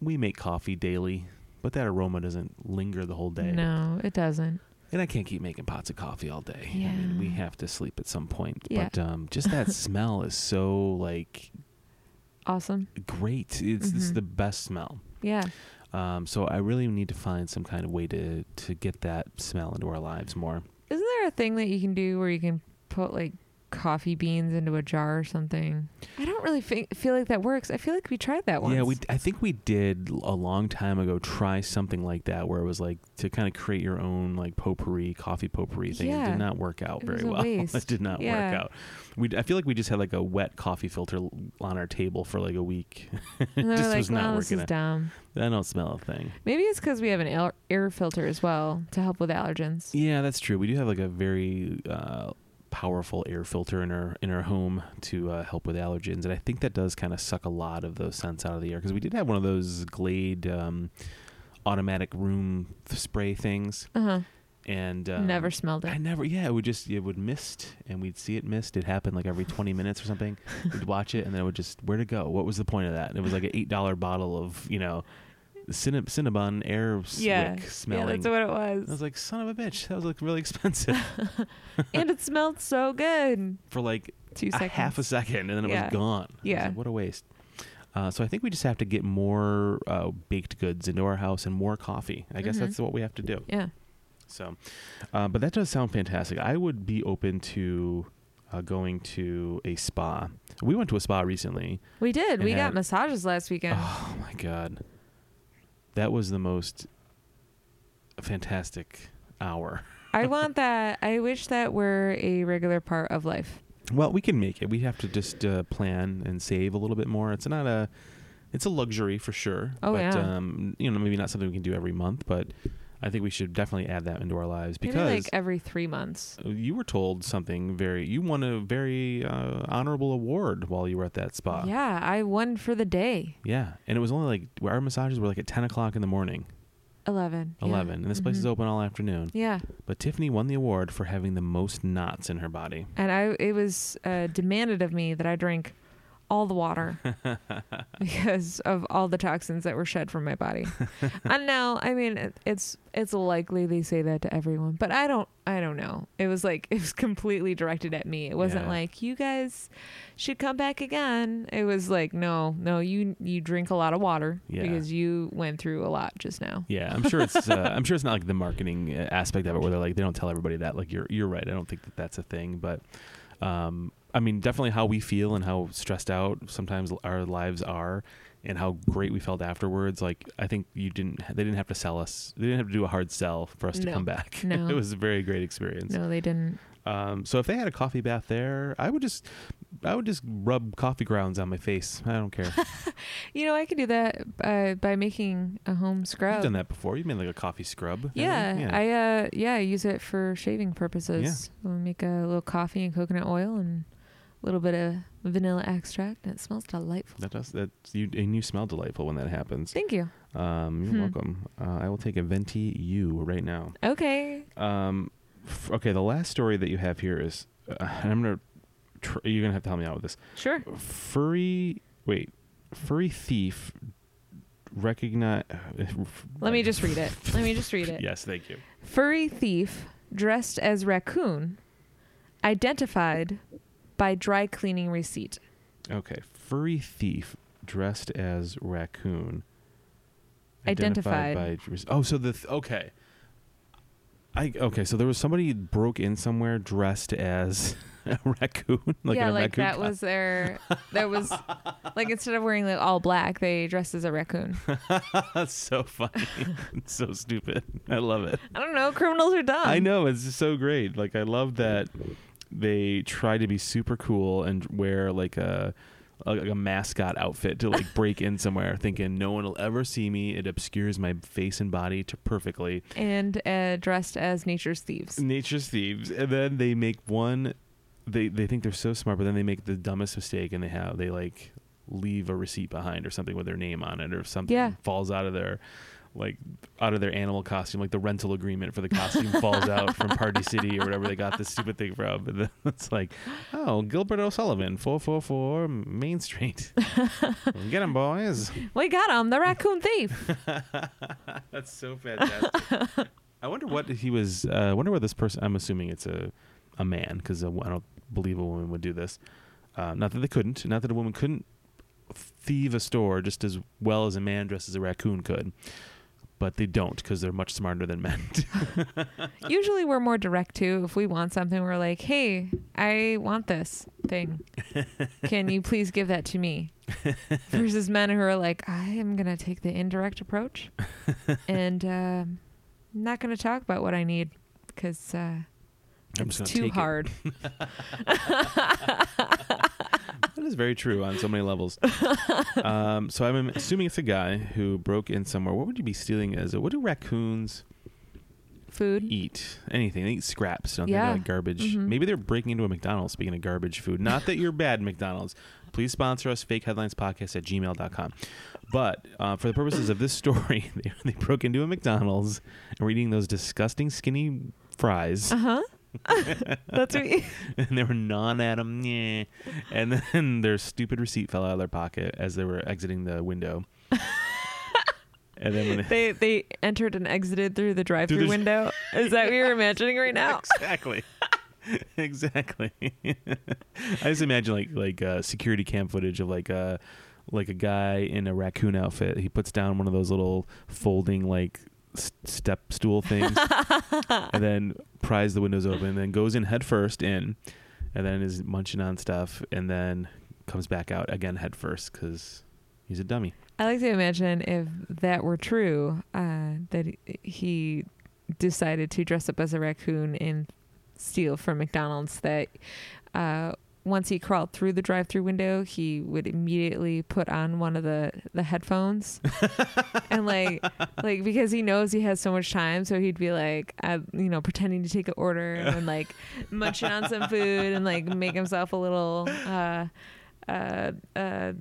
[SPEAKER 2] we make coffee daily, but that aroma doesn't linger the whole day.
[SPEAKER 1] No, it doesn't.
[SPEAKER 2] And I can't keep making pots of coffee all day. I mean,
[SPEAKER 1] Yeah.
[SPEAKER 2] we have to sleep at some point.
[SPEAKER 1] Yeah.
[SPEAKER 2] But um,
[SPEAKER 1] *laughs*
[SPEAKER 2] just that smell is so like
[SPEAKER 1] Awesome.
[SPEAKER 2] great. It's, it's
[SPEAKER 1] Mhm.
[SPEAKER 2] the best smell.
[SPEAKER 1] Yeah.
[SPEAKER 2] Um, so I really need to find some kind of way to to get that smell into our lives more.
[SPEAKER 1] Isn't there a thing that you can do where you can put like coffee beans into a jar or something? I don't really fi- feel like that works. I feel like we tried that once.
[SPEAKER 2] Yeah, *laughs* we I think we did l- a long time ago try something like that where it was like to kind of create your own like potpourri, coffee potpourri thing. It
[SPEAKER 1] Yeah.
[SPEAKER 2] did not work out
[SPEAKER 1] It was
[SPEAKER 2] very
[SPEAKER 1] a
[SPEAKER 2] well. *laughs* it
[SPEAKER 1] waste.
[SPEAKER 2] did not
[SPEAKER 1] Yeah.
[SPEAKER 2] work out. We I feel like we just had like a wet coffee filter l- on our table for like a week. *laughs* it
[SPEAKER 1] And they were
[SPEAKER 2] just
[SPEAKER 1] like,
[SPEAKER 2] was not
[SPEAKER 1] "No, this
[SPEAKER 2] working.
[SPEAKER 1] is
[SPEAKER 2] out.
[SPEAKER 1] dumb.
[SPEAKER 2] I don't smell a thing.
[SPEAKER 1] Maybe it's because we have an al- air filter as well to help with allergens.
[SPEAKER 2] Yeah, that's true. We do have like a very uh, powerful air filter in our in our home to uh, help with allergens, and I think that does kind of suck a lot of those scents out of the air because we did have one of those Glade um, automatic room th- spray things,
[SPEAKER 1] Uh huh.
[SPEAKER 2] and um,
[SPEAKER 1] Never smelled it.
[SPEAKER 2] I never. Yeah, it would just it would mist, and we'd see it mist. It happened like every twenty minutes or something.
[SPEAKER 1] *laughs*
[SPEAKER 2] We'd watch it, and then it would just where to go? What was the point of that? And it was like an eight dollar bottle of you know. Cinnab- Cinnabon air
[SPEAKER 1] Yeah.
[SPEAKER 2] swick smelling.
[SPEAKER 1] Yeah, that's what it
[SPEAKER 2] I was
[SPEAKER 1] was.
[SPEAKER 2] like, son of a bitch, that was like really *laughs* expensive
[SPEAKER 1] *laughs* and it smelled so good.
[SPEAKER 2] for like
[SPEAKER 1] Two
[SPEAKER 2] a
[SPEAKER 1] seconds.
[SPEAKER 2] half a second, and then it
[SPEAKER 1] Yeah.
[SPEAKER 2] was gone. I was
[SPEAKER 1] Yeah.
[SPEAKER 2] like, what a waste. Uh, so I think we just have to get more uh, baked goods into our house and more coffee. I guess
[SPEAKER 1] Mhm.
[SPEAKER 2] that's what we have to do.
[SPEAKER 1] yeah.
[SPEAKER 2] So, uh, but that does sound fantastic. I would be open to uh, going to a spa. We went to a spa recently.
[SPEAKER 1] We did. We
[SPEAKER 2] And
[SPEAKER 1] got
[SPEAKER 2] had-
[SPEAKER 1] massages last weekend.
[SPEAKER 2] Oh my god, that was the most fantastic hour.
[SPEAKER 1] I want that. I wish that were a regular part of life.
[SPEAKER 2] Well, we can make it. We have to just uh, plan and save a little bit more. It's not a, it's a luxury for sure.
[SPEAKER 1] Oh,
[SPEAKER 2] but,
[SPEAKER 1] yeah.
[SPEAKER 2] Um, you know, maybe not something we can do every month, but I think we should definitely add that into our lives because
[SPEAKER 1] Maybe like every three months.
[SPEAKER 2] you were told something very. You won a very uh, honorable award while you were at that spa.
[SPEAKER 1] Yeah, I won for the day.
[SPEAKER 2] Yeah, and it was only like our massages were like at ten o'clock in the morning,
[SPEAKER 1] Eleven. Yeah.
[SPEAKER 2] eleven, and this place is
[SPEAKER 1] Mhm.
[SPEAKER 2] open all afternoon.
[SPEAKER 1] Yeah,
[SPEAKER 2] But Tiffany won the award for having the most knots in her body.
[SPEAKER 1] and I it was uh, demanded of me that I drink all the
[SPEAKER 2] *laughs*
[SPEAKER 1] water because of all the toxins that were shed from my
[SPEAKER 2] *laughs*
[SPEAKER 1] body. and now, I mean, it, it's it's likely they say that to everyone, but I don't I don't know. It was like *laughs* it was completely directed at me. It wasn't
[SPEAKER 2] Yeah.
[SPEAKER 1] like you guys should come back again. It was like no, no, you you drink a lot of water
[SPEAKER 2] Yeah.
[SPEAKER 1] because you went through a lot just now.
[SPEAKER 2] Yeah, I'm sure it's. Uh, I'm sure it's not like the marketing uh, aspect of it, where they're like they don't tell everybody that. Like you're you're right. I don't think that that's a thing, but um, I mean, definitely how we feel and how stressed out sometimes our lives are, and how great we felt afterwards. Like I think you didn't. They didn't have to sell us. They didn't have to do a hard sell for us to
[SPEAKER 1] No.
[SPEAKER 2] come back. *laughs*
[SPEAKER 1] No.
[SPEAKER 2] it was a very great experience.
[SPEAKER 1] No, they didn't.
[SPEAKER 2] Um, so if they had a coffee bath there, I would just, I would just rub coffee grounds on my face. I don't care.
[SPEAKER 1] You know, I could do that uh, by making a home
[SPEAKER 2] You've
[SPEAKER 1] scrub.
[SPEAKER 2] done that before. You've made like a coffee scrub.
[SPEAKER 1] Yeah,
[SPEAKER 2] yeah.
[SPEAKER 1] I uh yeah, I use it for shaving purposes. We'll make a little coffee and coconut oil and a little bit of vanilla extract and it smells delightful.
[SPEAKER 2] That does that you and you smell delightful when that happens.
[SPEAKER 1] Thank you.
[SPEAKER 2] Um, you're
[SPEAKER 1] Hmm.
[SPEAKER 2] welcome. Uh, I will take a venti you right now.
[SPEAKER 1] Okay.
[SPEAKER 2] Um, f- okay, the last story that you have here is, uh, and *laughs* I'm gonna tr- you're gonna have to help me out with this.
[SPEAKER 1] Sure.
[SPEAKER 2] Furry, wait, furry thief *sighs* recognize.
[SPEAKER 1] Let me
[SPEAKER 2] *laughs*
[SPEAKER 1] just read it. Let me just read it.
[SPEAKER 2] Yes, thank you.
[SPEAKER 1] Furry thief dressed as raccoon identified by dry cleaning receipt.
[SPEAKER 2] Okay, furry thief dressed as raccoon.
[SPEAKER 1] Identified.
[SPEAKER 2] by. Oh, so the th- okay. I okay. So there was somebody broke in somewhere dressed as *laughs* a raccoon, like
[SPEAKER 1] yeah,
[SPEAKER 2] in a
[SPEAKER 1] like
[SPEAKER 2] raccoon
[SPEAKER 1] that was their that was like instead of wearing like all black, they dressed as a raccoon.
[SPEAKER 2] *laughs* That's so funny. *laughs* It's so stupid. I love it.
[SPEAKER 1] I don't know, criminals are dumb.
[SPEAKER 2] I know it's just so great. Like I love that they try to be super cool and wear like a a, like a mascot outfit to like break in somewhere, thinking no one will ever see me. It obscures my face and body to perfectly.
[SPEAKER 1] And uh, dressed as nature's thieves.
[SPEAKER 2] Nature's thieves, and then they make one. They they think they're so smart, but then they make the dumbest mistake, and they have they like leave a receipt behind or something with their name on it, or something
[SPEAKER 1] Yeah.
[SPEAKER 2] falls out of their like out of their animal costume, like the rental agreement for
[SPEAKER 1] *laughs*
[SPEAKER 2] the costume falls out from Party City or whatever they got this stupid thing from, and then *laughs* it's like, oh, Gilbert O'Sullivan, four four four Main
[SPEAKER 1] *laughs*
[SPEAKER 2] Street, get him boys.
[SPEAKER 1] We got him, the raccoon thief.
[SPEAKER 2] *laughs* That's so fantastic. *laughs* I wonder what he was. uh, I wonder what this person. I'm assuming it's a a man because I don't believe a woman would do this. Uh, not that they couldn't. Not that a woman couldn't thieve a store just as well as a man dressed as a raccoon could. But they don't because they're much smarter than men. *laughs*
[SPEAKER 1] Usually we're more direct too. If we want something, we're like, "Hey, I want this thing. Can you please give that to
[SPEAKER 2] *laughs*
[SPEAKER 1] me?" Versus men who are like, "I am gonna take the indirect approach, and uh, not gonna talk about what I need because uh,
[SPEAKER 2] I'm
[SPEAKER 1] it's
[SPEAKER 2] just gonna
[SPEAKER 1] too
[SPEAKER 2] take it. *laughs*
[SPEAKER 1] hard."
[SPEAKER 2] That is very true on so
[SPEAKER 1] *laughs*
[SPEAKER 2] many levels. um, so I'm assuming it's a guy who broke in somewhere. What would you be stealing as a? What do raccoons?
[SPEAKER 1] Food.
[SPEAKER 2] eat anything. They eat scraps. Don't they?
[SPEAKER 1] Yeah.
[SPEAKER 2] They're Like garbage.
[SPEAKER 1] Mhm.
[SPEAKER 2] Maybe they're breaking into a McDonald's. Speaking of garbage food, not that you're bad, McDonald's. Please sponsor us, fakeheadlinespodcast at gmail.com. But uh, for the purposes of this story, *laughs* they, they broke into a McDonald's and were eating those disgusting skinny fries.
[SPEAKER 1] Uh huh. That's what you-
[SPEAKER 2] *laughs* and they were gnawing at 'em, yeah. And then *laughs* their stupid receipt fell out of their pocket as they were exiting
[SPEAKER 1] *laughs*
[SPEAKER 2] the window. and then when
[SPEAKER 1] they
[SPEAKER 2] they,
[SPEAKER 1] they entered and exited through the drive-through
[SPEAKER 2] the-
[SPEAKER 1] window. Is that what you're imagining right now?
[SPEAKER 2] Exactly. *laughs* exactly. *laughs* I just imagine like like uh, security cam footage of like uh like a guy in a raccoon outfit. He puts down one of those little folding like s- step
[SPEAKER 1] *laughs*
[SPEAKER 2] stool things, and then pries the windows open, and then goes in head first in, and then is munching on stuff, and then comes back out again head first because he's a dummy.
[SPEAKER 1] I like to imagine if that were true, uh, that he decided to dress up as a raccoon and steal from McDonald's. That uh, once he crawled through the drive-through window, he would immediately put on one of the the
[SPEAKER 2] *laughs*
[SPEAKER 1] headphones, and like like because he knows he has so much time, so he'd be like, uh, you know, pretending to take an order and like
[SPEAKER 2] *laughs*
[SPEAKER 1] munching on some food and like make himself a little. Uh, uh, uh,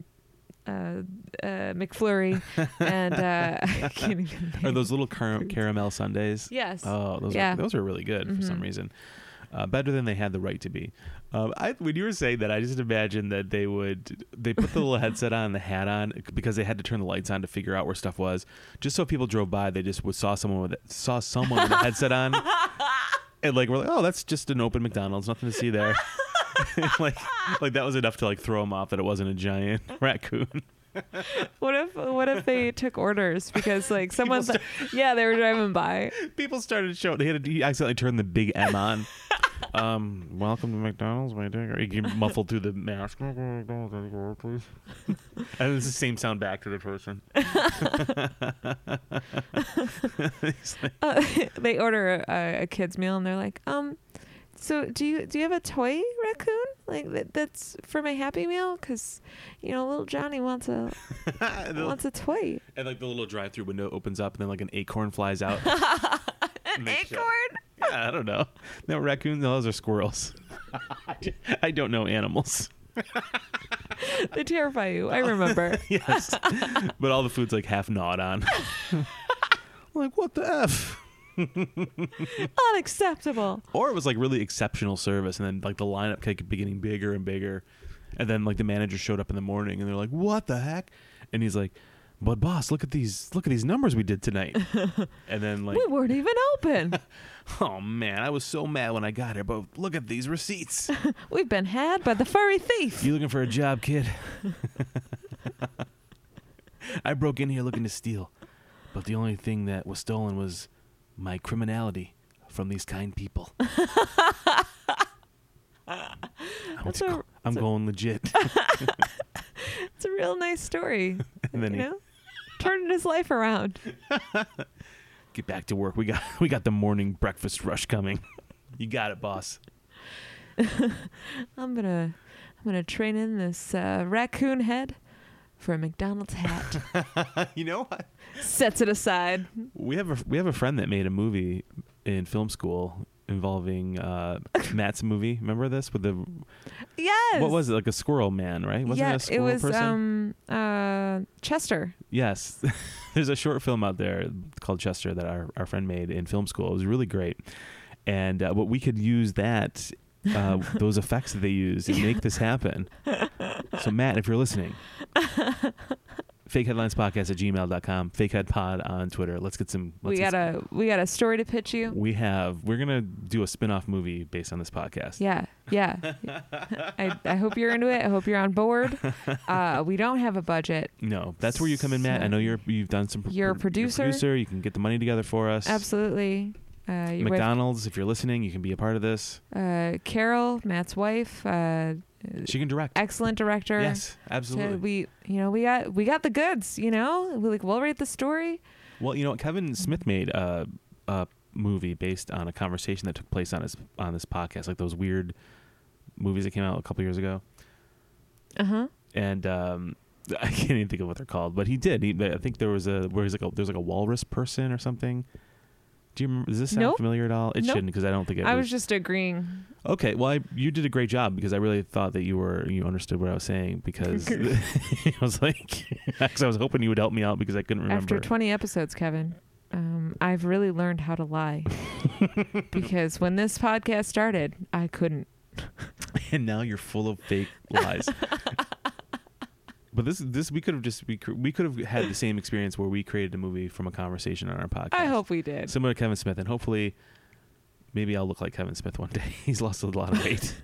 [SPEAKER 1] uh, uh, McFlurry and uh, *laughs* I can't even
[SPEAKER 2] Are
[SPEAKER 1] think.
[SPEAKER 2] those little car- caramel sundaes?
[SPEAKER 1] yes.
[SPEAKER 2] Oh, those
[SPEAKER 1] Yeah.
[SPEAKER 2] are, those are really good for some
[SPEAKER 1] Mhm.
[SPEAKER 2] reason. Uh, better than they had the right to be. Um, I, when you were saying that, I just imagined that they would they put
[SPEAKER 1] *laughs*
[SPEAKER 2] the little headset on, the hat on, because they had to turn the lights on to figure out where stuff was. Just so people drove by, they just would, saw someone with saw someone with a headset on,
[SPEAKER 1] *laughs*
[SPEAKER 2] and like we're like, oh, that's just an open McDonald's, nothing to see there. *laughs* like like that was enough to like throw them off that it wasn't a giant *laughs* raccoon.
[SPEAKER 1] what if what if
[SPEAKER 2] *laughs*
[SPEAKER 1] they took orders because like someone *laughs* yeah they were driving by
[SPEAKER 2] People started showing. He, had a, he accidentally turned the big M
[SPEAKER 1] *laughs*
[SPEAKER 2] on. um, welcome to McDonald's, my dear. He muffled through the
[SPEAKER 1] *laughs*
[SPEAKER 2] mask. and it's the same sound back to the person. *laughs*
[SPEAKER 1] uh, *laughs* they order a, a kid's meal and they're like um so do you do you have a toy raccoon like that, that's for my happy meal because you know little Johnny wants
[SPEAKER 2] *laughs*
[SPEAKER 1] a
[SPEAKER 2] and, the-
[SPEAKER 1] wants a toy
[SPEAKER 2] and, like the little drive-through window opens up, and then like an acorn flies out.
[SPEAKER 1] *laughs* an
[SPEAKER 2] Make sure.
[SPEAKER 1] acorn *laughs*
[SPEAKER 2] Yeah, I don't know. No raccoons. No, those are squirrels. *laughs* I don't
[SPEAKER 1] *laughs*
[SPEAKER 2] know animals.
[SPEAKER 1] they terrify you
[SPEAKER 2] *laughs*
[SPEAKER 1] I remember *laughs*
[SPEAKER 2] *laughs* yes. but all the food's like half gnawed on. like, what the F?
[SPEAKER 1] Unacceptable.
[SPEAKER 2] Or it was like really exceptional service, and then like the lineup kept getting bigger and bigger, and then like the manager showed up in the morning, and they're like, "What the heck?" And he's like, "But boss, look at these look at these numbers we did tonight." and then like,
[SPEAKER 1] we weren't even
[SPEAKER 2] *laughs*
[SPEAKER 1] open.
[SPEAKER 2] "Oh man, I was so mad when I got here, but look at these receipts."
[SPEAKER 1] We've been had by the furry thief.
[SPEAKER 2] you looking for a job, kid? *laughs* I broke in here looking to steal, but the only thing that was stolen was my criminality from these kind people. I'm,
[SPEAKER 1] That's a-
[SPEAKER 2] go- I'm
[SPEAKER 1] that's a-
[SPEAKER 2] going legit.
[SPEAKER 1] It's a real nice story.
[SPEAKER 2] and *laughs* then
[SPEAKER 1] you
[SPEAKER 2] he,
[SPEAKER 1] know? Turning his life around.
[SPEAKER 2] get back to work. We got *laughs* we got the morning breakfast rush coming. *laughs* you got it, boss.
[SPEAKER 1] I'm gonna I'm gonna train in this uh, raccoon head for a McDonald's
[SPEAKER 2] *laughs*
[SPEAKER 1] hat.
[SPEAKER 2] *laughs* you know what?
[SPEAKER 1] Sets it aside.
[SPEAKER 2] We have a we have a friend that made a movie in film school involving uh, Matt's movie. Remember this with the
[SPEAKER 1] Yes.
[SPEAKER 2] what was it like a squirrel man, right? Wasn't
[SPEAKER 1] yeah,
[SPEAKER 2] it a squirrel
[SPEAKER 1] was
[SPEAKER 2] person?
[SPEAKER 1] um uh Chester.
[SPEAKER 2] Yes. *laughs* There's a short film out there called Chester that our, our friend made in film school. It was really great. And uh, what we could use that,
[SPEAKER 1] *laughs*
[SPEAKER 2] uh, those effects that they used and make this happen. So, Matt, if you're listening,
[SPEAKER 1] *laughs*
[SPEAKER 2] fakeheadlinespodcast at gmail.com, fakeheadpod on Twitter. Let's get some. Let's
[SPEAKER 1] we
[SPEAKER 2] get
[SPEAKER 1] got a we got a story to pitch
[SPEAKER 2] some-
[SPEAKER 1] you.
[SPEAKER 2] we have, we're going to do a spin off movie based on this podcast.
[SPEAKER 1] Yeah,
[SPEAKER 2] *laughs*
[SPEAKER 1] yeah. I, I hope you're into it. I hope you're on
[SPEAKER 2] *laughs*
[SPEAKER 1] board. Uh, we don't have a budget.
[SPEAKER 2] No, that's where you come in, Matt. I know you're, you've done some.
[SPEAKER 1] You're a producer.
[SPEAKER 2] producer. You can get the money together for us.
[SPEAKER 1] Absolutely. Uh, your wife,
[SPEAKER 2] McDonald's, if you're listening, you can be a part of this.
[SPEAKER 1] uh, Carol, Matt's wife, uh,
[SPEAKER 2] She can direct.
[SPEAKER 1] excellent director.
[SPEAKER 2] Yes,
[SPEAKER 1] So
[SPEAKER 2] absolutely.
[SPEAKER 1] we, you know, we got we got the goods. You know, we like we'll rate the story.
[SPEAKER 2] well, you know, Kevin Smith made a, a movie based on a conversation that took place on his on this podcast, like those weird movies that came out a couple years ago,
[SPEAKER 1] Uh huh.
[SPEAKER 2] and um, *laughs* I can't even think of what they're called. But he did. He, I think there was a where he's like a, there's like a walrus person or something. Do you remember? Does this sound
[SPEAKER 1] Nope.
[SPEAKER 2] familiar at all? It
[SPEAKER 1] Nope.
[SPEAKER 2] shouldn't because I don't think it
[SPEAKER 1] I
[SPEAKER 2] was.
[SPEAKER 1] was just agreeing.
[SPEAKER 2] Okay, well, I, you did a great job because I really thought that you were you understood what I was saying
[SPEAKER 1] *laughs*
[SPEAKER 2] because *laughs* I was like, *laughs* because I was hoping you would help me out because I couldn't remember.
[SPEAKER 1] After 20 episodes, Kevin, um, I've really learned how to
[SPEAKER 2] *laughs*
[SPEAKER 1] lie. because when this podcast started, I couldn't.
[SPEAKER 2] *laughs* and now you're full of fake
[SPEAKER 1] *laughs*
[SPEAKER 2] lies. but this this we could have just we, cr- we could have had the same experience where we created a movie from a conversation on our podcast.
[SPEAKER 1] I hope we did.
[SPEAKER 2] similar to Kevin Smith, and hopefully, maybe I'll look like Kevin Smith one day. *laughs* He's lost a lot of weight.
[SPEAKER 1] *laughs*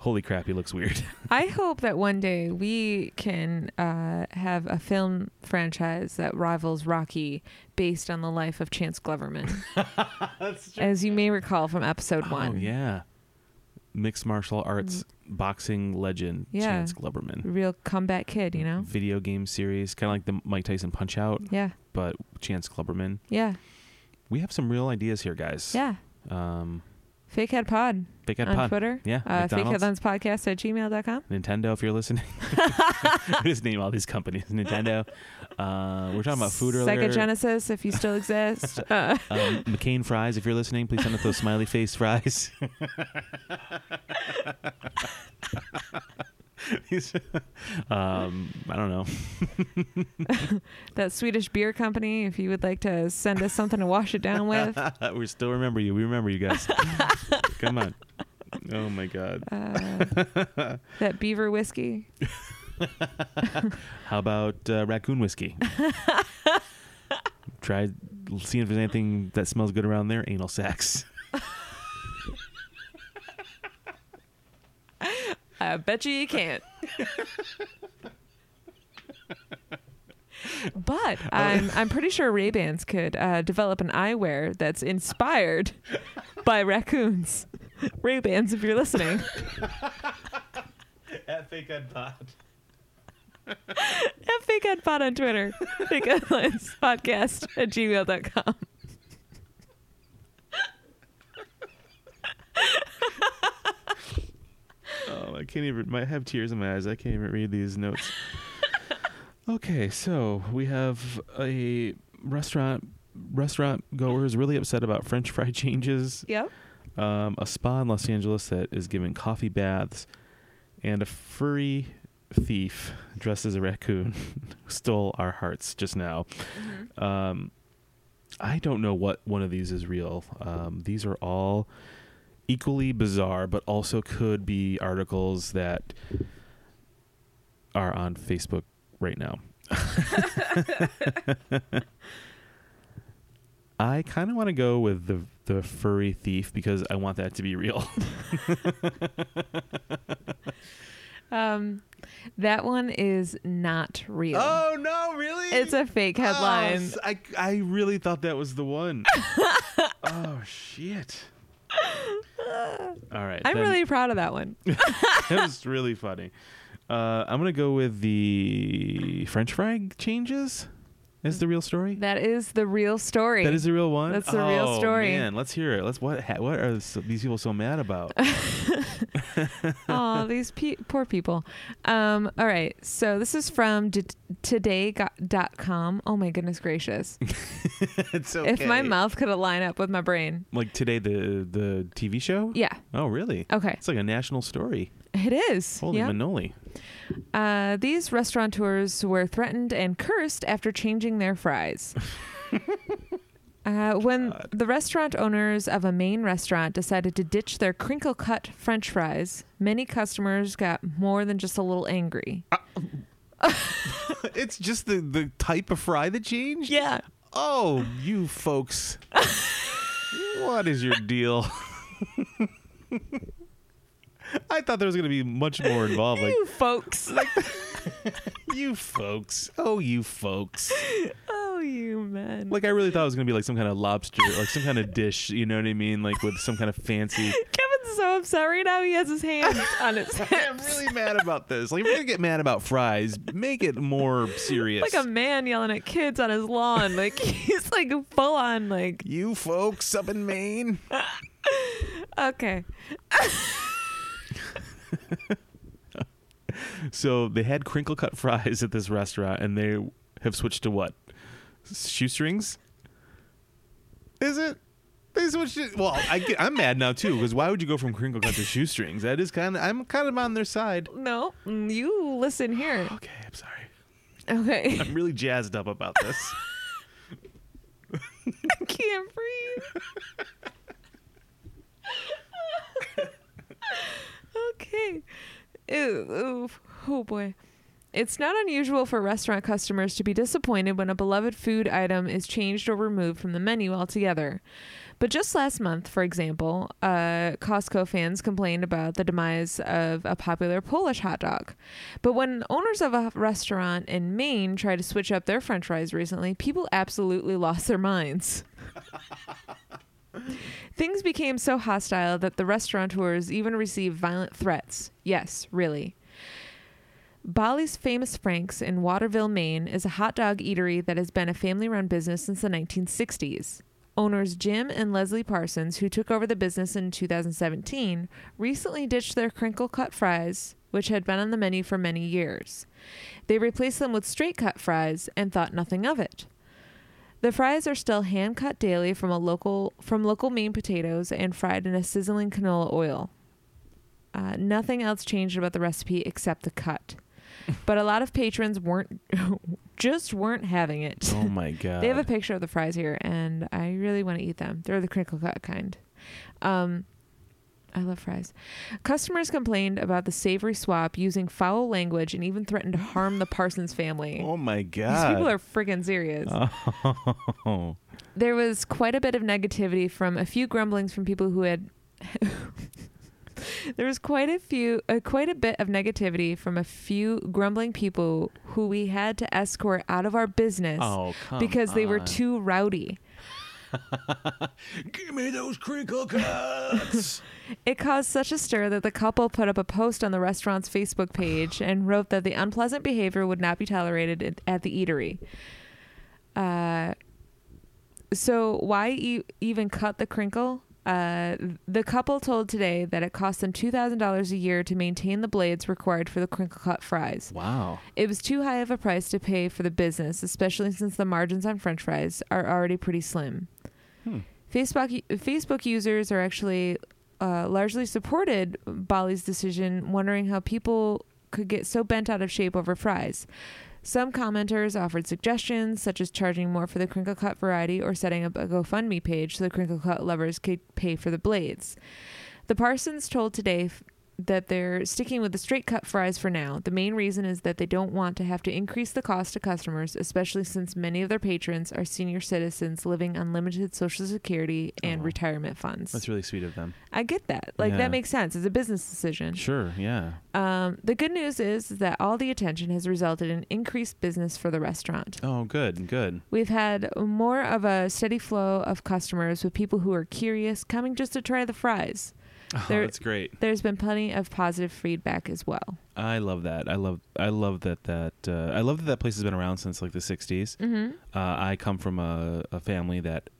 [SPEAKER 2] Holy crap, he looks weird.
[SPEAKER 1] I hope that one day we can uh, have a film franchise that rivals Rocky based on the life of Chance Gloverman.
[SPEAKER 2] *laughs*
[SPEAKER 1] As you may recall from episode one. Mm.
[SPEAKER 2] Oh yeah, mixed martial arts boxing legend
[SPEAKER 1] Yeah.
[SPEAKER 2] Chance Gloverman.
[SPEAKER 1] Real combat kid, you know?
[SPEAKER 2] Video game series, kind of like the Mike Tyson Punch Out,
[SPEAKER 1] Yeah,
[SPEAKER 2] but Chance Gloverman.
[SPEAKER 1] yeah,
[SPEAKER 2] We have some real ideas here, guys.
[SPEAKER 1] yeah.
[SPEAKER 2] Um,
[SPEAKER 1] Fake Head Pod
[SPEAKER 2] Big Head
[SPEAKER 1] on
[SPEAKER 2] Pod.
[SPEAKER 1] Twitter.
[SPEAKER 2] Yeah,
[SPEAKER 1] Uh, Fake
[SPEAKER 2] McDonald's.
[SPEAKER 1] Headlines Podcast at gmail.com.
[SPEAKER 2] Nintendo, if you're *laughs* listening, we just name all these companies. Nintendo. Uh, we we're talking about food earlier.
[SPEAKER 1] Sega Genesis, if you still exist. Uh,
[SPEAKER 2] Um, McCain fries, if you're listening, please send us those smiley face *laughs* fries. These- um, I don't know.
[SPEAKER 1] that Swedish beer company, if you would like to send us something to wash it down
[SPEAKER 2] *laughs*
[SPEAKER 1] with.
[SPEAKER 2] we still remember you. We remember you guys. Come on. Oh my God.
[SPEAKER 1] Uh, that beaver whiskey.
[SPEAKER 2] How about uh, raccoon *laughs* whiskey? Try seeing if there's anything that smells good around there. Anal sex.
[SPEAKER 1] I bet you you can't. But I'm I'm pretty sure Ray Bans could uh, develop an eyewear that's inspired by raccoons. Ray Bans, if you're listening,
[SPEAKER 2] At fake head pod.
[SPEAKER 1] at Fake Head Pod on Twitter, Fake Headlines Podcast at gmail.com.
[SPEAKER 2] Oh, I can't even. I have tears in my eyes. I can't even read these notes. okay, so we have a restaurant. Restaurant goers really upset about French fry *laughs* changes.
[SPEAKER 1] Yep.
[SPEAKER 2] Um, a spa in Los Angeles that is giving coffee baths, and a furry thief *laughs*
[SPEAKER 1] Mm-hmm.
[SPEAKER 2] dressed as a raccoon stole our hearts just now. Um, I don't know what one of these is real. Um, these are all equally bizarre, but also could be articles that are on Facebook right
[SPEAKER 1] *laughs*
[SPEAKER 2] now. I kind of want to go with the the furry thief because I want that to be real.
[SPEAKER 1] Um, that one is not real.
[SPEAKER 2] Oh, no, really?
[SPEAKER 1] It's a fake headline.
[SPEAKER 2] Oh, I, I really thought that was the one.
[SPEAKER 1] *laughs*
[SPEAKER 2] oh shit. All right.
[SPEAKER 1] I'm
[SPEAKER 2] then-
[SPEAKER 1] really proud of that
[SPEAKER 2] *laughs*
[SPEAKER 1] one.
[SPEAKER 2] that was really funny. Uh, I'm gonna go with the French fry changes as the real story.
[SPEAKER 1] That is the real story.
[SPEAKER 2] That is the real one.
[SPEAKER 1] That's the real
[SPEAKER 2] Oh,
[SPEAKER 1] story.
[SPEAKER 2] Man, let's hear it. Let's what? ha- What are so- these people so mad
[SPEAKER 1] *laughs*
[SPEAKER 2] about? *laughs*
[SPEAKER 1] Oh, these pe- poor people. Um, all right. So this is from d- today.com. Oh my goodness
[SPEAKER 2] *laughs*
[SPEAKER 1] gracious.
[SPEAKER 2] it's
[SPEAKER 1] If my mouth could align up with my brain.
[SPEAKER 2] like today the the TV show.
[SPEAKER 1] Yeah.
[SPEAKER 2] Oh really?
[SPEAKER 1] Okay.
[SPEAKER 2] It's like a national story.
[SPEAKER 1] It is.
[SPEAKER 2] Holy
[SPEAKER 1] yeah. *laughs*
[SPEAKER 2] manoli!
[SPEAKER 1] Uh, these restaurateurs were threatened and cursed after changing their
[SPEAKER 2] *laughs*
[SPEAKER 1] fries. Uh, when the restaurant owners of a Maine restaurant decided to ditch their crinkle cut french fries, many customers got more than just a little angry.
[SPEAKER 2] Uh, It's just the the type of fry that changed.
[SPEAKER 1] Yeah.
[SPEAKER 2] Oh, you folks. what is your deal? *laughs* I thought there was going to be much more
[SPEAKER 1] *laughs*
[SPEAKER 2] involved. *laughs* Like,
[SPEAKER 1] You folks.
[SPEAKER 2] you folks. Oh, you folks.
[SPEAKER 1] oh, you men.
[SPEAKER 2] Like, I really thought it was going to be like some kind of lobster, like some kind of dish, you know what I mean? Like, with some kind of
[SPEAKER 1] *laughs*
[SPEAKER 2] fancy.
[SPEAKER 1] *laughs* Kevin's so upset right now. He has his hands on
[SPEAKER 2] *laughs*
[SPEAKER 1] his
[SPEAKER 2] I'm
[SPEAKER 1] hips.
[SPEAKER 2] really mad about this. Like, if you're going to get mad about fries, make it more serious.
[SPEAKER 1] Like a man yelling at kids on his lawn. Like *laughs* he's like full on like
[SPEAKER 2] you folks up in Maine.
[SPEAKER 1] okay.
[SPEAKER 2] So they had crinkle cut *laughs* fries at this restaurant, and they have switched to what? Shoestrings? Is it? They switched it. Well, I get, I'm mad now too because why would you go from crinkle cut to shoestrings? That is kind of. I'm kind of on their side.
[SPEAKER 1] No, mm, you listen here.
[SPEAKER 2] Okay, I'm sorry.
[SPEAKER 1] Okay.
[SPEAKER 2] Oh, I'm really jazzed up about this.
[SPEAKER 1] I can't breathe. okay. Ew, oof. Oh boy. It's not unusual for restaurant customers to be disappointed when a beloved food item is changed or removed from the menu altogether. But just last month, for example, uh, Costco fans complained about the demise of a popular Polish hot dog. But when owners of a restaurant in Maine tried to switch up their french fries recently, people absolutely lost their minds. Things became so hostile that the restaurateurs even received violent threats. Yes, really. Bali's Famous Franks in Waterville, Maine is a hot dog eatery that has been a family run business since the 1960s. Owners Jim and Leslie Parsons, who took over the business in 2017, recently ditched their crinkle cut fries, which had been on the menu for many years. They replaced them with straight cut fries and thought nothing of it. The fries are still hand cut daily from a local from local Maine potatoes and fried in a sizzling canola oil. Uh, nothing else changed about the recipe except the
[SPEAKER 2] *laughs*
[SPEAKER 1] cut, but a lot of patrons weren't *laughs* just weren't having it.
[SPEAKER 2] *laughs* Oh my god.
[SPEAKER 1] They have a picture of the fries here, and I really want to eat them. They're the crinkle cut kind. Um, I love fries. Customers complained about the savory swap using foul language and even threatened to harm the Parsons family.
[SPEAKER 2] oh my
[SPEAKER 1] These
[SPEAKER 2] god.
[SPEAKER 1] people are friggin' serious.
[SPEAKER 2] *laughs*
[SPEAKER 1] *laughs*
[SPEAKER 2] Oh.
[SPEAKER 1] There was quite a bit of negativity from a few grumblings from people who had. *laughs* there was quite a few, uh, quite a bit of negativity from a few grumbling people who we had to escort out of our business
[SPEAKER 2] Oh, come
[SPEAKER 1] because they were
[SPEAKER 2] on.
[SPEAKER 1] too rowdy.
[SPEAKER 2] Give me those crinkle cuts.
[SPEAKER 1] It caused such a stir that the couple put up a post on the restaurant's Facebook page and wrote that the unpleasant behavior would not be tolerated at- at the eatery. Uh, so, why e- even cut the crinkle? Uh, the couple told today that it cost them $2,000 a year to maintain the blades required for the crinkle cut fries.
[SPEAKER 2] *laughs*
[SPEAKER 1] *laughs*
[SPEAKER 2] wow.
[SPEAKER 1] It was too high of a price to pay for the business, especially since the margins on french fries are already pretty slim.
[SPEAKER 2] Hmm.
[SPEAKER 1] Facebook Facebook users are actually uh, largely supported Bali's decision, wondering how people could get so bent out of shape over fries. Some commenters offered suggestions, such as charging more for the crinkle cut variety or setting up a GoFundMe page so the crinkle cut lovers could pay for the blades. The Parsons told Today f- that they're sticking with the straight cut fries for now. The main reason is that they don't want to have to increase the cost to customers, especially since many of their patrons are senior citizens living on limited Social Security and
[SPEAKER 2] Oh.
[SPEAKER 1] retirement funds.
[SPEAKER 2] That's really sweet of them.
[SPEAKER 1] I get that. Like
[SPEAKER 2] Yeah.
[SPEAKER 1] that makes sense. It's a business decision.
[SPEAKER 2] Sure. Yeah.
[SPEAKER 1] Um, the good news is that all the attention has resulted in increased business for the restaurant.
[SPEAKER 2] Oh, good. Good.
[SPEAKER 1] We've had more of a steady flow of customers with people who are curious coming just to try the fries.
[SPEAKER 2] Oh,
[SPEAKER 1] There-
[SPEAKER 2] that's great.
[SPEAKER 1] There's been plenty of positive feedback as well.
[SPEAKER 2] I love that. I love. I love that. That. Uh, I love that that place has been around since like the '60s.
[SPEAKER 1] hmm
[SPEAKER 2] Uh, I come from a, a family that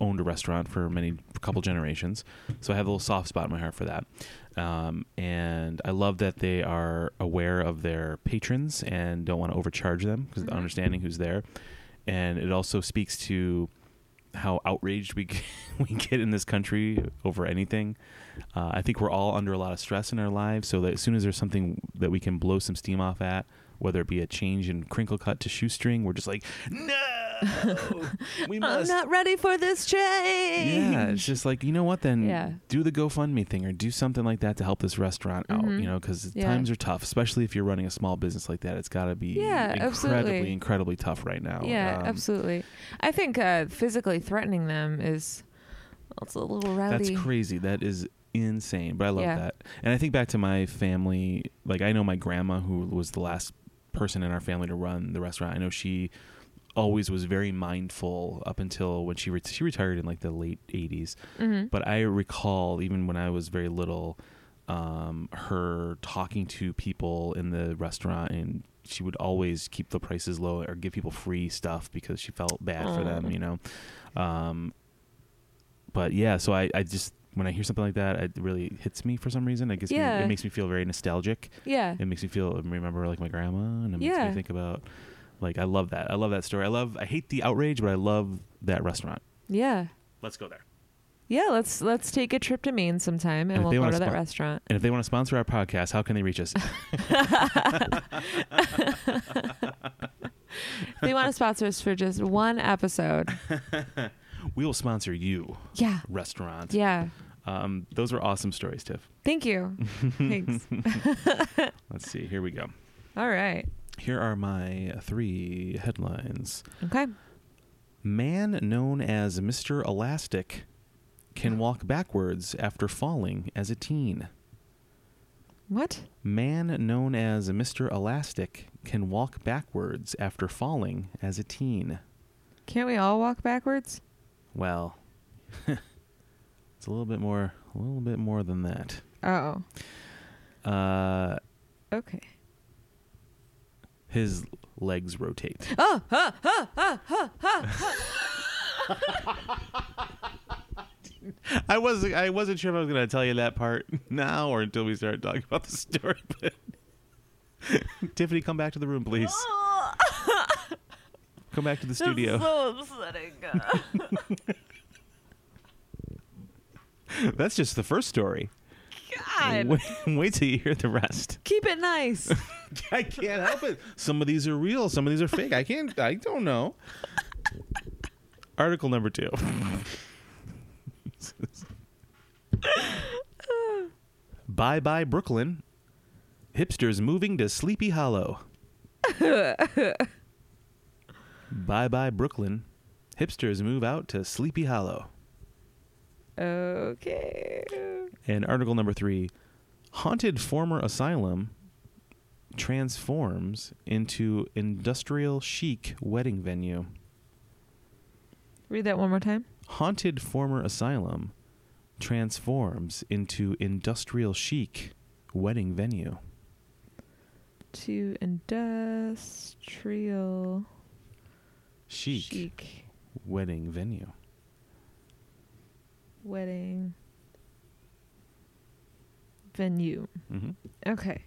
[SPEAKER 2] owned a restaurant for many a couple generations, so I have a little soft spot in my heart for that. Um, and I love that they are aware of their patrons and don't want to overcharge them because
[SPEAKER 1] Mhm.
[SPEAKER 2] understanding who's there. And it also speaks to how outraged we get, *laughs* we get in this country over anything. Uh, I think we're all under a lot of stress in our lives, so that as soon as there's something that we can blow some steam off at, whether it be a change in crinkle cut to shoestring, we're just like,
[SPEAKER 1] *laughs*
[SPEAKER 2] no, we
[SPEAKER 1] I'm
[SPEAKER 2] must.
[SPEAKER 1] not ready for this change.
[SPEAKER 2] Yeah, it's just like you know what then.
[SPEAKER 1] Yeah.
[SPEAKER 2] Do the GoFundMe thing or do something like that to help this restaurant out.
[SPEAKER 1] Mhm.
[SPEAKER 2] You know, because
[SPEAKER 1] Yeah.
[SPEAKER 2] times are tough, especially if you're running a small business like that. It's got to be
[SPEAKER 1] Yeah,
[SPEAKER 2] incredibly,
[SPEAKER 1] absolutely.
[SPEAKER 2] incredibly tough right now.
[SPEAKER 1] Yeah,
[SPEAKER 2] Um,
[SPEAKER 1] absolutely. I think uh, physically threatening them is it's a little
[SPEAKER 2] That's
[SPEAKER 1] rowdy.
[SPEAKER 2] crazy. That is insane. But I love
[SPEAKER 1] Yeah.
[SPEAKER 2] that. And I think back to my family. Like I know my grandma, who was the last person in our family to run the restaurant. I know she always was very mindful up until when she re- she retired in like the late '80s.
[SPEAKER 1] hmm
[SPEAKER 2] But I recall even when I was very little, um, her talking to people in the restaurant, and she would always keep the prices low or give people free stuff because she felt bad for them,
[SPEAKER 1] Aw.
[SPEAKER 2] you know. Um, but yeah, so I, I just when I hear something like that, it really hits me for some reason. I guess
[SPEAKER 1] Yeah.
[SPEAKER 2] it makes me feel very nostalgic.
[SPEAKER 1] Yeah.
[SPEAKER 2] It makes me feel remember like my grandma, and it makes
[SPEAKER 1] Yeah.
[SPEAKER 2] me think about like I love that. I love that story. I love. I hate the outrage, but I love that restaurant.
[SPEAKER 1] Yeah.
[SPEAKER 2] Let's go there.
[SPEAKER 1] Yeah, let's let's take a trip to Maine sometime
[SPEAKER 2] And if
[SPEAKER 1] and we'll
[SPEAKER 2] they
[SPEAKER 1] go
[SPEAKER 2] wanna
[SPEAKER 1] to that
[SPEAKER 2] spon-
[SPEAKER 1] restaurant.
[SPEAKER 2] And if they want to sponsor our podcast, how can they reach us?
[SPEAKER 1] If they want to sponsor us for just one episode.
[SPEAKER 2] we will sponsor you,
[SPEAKER 1] Yeah.
[SPEAKER 2] restaurant.
[SPEAKER 1] Yeah.
[SPEAKER 2] Um, those were awesome stories, Tiff.
[SPEAKER 1] Thank you.
[SPEAKER 2] *laughs*
[SPEAKER 1] Thanks.
[SPEAKER 2] Let's see. Here we go.
[SPEAKER 1] All right.
[SPEAKER 2] Here are my three headlines.
[SPEAKER 1] Okay.
[SPEAKER 2] Man known as Mr. Elastic can walk backwards after falling as a teen.
[SPEAKER 1] What?
[SPEAKER 2] Man known as Mr. Elastic can walk backwards after falling as a teen.
[SPEAKER 1] Can't we all walk backwards?
[SPEAKER 2] Well, *laughs* it's a little bit more, a little bit more than that.
[SPEAKER 1] Oh.
[SPEAKER 2] Uh,
[SPEAKER 1] Okay.
[SPEAKER 2] his
[SPEAKER 1] *laughs*
[SPEAKER 2] legs rotate.
[SPEAKER 1] Oh, ha, ha, ha, ha, ha.
[SPEAKER 2] *laughs* I was I wasn't sure if I was going to tell you that part *laughs* now or until we started talking about the story. *laughs* But Tiffany, come back to the
[SPEAKER 1] *laughs*
[SPEAKER 2] room, please. Come back to the studio.
[SPEAKER 1] so upsetting.
[SPEAKER 2] *laughs* That's just the first story.
[SPEAKER 1] God.
[SPEAKER 2] *laughs* Wait, wait till you hear the rest.
[SPEAKER 1] Keep it nice.
[SPEAKER 2] *laughs* I can't help it. Some of these are real. Some of these are fake. I can't. I don't know. Article number two. bye bye Brooklyn. Hipsters moving to Sleepy Hollow. bye bye Brooklyn. Hipsters move out to Sleepy Hollow.
[SPEAKER 1] okay.
[SPEAKER 2] And article number three haunted former asylum transforms into industrial chic wedding venue.
[SPEAKER 1] Read that one more time.
[SPEAKER 2] Haunted former asylum transforms into industrial chic wedding venue.
[SPEAKER 1] To industrial
[SPEAKER 2] Chic,
[SPEAKER 1] chic
[SPEAKER 2] wedding venue.
[SPEAKER 1] wedding venue.
[SPEAKER 2] hmm
[SPEAKER 1] Okay.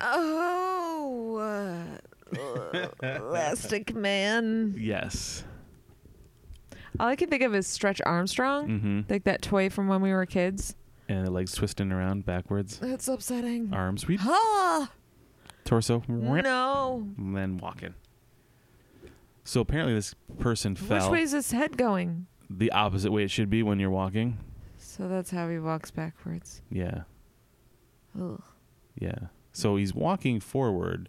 [SPEAKER 1] Oh, uh,
[SPEAKER 2] *laughs*
[SPEAKER 1] Elastic Man.
[SPEAKER 2] Yes.
[SPEAKER 1] All I can think of is Stretch Armstrong,
[SPEAKER 2] Mm-hmm.
[SPEAKER 1] like that toy from when we were kids.
[SPEAKER 2] And the legs twisting around backwards.
[SPEAKER 1] *gasps* That's upsetting.
[SPEAKER 2] Arms sweep.
[SPEAKER 1] Ha!
[SPEAKER 2] torso, whip,
[SPEAKER 1] No.
[SPEAKER 2] and then walking. So apparently, this person
[SPEAKER 1] Which
[SPEAKER 2] fell
[SPEAKER 1] way is his head going?
[SPEAKER 2] the opposite way it should be when you're walking.
[SPEAKER 1] So that's how he walks backwards.
[SPEAKER 2] Yeah,
[SPEAKER 1] Ugh.
[SPEAKER 2] yeah. So he's walking forward,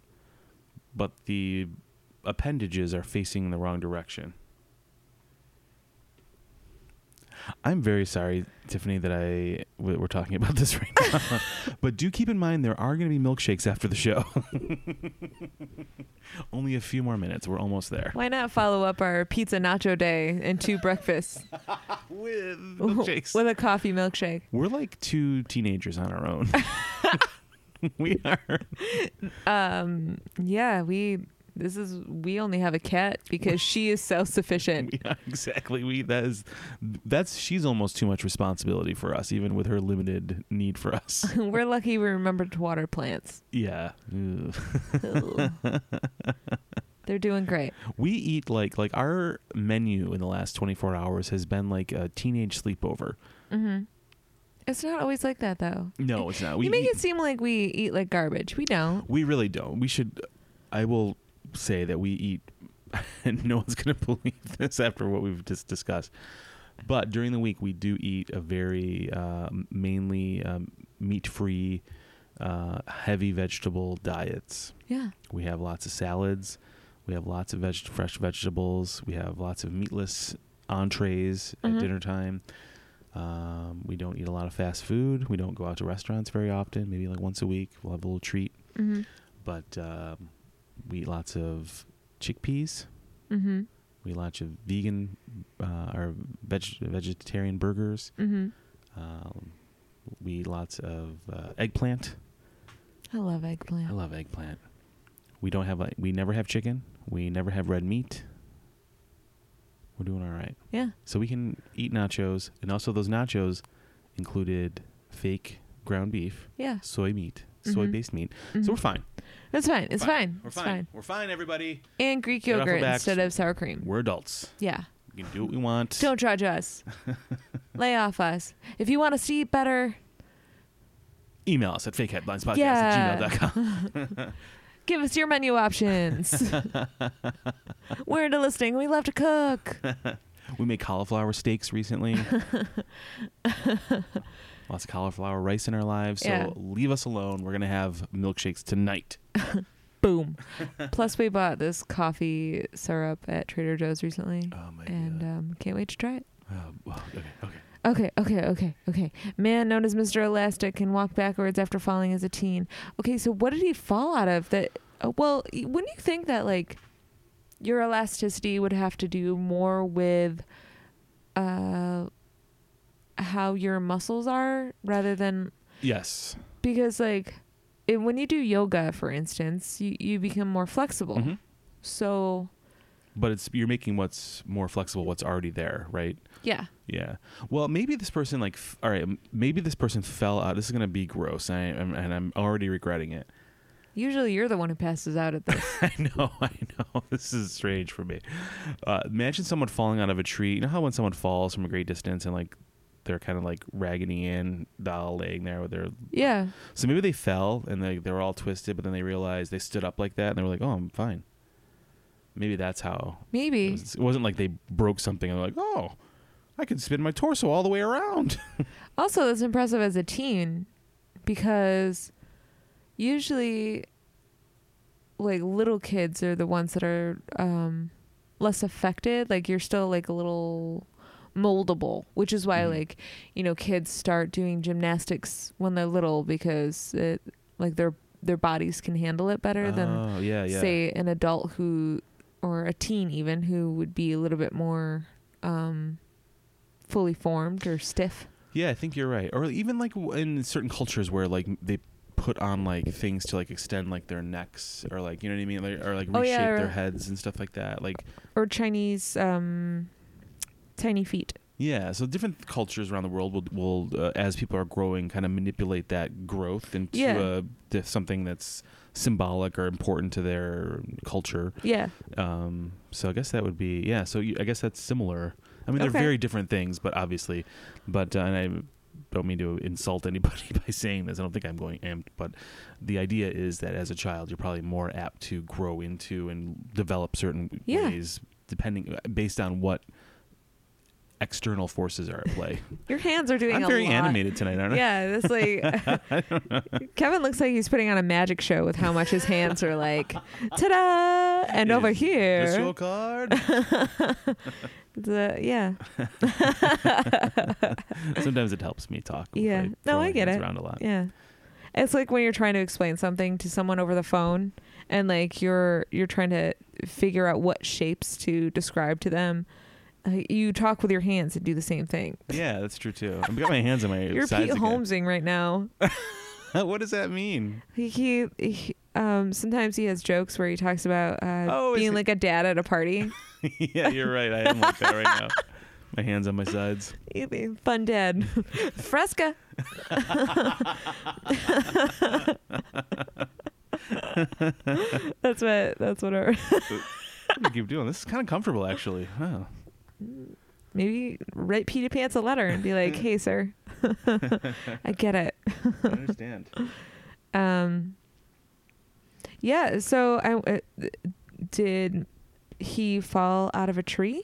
[SPEAKER 2] but the appendages are facing the wrong direction. I'm very sorry, Tiffany, that I we- we're talking about *laughs* this right now. but do keep in mind there are going to be milkshakes after the show. *laughs* Only a few more minutes. We're almost there.
[SPEAKER 1] Why not follow up our pizza nacho day and *laughs* two
[SPEAKER 2] *laughs*
[SPEAKER 1] breakfasts
[SPEAKER 2] With milkshakes.
[SPEAKER 1] with a coffee milkshake?
[SPEAKER 2] We're like two teenagers on our own. *laughs* we are.
[SPEAKER 1] Um, yeah, we. This is we only have a cat because she is self-sufficient.
[SPEAKER 2] *laughs* We are exactly. We that is that's she's almost too much responsibility for us, even with her limited need for
[SPEAKER 1] *laughs*
[SPEAKER 2] us.
[SPEAKER 1] We're lucky we remembered to water plants.
[SPEAKER 2] *laughs* yeah. Ugh.
[SPEAKER 1] Ugh. They're doing great.
[SPEAKER 2] We eat like like our menu in the last twenty four hours has been like a teenage sleepover.
[SPEAKER 1] hmm It's not always like that though.
[SPEAKER 2] No, it's not. We
[SPEAKER 1] you make
[SPEAKER 2] eat-
[SPEAKER 1] it seem like we eat like garbage. We don't.
[SPEAKER 2] we really don't. We should. I will say that we eat, *laughs* and no one's going to *laughs* believe this after what we've just discussed. But during the week, we do eat a very uh, mainly um, meat-free, uh, heavy vegetable diets.
[SPEAKER 1] Yeah.
[SPEAKER 2] We have lots of salads. We have lots of veg- fresh vegetables. We have lots of meatless entrees
[SPEAKER 1] Mhm.
[SPEAKER 2] at dinner time. Um, we don't eat a lot of fast food. We don't go out to restaurants very often. Maybe like once a week, we'll have a little treat
[SPEAKER 1] Mm-hmm.
[SPEAKER 2] but um, we eat lots of chickpeas.
[SPEAKER 1] Mm-hmm.
[SPEAKER 2] We eat lots of vegan uh, or veg- vegetarian burgers.
[SPEAKER 1] Mm-hmm.
[SPEAKER 2] Um, we eat lots of uh, eggplant.
[SPEAKER 1] I love
[SPEAKER 2] I
[SPEAKER 1] eggplant.
[SPEAKER 2] love eggplant. We don't have like we never have chicken. We never have red meat. We're doing all right.
[SPEAKER 1] Yeah.
[SPEAKER 2] So we can eat nachos, and also those nachos included fake ground beef,
[SPEAKER 1] Yeah.
[SPEAKER 2] soy meat, soy based meat.
[SPEAKER 1] Mhm.
[SPEAKER 2] So we're fine.
[SPEAKER 1] That's fine. It's fine.
[SPEAKER 2] We're
[SPEAKER 1] It's fine.
[SPEAKER 2] We're fine. Everybody.
[SPEAKER 1] And Greek
[SPEAKER 2] Straight off the
[SPEAKER 1] yogurt
[SPEAKER 2] back.
[SPEAKER 1] instead of sour cream.
[SPEAKER 2] We're adults. *laughs*
[SPEAKER 1] Yeah.
[SPEAKER 2] We can do what we want.
[SPEAKER 1] Don't judge us. Lay off us. If you want us to eat better,
[SPEAKER 2] Email us at fakeheadlinespodcast
[SPEAKER 1] Yeah.
[SPEAKER 2] at
[SPEAKER 1] *laughs*
[SPEAKER 2] gmail.com.
[SPEAKER 1] give us your menu
[SPEAKER 2] *laughs*
[SPEAKER 1] options. We're into listening. We love to cook.
[SPEAKER 2] We made cauliflower steaks
[SPEAKER 1] *laughs*
[SPEAKER 2] recently. Lots of cauliflower rice in our lives. So
[SPEAKER 1] Yeah.
[SPEAKER 2] leave us alone. We're going to have milkshakes tonight.
[SPEAKER 1] Boom. Plus, we bought this coffee syrup at Trader Joe's recently,
[SPEAKER 2] Oh, my Oh,
[SPEAKER 1] and um, can't wait to try it.
[SPEAKER 2] okay, okay.
[SPEAKER 1] Okay, okay, okay, okay. Man known as Mr. Elastic can walk backwards after falling as a teen. Okay, so what did he fall out of? That uh, well, y- wouldn't you think that like your elasticity would have to do more with uh how your muscles are rather than
[SPEAKER 2] Yes.
[SPEAKER 1] because like it, when you do yoga, for instance, you you become more flexible.
[SPEAKER 2] Mhm.
[SPEAKER 1] So
[SPEAKER 2] But it's you're making what's more flexible, what's already there, right?
[SPEAKER 1] yeah,
[SPEAKER 2] Yeah. Well, maybe this person like f- all right, m- maybe this person fell out. This is going to be gross and I, am and I'm already regretting it.
[SPEAKER 1] usually you're the one who passes out at this.
[SPEAKER 2] *laughs* I know, I know. *laughs* This is strange for me. Uh, imagine someone falling out of a tree. You know how when someone falls from a great distance and like they're kind of like raggedy and doll laying there with their.
[SPEAKER 1] *laughs* yeah,
[SPEAKER 2] So maybe they fell and they they were all twisted, but then they realized they stood up like that and they were like, "Oh, I'm fine." Maybe that's how. It,
[SPEAKER 1] maybe.
[SPEAKER 2] was, it wasn't like they broke something and they're like, "Oh, I can spin my torso all the way around."
[SPEAKER 1] Also, that's impressive as a teen because usually, like, little kids are the ones that are um, less affected. Like, you're still, like, a little moldable, which is why,
[SPEAKER 2] Mhm.
[SPEAKER 1] like, you know, kids start doing gymnastics when they're little because it, like, their their bodies can handle it better than,
[SPEAKER 2] oh, yeah, yeah.
[SPEAKER 1] say, an adult who, or a teen even, who would be a little bit more um, fully formed or stiff.
[SPEAKER 2] Yeah, I think you're right. Or even like w- in certain cultures where like they put on like things to like extend like their necks or like you know what I mean, like, or like reshape
[SPEAKER 1] Oh, yeah, or-
[SPEAKER 2] their heads and stuff like that. Like
[SPEAKER 1] or Chinese um, tiny feet.
[SPEAKER 2] yeah, so different cultures around the world will will uh, as people are growing kind of manipulate that growth into
[SPEAKER 1] Yeah.
[SPEAKER 2] uh, th- something that's symbolic or important to their culture.
[SPEAKER 1] Yeah,
[SPEAKER 2] Um, so I guess that would be yeah. So you, I guess that's similar. I mean, they're
[SPEAKER 1] Okay.
[SPEAKER 2] very different things, but obviously, but uh, and I don't mean to insult *laughs* anybody by saying this. I don't think I'm going amped, but the idea is that as a child, you're probably more apt to grow into and develop certain
[SPEAKER 1] Yeah.
[SPEAKER 2] ways, depending uh, based on what external forces are at play.
[SPEAKER 1] Your hands are *laughs* doing
[SPEAKER 2] I'm
[SPEAKER 1] a
[SPEAKER 2] very
[SPEAKER 1] lot.
[SPEAKER 2] animated *laughs* tonight, aren't I?
[SPEAKER 1] Yeah, that's
[SPEAKER 2] *laughs*
[SPEAKER 1] like *laughs* Kevin looks like he's putting on a magic show with how much his hands are like, ta-da! And
[SPEAKER 2] Is
[SPEAKER 1] over here,
[SPEAKER 2] This
[SPEAKER 1] *laughs*
[SPEAKER 2] your card.
[SPEAKER 1] the yeah,
[SPEAKER 2] Sometimes it helps me talk. if
[SPEAKER 1] Yeah. No,
[SPEAKER 2] throw my
[SPEAKER 1] I get
[SPEAKER 2] hands
[SPEAKER 1] it.
[SPEAKER 2] Around a lot.
[SPEAKER 1] yeah. It's like when you're trying to explain something to someone over the phone, and like you're you're trying to figure out what shapes to describe to them. Uh, you talk with your hands and do the same thing.
[SPEAKER 2] Yeah, that's true too. I've got my hands
[SPEAKER 1] *laughs*
[SPEAKER 2] on my
[SPEAKER 1] You're
[SPEAKER 2] sides
[SPEAKER 1] Pete
[SPEAKER 2] again.
[SPEAKER 1] Holmesing right now.
[SPEAKER 2] *laughs* what does that mean? *laughs*
[SPEAKER 1] He, he, he- um sometimes he has jokes where he talks about uh,
[SPEAKER 2] Oh, is
[SPEAKER 1] being
[SPEAKER 2] it-
[SPEAKER 1] like a dad at a
[SPEAKER 2] *laughs*
[SPEAKER 1] party.
[SPEAKER 2] yeah, you're right. I am like that right now. My hands on my sides.
[SPEAKER 1] You'd be fun dad. *laughs*
[SPEAKER 2] *laughs*
[SPEAKER 1] Fresca. *laughs* that's what that's what our
[SPEAKER 2] I'm gonna keep doing this. Is kind of comfortable, actually. Huh.
[SPEAKER 1] maybe write Peter Pants a letter and be *laughs* like, Hey sir I get it.
[SPEAKER 2] I understand.
[SPEAKER 1] Um Yeah, so I uh, did he fall out of a tree?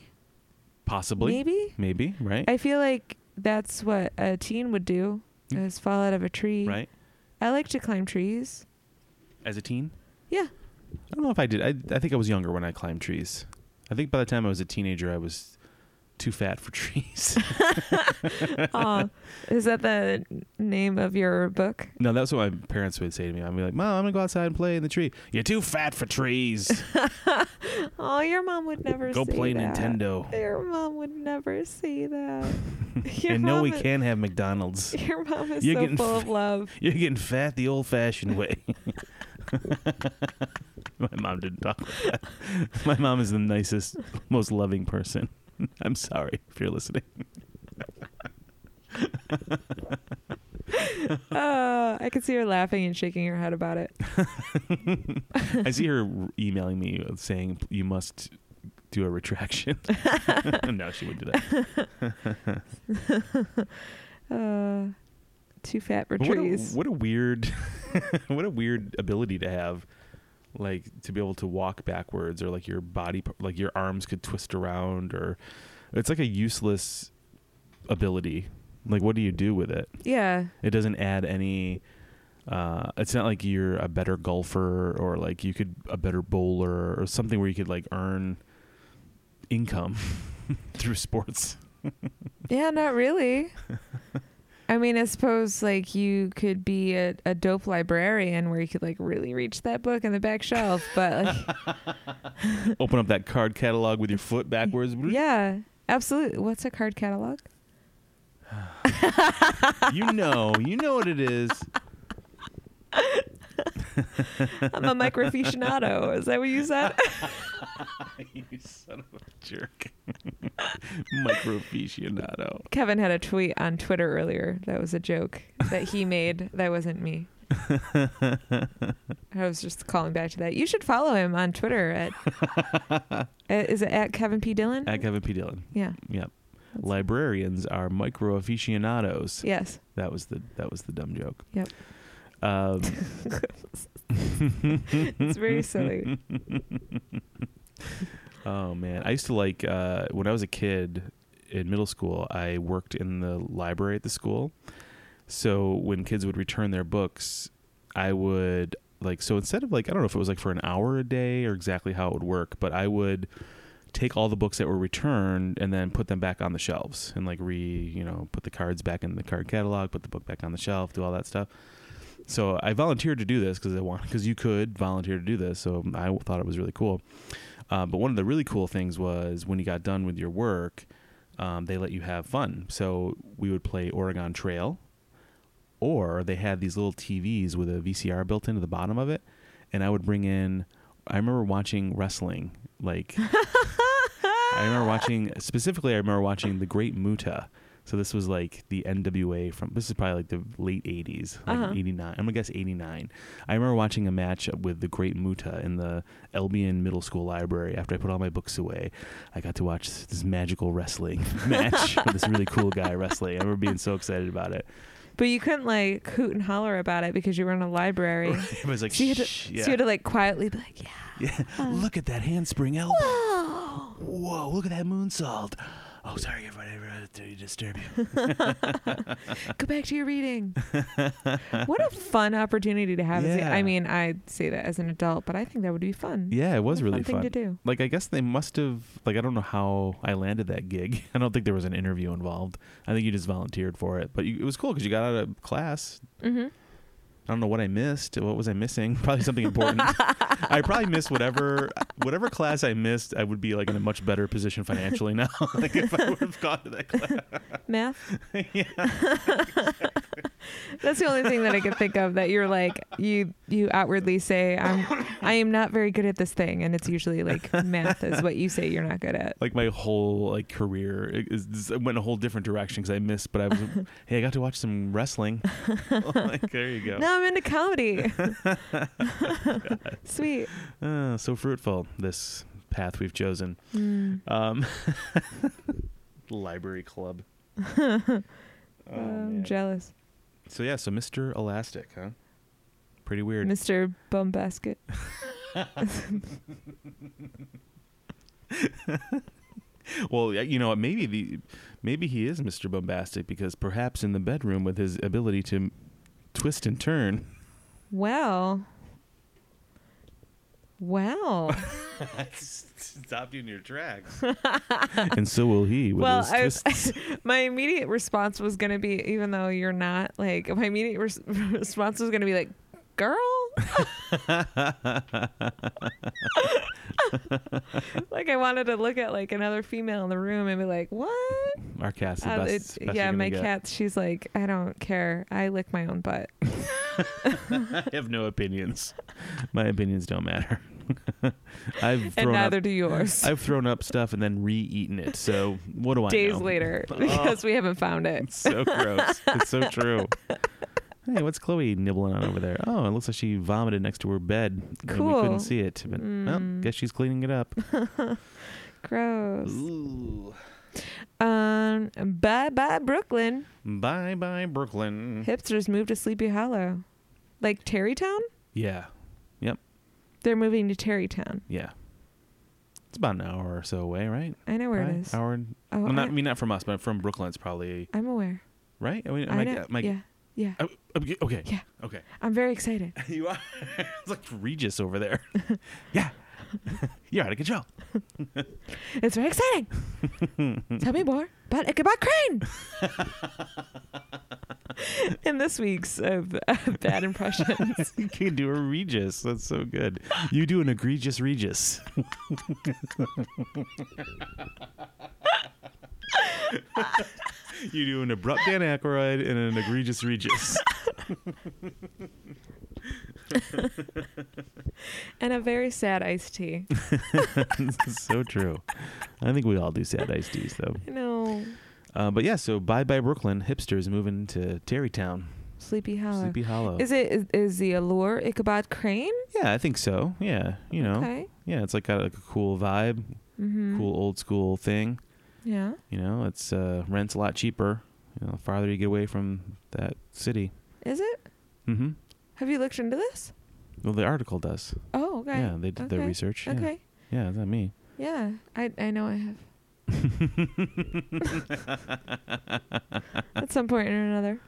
[SPEAKER 2] Possibly.
[SPEAKER 1] Maybe?
[SPEAKER 2] Maybe. Right.
[SPEAKER 1] I feel like that's what a teen would do is fall out of a tree.
[SPEAKER 2] right.
[SPEAKER 1] I like to climb trees.
[SPEAKER 2] As a teen,
[SPEAKER 1] Yeah.
[SPEAKER 2] I don't know if I did. I, I think I was younger when I climbed trees. I think by the time I was a teenager, I was too fat for *laughs* trees.
[SPEAKER 1] Aw. Is that the name of your book?
[SPEAKER 2] no, that's what my parents would say to me. I'd be like, "Mom, I'm gonna go outside and play in the tree." You're too fat for trees.
[SPEAKER 1] Oh, your mom would *laughs* never
[SPEAKER 2] go
[SPEAKER 1] say
[SPEAKER 2] play
[SPEAKER 1] that. *laughs*
[SPEAKER 2] Nintendo.
[SPEAKER 1] Your mom would never say
[SPEAKER 2] *laughs*
[SPEAKER 1] that. Your
[SPEAKER 2] and no,
[SPEAKER 1] mom
[SPEAKER 2] we
[SPEAKER 1] is-
[SPEAKER 2] can have McDonald's.
[SPEAKER 1] Your mom is
[SPEAKER 2] You're
[SPEAKER 1] so
[SPEAKER 2] getting
[SPEAKER 1] full
[SPEAKER 2] f-
[SPEAKER 1] of love.
[SPEAKER 2] *laughs* You're getting fat the old-fashioned way. *laughs* My mom didn't talk like that. *laughs* My mom is the nicest, most loving person. *laughs* I'm sorry if you're listening.
[SPEAKER 1] Uh, I could see her laughing and shaking her head about it.
[SPEAKER 2] I see her emailing me saying you must do a retraction. *laughs* no, she wouldn't do that.
[SPEAKER 1] Uh, too fat for
[SPEAKER 2] But what, a,
[SPEAKER 1] trees.
[SPEAKER 2] what a weird, *laughs* what a weird ability to have, like to be able to walk backwards or like your body, p- like your arms could twist around or it's like a useless ability. Like, what do you do with it?
[SPEAKER 1] yeah.
[SPEAKER 2] It doesn't add any. Uh, it's not like you're a better golfer or like you could a better bowler or something where you could like earn income *laughs*
[SPEAKER 1] *laughs*
[SPEAKER 2] through sports.
[SPEAKER 1] Yeah, not really. I mean, I suppose like you could be a, a dope librarian where you could like really reach that book in the back shelf, but like
[SPEAKER 2] Open up that card catalog with your foot backwards.
[SPEAKER 1] Yeah, absolutely. What's a card catalog?
[SPEAKER 2] You know, you know what it is.
[SPEAKER 1] I'm a microficionado. Is that what you said?
[SPEAKER 2] *laughs* you son of a jerk. Microficionado.
[SPEAKER 1] Kevin had a tweet on Twitter earlier that was a joke that
[SPEAKER 2] *laughs*
[SPEAKER 1] he made. That wasn't me. I was just calling back to that. You should follow him on Twitter at
[SPEAKER 2] *laughs*
[SPEAKER 1] uh, is it at Kevin P Dillon?
[SPEAKER 2] At Kevin P. Dillon.
[SPEAKER 1] yeah.
[SPEAKER 2] Yep.
[SPEAKER 1] That's-
[SPEAKER 2] Librarians are microaficionados.
[SPEAKER 1] Yes.
[SPEAKER 2] That was the that was the dumb joke.
[SPEAKER 1] Yep.
[SPEAKER 2] Um,
[SPEAKER 1] It's
[SPEAKER 2] *laughs*
[SPEAKER 1] very silly. *laughs*
[SPEAKER 2] oh man, I used to like uh, when I was a kid in middle school. I worked in the library at the school, so when kids would return their books, I would like so instead of like I don't know if it was like for an hour a day or exactly how it would work, but I would take all the books that were returned and then put them back on the shelves and like re you know put the cards back in the card catalog, put the book back on the shelf, do all that stuff. So I volunteered to do this because I want because you could volunteer to do this. So I thought it was really cool. Uh, but one of the really cool things was when you got done with your work, um, they let you have fun. So we would play Oregon Trail, or they had these little TVs with a VCR built into the bottom of it, and I would bring in. I remember watching wrestling. Like I remember watching specifically. I remember watching the Great Muta. So this was like the NWA from this is probably like the late '80s, like
[SPEAKER 1] Uh-huh.
[SPEAKER 2] '89. I'm gonna guess '89. I remember watching a match with the Great Muta in the Albion Middle School library. After I put all my books away, I got to watch this magical wrestling *laughs* match with this really cool guy wrestling. I remember being so excited about it.
[SPEAKER 1] But you couldn't like hoot and holler about it because you were in a library.
[SPEAKER 2] *laughs* It was like,
[SPEAKER 1] So you had to-
[SPEAKER 2] "Shh,
[SPEAKER 1] So you had uh, to like quietly be like, yeah.
[SPEAKER 2] yeah, look at that handspring elbow. Whoa, look at that moonsault. Oh, sorry, everybody, everybody to disturb you.
[SPEAKER 1] Go back to your
[SPEAKER 2] *laughs*
[SPEAKER 1] reading. what a fun opportunity to have. as a-
[SPEAKER 2] Yeah.
[SPEAKER 1] I mean, I say that as an adult, but I think that would be fun.
[SPEAKER 2] Yeah, it was
[SPEAKER 1] A
[SPEAKER 2] really
[SPEAKER 1] fun thing
[SPEAKER 2] fun.
[SPEAKER 1] to do.
[SPEAKER 2] Like, I guess they must have, like, I don't know how I landed that gig. *laughs* I don't think there was an interview involved. I think you just volunteered for it. But you, it was cool because you got out of class.
[SPEAKER 1] Mm-hmm.
[SPEAKER 2] I don't know what I missed. What was I missing? *laughs* Probably something important. I probably missed whatever whatever class I missed. I would be like in a much better position financially now. *laughs* like if I would have gone to that class.
[SPEAKER 1] Math.
[SPEAKER 2] *laughs*
[SPEAKER 1] *laughs*
[SPEAKER 2] yeah.
[SPEAKER 1] That's the only thing that I could think of that you're like you you outwardly say I'm I am not very good at this thing, and it's usually like math is what you say you're not good at.
[SPEAKER 2] like my whole like career it is, is- it went a whole different direction because I missed. But I was hey, I got to watch some wrestling. *laughs* like there you go.
[SPEAKER 1] Now I'm into
[SPEAKER 2] *laughs*
[SPEAKER 1] comedy. *laughs* Sweet.
[SPEAKER 2] Uh, so fruitful this path we've chosen.
[SPEAKER 1] Mm.
[SPEAKER 2] Um, *laughs* library club. Oh,
[SPEAKER 1] I'm
[SPEAKER 2] man.
[SPEAKER 1] jealous,
[SPEAKER 2] so yeah, so Mr. Elastic, huh? Pretty weird.
[SPEAKER 1] Mr. Bumbasket.
[SPEAKER 2] Well, yeah, you know what? Maybe the maybe he is Mr. Bombastic because perhaps in the bedroom with his ability to m- twist and *laughs* turn.
[SPEAKER 1] Well, well.
[SPEAKER 2] Stopped you in your tracks. *laughs* and so will he with
[SPEAKER 1] Well,
[SPEAKER 2] his
[SPEAKER 1] I *laughs*
[SPEAKER 2] twists. *laughs*
[SPEAKER 1] was, my immediate response was going to be, even though you're not like, my immediate res- *laughs* response was going to be like, girl. *laughs* like I wanted to look at like another female in the room and be like, what?
[SPEAKER 2] Our cat's the
[SPEAKER 1] Uh,
[SPEAKER 2] best.
[SPEAKER 1] it-
[SPEAKER 2] best you're
[SPEAKER 1] yeah,
[SPEAKER 2] gonna
[SPEAKER 1] my
[SPEAKER 2] get.
[SPEAKER 1] cat. She's like, I don't care. I lick my own butt.
[SPEAKER 2] *laughs* I have no opinions. My opinions don't matter. *laughs* I've
[SPEAKER 1] and
[SPEAKER 2] thrown up,
[SPEAKER 1] neither do
[SPEAKER 2] *laughs*
[SPEAKER 1] yours.
[SPEAKER 2] I've thrown up stuff and then re-eaten it. So what do I
[SPEAKER 1] Days
[SPEAKER 2] know?
[SPEAKER 1] later,
[SPEAKER 2] *laughs* Oh.
[SPEAKER 1] *laughs* because we haven't found it.
[SPEAKER 2] It's so gross. it's so
[SPEAKER 1] *laughs*
[SPEAKER 2] true. Hey, what's Chloe nibbling on over there? Oh, it looks like she vomited next to her bed. And we
[SPEAKER 1] Cool.
[SPEAKER 2] couldn't see it, but well,
[SPEAKER 1] Mm.
[SPEAKER 2] guess she's cleaning it up.
[SPEAKER 1] Gross.
[SPEAKER 2] Ooh.
[SPEAKER 1] Um, bye bye Brooklyn.
[SPEAKER 2] Bye bye Brooklyn.
[SPEAKER 1] Hipsters moved to Sleepy Hollow, like Terrytown.
[SPEAKER 2] Yeah.
[SPEAKER 1] They're moving to Terrytown.
[SPEAKER 2] Yeah. It's about an hour or so away, right?
[SPEAKER 1] I know where it
[SPEAKER 2] Probably
[SPEAKER 1] is.
[SPEAKER 2] Hour. and-
[SPEAKER 1] Oh,
[SPEAKER 2] well, not, I
[SPEAKER 1] I,
[SPEAKER 2] mean, not from us, but from Brooklyn. It's probably
[SPEAKER 1] I'm aware.
[SPEAKER 2] right. *laughs* I mean, am
[SPEAKER 1] I
[SPEAKER 2] I-
[SPEAKER 1] know.
[SPEAKER 2] am I-
[SPEAKER 1] yeah, yeah.
[SPEAKER 2] Oh, okay. Okay.
[SPEAKER 1] Yeah.
[SPEAKER 2] Okay.
[SPEAKER 1] I'm very excited.
[SPEAKER 2] *laughs* you are. it's like Regis over *laughs* there. yeah. You're out of control.
[SPEAKER 1] It's very
[SPEAKER 2] *laughs*
[SPEAKER 1] exciting. Tell me more about Ichabod Crane. In this week's uh, *laughs* b- bad
[SPEAKER 2] *laughs*
[SPEAKER 1] impressions,
[SPEAKER 2] You can do a Regis. That's so good. You do an egregious *laughs* Regis. you do an abrupt Dan Aykroyd and an egregious Regis. *laughs*
[SPEAKER 1] and a very sad iced
[SPEAKER 2] *laughs*
[SPEAKER 1] tea.
[SPEAKER 2] so true. I think we all do sad iced teas, though.
[SPEAKER 1] You know,
[SPEAKER 2] Uh, but yeah, so bye bye Brooklyn. Hipsters moving to Terrytown,
[SPEAKER 1] Sleepy Hollow.
[SPEAKER 2] Sleepy Hollow.
[SPEAKER 1] Oh. Is it is, is the allure Ichabod Crane?
[SPEAKER 2] yeah, I think so. Yeah, you know.
[SPEAKER 1] Okay.
[SPEAKER 2] Yeah, it's like got like a cool vibe,
[SPEAKER 1] Mm-hmm.
[SPEAKER 2] cool old school thing.
[SPEAKER 1] Yeah.
[SPEAKER 2] You know, it's uh, rent's a lot cheaper. You know, the farther you get away from that city.
[SPEAKER 1] Is it?
[SPEAKER 2] Mm-hmm.
[SPEAKER 1] Have you looked into this?
[SPEAKER 2] Well, the article does.
[SPEAKER 1] Oh, okay.
[SPEAKER 2] Yeah, they did their
[SPEAKER 1] Okay.
[SPEAKER 2] research. Yeah.
[SPEAKER 1] Okay.
[SPEAKER 2] Yeah, it's
[SPEAKER 1] *laughs*
[SPEAKER 2] not me.
[SPEAKER 1] Yeah. I I know I
[SPEAKER 2] *laughs*
[SPEAKER 1] have. At some point or another.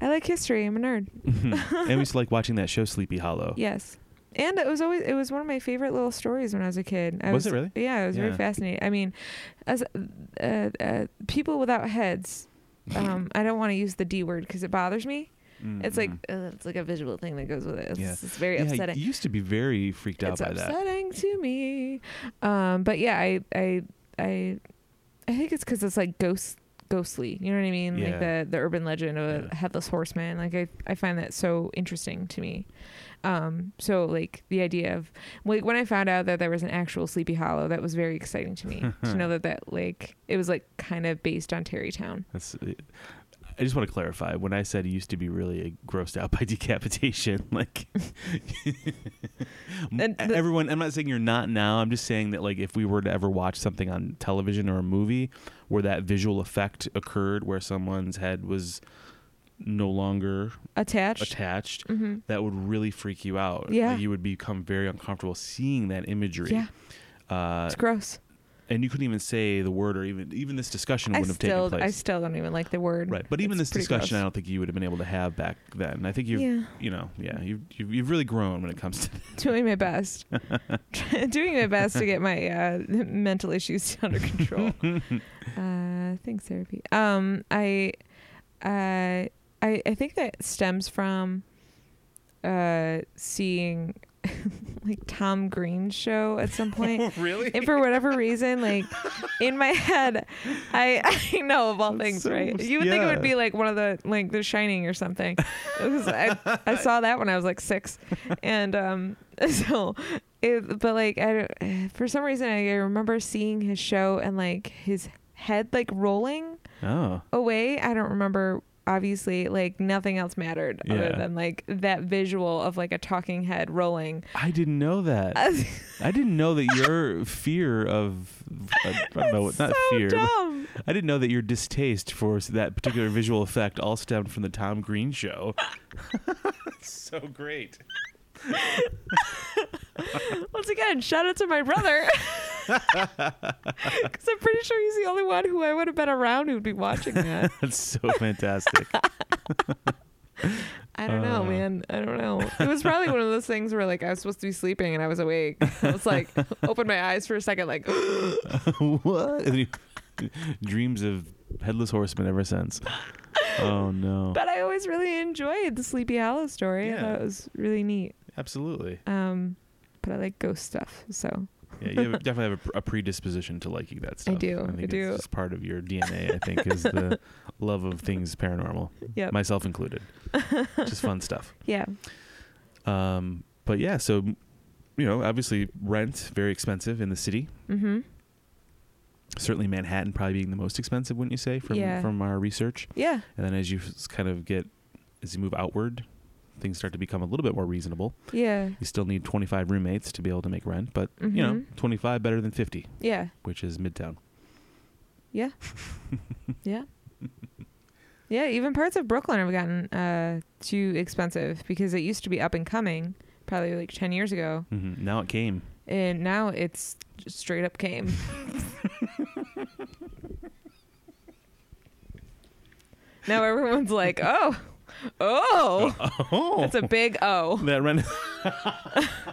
[SPEAKER 1] I like history. I'm a nerd.
[SPEAKER 2] and we used to like watching that show Sleepy Hollow.
[SPEAKER 1] Yes. And it was always it was one of my favorite little stories when I was a kid. I
[SPEAKER 2] Was it really?
[SPEAKER 1] Yeah, it was
[SPEAKER 2] Yeah.
[SPEAKER 1] very fascinating. I mean, as uh, uh, people without heads, um, I don't want to use the D word because it bothers me. It's like uh, it's like a visual thing that goes with it. It's,
[SPEAKER 2] Mm-hmm. Yeah.
[SPEAKER 1] it's very
[SPEAKER 2] yeah,
[SPEAKER 1] upsetting.
[SPEAKER 2] You used to be very freaked
[SPEAKER 1] it's
[SPEAKER 2] out by that.
[SPEAKER 1] upsetting to me. Um, but yeah, I I I I think it's because it's like ghost ghostly. You know what I mean?
[SPEAKER 2] Yeah.
[SPEAKER 1] Like the the urban legend of a
[SPEAKER 2] Yeah.
[SPEAKER 1] headless horseman. Like I I find that so interesting to me. Um, so like the idea of like when I found out that there was an actual Sleepy Hollow, that was very exciting to
[SPEAKER 2] *laughs*
[SPEAKER 1] me to know that that like it was like kind of based on Terrytown.
[SPEAKER 2] That's. uh, I just want to clarify when I said you used to be really uh, grossed out *laughs* by decapitation,
[SPEAKER 1] *laughs*
[SPEAKER 2] like e,
[SPEAKER 1] And the-
[SPEAKER 2] everyone. I'm not saying you're not now. I'm just saying that like if we were to ever watch something on television or a movie where that visual effect occurred, where someone's head was no longer
[SPEAKER 1] Attached.
[SPEAKER 2] attached,
[SPEAKER 1] hmm
[SPEAKER 2] that would really freak you out.
[SPEAKER 1] Yeah.
[SPEAKER 2] Like, you would become very uncomfortable seeing that imagery.
[SPEAKER 1] Yeah,
[SPEAKER 2] Uh,
[SPEAKER 1] it's gross.
[SPEAKER 2] and you couldn't even say the word, or even even this discussion
[SPEAKER 1] I
[SPEAKER 2] wouldn't
[SPEAKER 1] still
[SPEAKER 2] have taken place.
[SPEAKER 1] I still don't even like the word.
[SPEAKER 2] Right, but even
[SPEAKER 1] It's
[SPEAKER 2] this
[SPEAKER 1] pretty
[SPEAKER 2] discussion, I
[SPEAKER 1] gross.
[SPEAKER 2] don't think you would have been able to have back then. I think you've,
[SPEAKER 1] yeah.
[SPEAKER 2] you know, yeah, you've, you've you've really grown when it comes to.
[SPEAKER 1] *laughs* doing my best doing my best to get my uh, *laughs* mental issues *laughs* under control uh thanks therapy um i uh i i think that stems from uh seeing *laughs* like tom green's show at some point
[SPEAKER 2] *laughs* really?
[SPEAKER 1] and for whatever reason, like in my head, I *laughs* I know of all
[SPEAKER 2] That's
[SPEAKER 1] things,
[SPEAKER 2] so-
[SPEAKER 1] right? You would think it
[SPEAKER 2] yeah.
[SPEAKER 1] would be like one of the like The Shining or something. 'Cause I, I saw that when I was like six, and um, *laughs* so it, but like I don't- for some reason I remember seeing his show and like his head like rolling
[SPEAKER 2] Oh,
[SPEAKER 1] away. I don't remember. Obviously, like nothing else mattered other
[SPEAKER 2] Yeah.
[SPEAKER 1] than like that visual of like a talking head rolling. *laughs*
[SPEAKER 2] I didn't know that.
[SPEAKER 1] Uh,
[SPEAKER 2] I didn't know that your fear of,
[SPEAKER 1] *laughs*
[SPEAKER 2] I don't know, not
[SPEAKER 1] so
[SPEAKER 2] fear. but
[SPEAKER 1] dumb.
[SPEAKER 2] I didn't know that your distaste for that particular visual effect all stemmed from the Tom Green show. *laughs* so great.
[SPEAKER 1] Once again, shout out to my
[SPEAKER 2] *laughs*
[SPEAKER 1] brother. *laughs* Because I'm pretty sure he's the only one who I would have been around who'd be watching that.
[SPEAKER 2] That's so
[SPEAKER 1] *laughs*
[SPEAKER 2] fantastic.
[SPEAKER 1] I don't know,
[SPEAKER 2] Uh.
[SPEAKER 1] man. I don't know. It was probably one of those things where like I was supposed to be sleeping and I was awake. I was
[SPEAKER 2] *laughs*
[SPEAKER 1] like, opened my eyes for a second, like, *gasps*
[SPEAKER 2] what? And you- dreams of headless horsemen
[SPEAKER 1] *laughs*
[SPEAKER 2] ever since. Oh no!
[SPEAKER 1] but I always really enjoyed the Sleepy Hollow story. I
[SPEAKER 2] Yeah.
[SPEAKER 1] thought it was really neat.
[SPEAKER 2] Absolutely.
[SPEAKER 1] Um, but I like ghost stuff, so
[SPEAKER 2] Yeah, you have, definitely have a, a predisposition to liking that stuff.
[SPEAKER 1] do,
[SPEAKER 2] I think
[SPEAKER 1] I
[SPEAKER 2] it's
[SPEAKER 1] do.
[SPEAKER 2] just part of your DNA. I think is
[SPEAKER 1] *laughs*
[SPEAKER 2] the love of things paranormal,
[SPEAKER 1] Yep.
[SPEAKER 2] myself
[SPEAKER 1] *laughs*
[SPEAKER 2] included. just fun stuff.
[SPEAKER 1] yeah.
[SPEAKER 2] Um, but yeah, so you know, obviously rent very expensive in the city.
[SPEAKER 1] Mm-hmm.
[SPEAKER 2] Certainly Manhattan probably being the most expensive, wouldn't you say? From
[SPEAKER 1] Yeah.
[SPEAKER 2] from our research.
[SPEAKER 1] Yeah.
[SPEAKER 2] And then as you s- kind of get as you move outward, things start to become a little bit more reasonable.
[SPEAKER 1] Yeah.
[SPEAKER 2] You still need 25 roommates to be able to make rent, but you know,
[SPEAKER 1] Mhm.
[SPEAKER 2] 25 better than 50,
[SPEAKER 1] Yeah.
[SPEAKER 2] which is Midtown.
[SPEAKER 1] Yeah. yeah. Yeah, even parts of Brooklyn have gotten uh, too expensive because it used to be up and coming probably like 10 years ago.
[SPEAKER 2] hmm Now it came.
[SPEAKER 1] And now it's just straight up came. now everyone's like, oh, oh.
[SPEAKER 2] Oh,
[SPEAKER 1] That's a big O.
[SPEAKER 2] *laughs* that rent.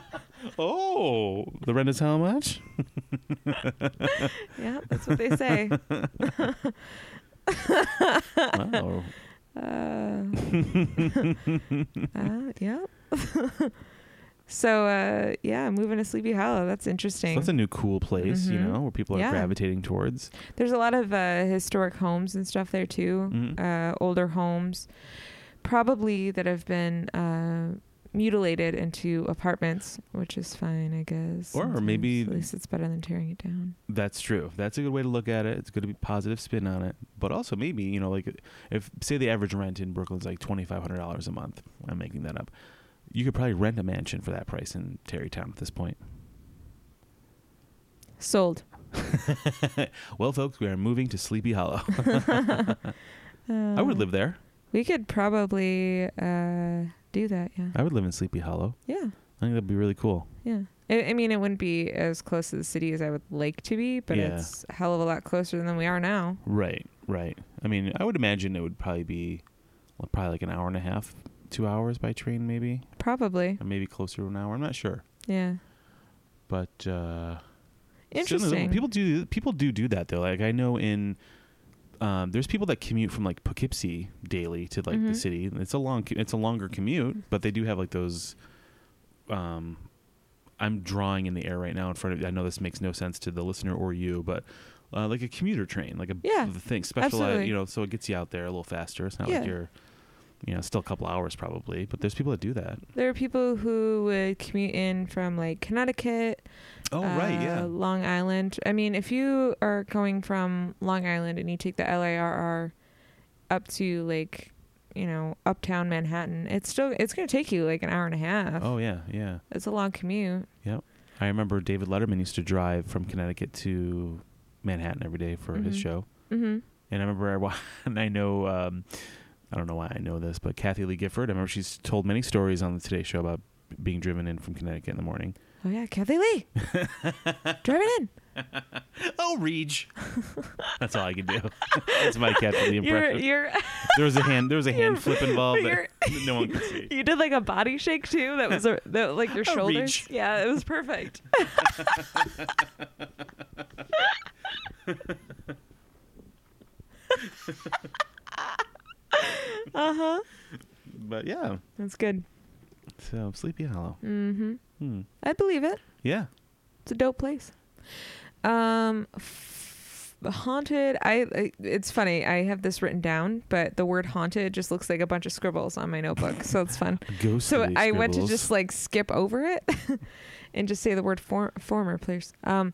[SPEAKER 2] *laughs* oh, the rent is
[SPEAKER 1] *laughs*
[SPEAKER 2] how much?
[SPEAKER 1] Yeah, that's what they say.
[SPEAKER 2] Wow.
[SPEAKER 1] Uh, uh, yeah. *laughs* so uh, yeah, moving to Sleepy Hollow. That's
[SPEAKER 2] So
[SPEAKER 1] interesting.
[SPEAKER 2] that's a new cool place, you
[SPEAKER 1] Mhm.
[SPEAKER 2] know, where people are
[SPEAKER 1] Yeah.
[SPEAKER 2] gravitating towards.
[SPEAKER 1] There's a lot of uh, historic homes and stuff there too.
[SPEAKER 2] Mhm.
[SPEAKER 1] Uh, older homes, probably that have been uh, mutilated into apartments, which is fine, I guess.
[SPEAKER 2] Or
[SPEAKER 1] sometimes.
[SPEAKER 2] maybe-
[SPEAKER 1] at least it's better than tearing it down.
[SPEAKER 2] That's true. That's a good way to look at it. It's good to be positive spin on it. But also maybe, you know, like if say the average rent in Brooklyn is like twenty five hundred dollars a month. I'm making that up. You could probably rent a mansion for that price in Terrytown at this point.
[SPEAKER 1] Sold.
[SPEAKER 2] Well folks, we are moving to Sleepy Hollow. *laughs* I would
[SPEAKER 1] Uh,
[SPEAKER 2] live there.
[SPEAKER 1] We could probably uh, do that. Yeah.
[SPEAKER 2] I would live in Sleepy Hollow.
[SPEAKER 1] Yeah.
[SPEAKER 2] I think that'd be really cool.
[SPEAKER 1] Yeah. I, I mean, it wouldn't be as close to the city as I would like to be, but
[SPEAKER 2] Yeah.
[SPEAKER 1] it's a hell of a lot closer than we are now.
[SPEAKER 2] Right, right. I mean, I would imagine it would probably be well, probably like an hour and a half, two hours by train maybe.
[SPEAKER 1] Probably.
[SPEAKER 2] Or maybe closer to an hour. I'm not sure.
[SPEAKER 1] Yeah.
[SPEAKER 2] But uh Still, no,
[SPEAKER 1] Interesting.
[SPEAKER 2] People do people do do that though. Like I know in um, there's people that commute from like Poughkeepsie daily to like the
[SPEAKER 1] Mhm.
[SPEAKER 2] city. It's a long co- it's a longer commute, but they do have like those um, I'm drawing in the air right now in front of you. I know this makes no sense to the listener or you, but uh, like a commuter train, like a
[SPEAKER 1] Yeah,
[SPEAKER 2] the thing specialized,
[SPEAKER 1] absolutely.
[SPEAKER 2] you know, so it gets you out there a little faster. It's not
[SPEAKER 1] Yeah.
[SPEAKER 2] like you're, you know, still a couple hours probably, but there's people that do that.
[SPEAKER 1] There are people who would commute in from like Connecticut,
[SPEAKER 2] Oh
[SPEAKER 1] uh, Long Island. I mean, if you are going from Long Island and you take the LARR up to like, you know, uptown Manhattan, it's still it's going to take you like an hour and a half.
[SPEAKER 2] Oh yeah, yeah.
[SPEAKER 1] It's a long commute.
[SPEAKER 2] I remember David Letterman used to drive from Connecticut to Manhattan every day for his
[SPEAKER 1] Mhm.
[SPEAKER 2] show.
[SPEAKER 1] Mhm.
[SPEAKER 2] And I remember I wa- *laughs* and I know um, I don't know why I know this, but Kathy Lee Gifford. I remember she's told many stories on the Today Show about being driven in from Connecticut in
[SPEAKER 1] *laughs*
[SPEAKER 2] the morning.
[SPEAKER 1] Oh yeah, Kathy
[SPEAKER 2] *laughs*
[SPEAKER 1] Lee. Driving in.
[SPEAKER 2] Oh, Reach. *laughs* That's all I can do. That's my Kathy
[SPEAKER 1] *laughs*
[SPEAKER 2] Lee
[SPEAKER 1] You're
[SPEAKER 2] impression.
[SPEAKER 1] you're
[SPEAKER 2] there was a hand. There was a hand
[SPEAKER 1] you're-
[SPEAKER 2] flip involved
[SPEAKER 1] but
[SPEAKER 2] *laughs* that no one could see.
[SPEAKER 1] *laughs* you did like a body shake too. That was a, that, like your
[SPEAKER 2] *laughs* A
[SPEAKER 1] shoulders.
[SPEAKER 2] reach.
[SPEAKER 1] Yeah, it was perfect. *laughs* uh huh.
[SPEAKER 2] But yeah,
[SPEAKER 1] That's good.
[SPEAKER 2] so Sleepy Hollow.
[SPEAKER 1] Mm-hmm.
[SPEAKER 2] Hmm.
[SPEAKER 1] I believe it.
[SPEAKER 2] Yeah.
[SPEAKER 1] It's a dope place. Um, f- haunted. I, I. It's funny. I have this written down, but the word haunted just looks like a bunch of scribbles on my notebook. So it's fun.
[SPEAKER 2] Ghost.
[SPEAKER 1] So I went to just like skip over it *laughs* and just say the word for- former, please. Um,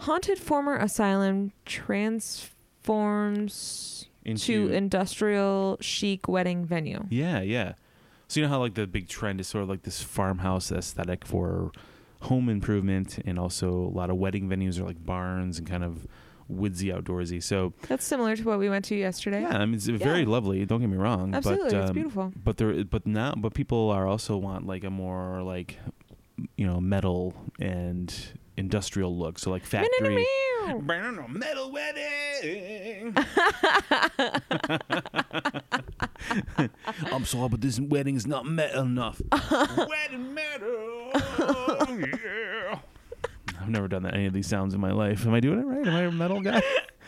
[SPEAKER 1] haunted former asylum transforms
[SPEAKER 2] Into-
[SPEAKER 1] to industrial chic wedding venue.
[SPEAKER 2] Yeah, yeah. So you know how like the big trend is sort of like this farmhouse aesthetic for home improvement, and also a lot of wedding venues are like barns and kind of woodsy, outdoorsy. So
[SPEAKER 1] That's similar to what we went to yesterday.
[SPEAKER 2] yeah, I mean it's very
[SPEAKER 1] Yeah.
[SPEAKER 2] lovely. Don't get me wrong,
[SPEAKER 1] Absolutely,
[SPEAKER 2] but
[SPEAKER 1] it's
[SPEAKER 2] um,
[SPEAKER 1] beautiful.
[SPEAKER 2] but there, but now, but people are also want like a more like you know metal and industrial look. So like factory. Burn a metal wedding. I'm sorry, but this wedding is not metal enough. *laughs* wedding metal. yeah. I've never done that, any of these sounds in my life. Am I doing it right? Am I a metal guy?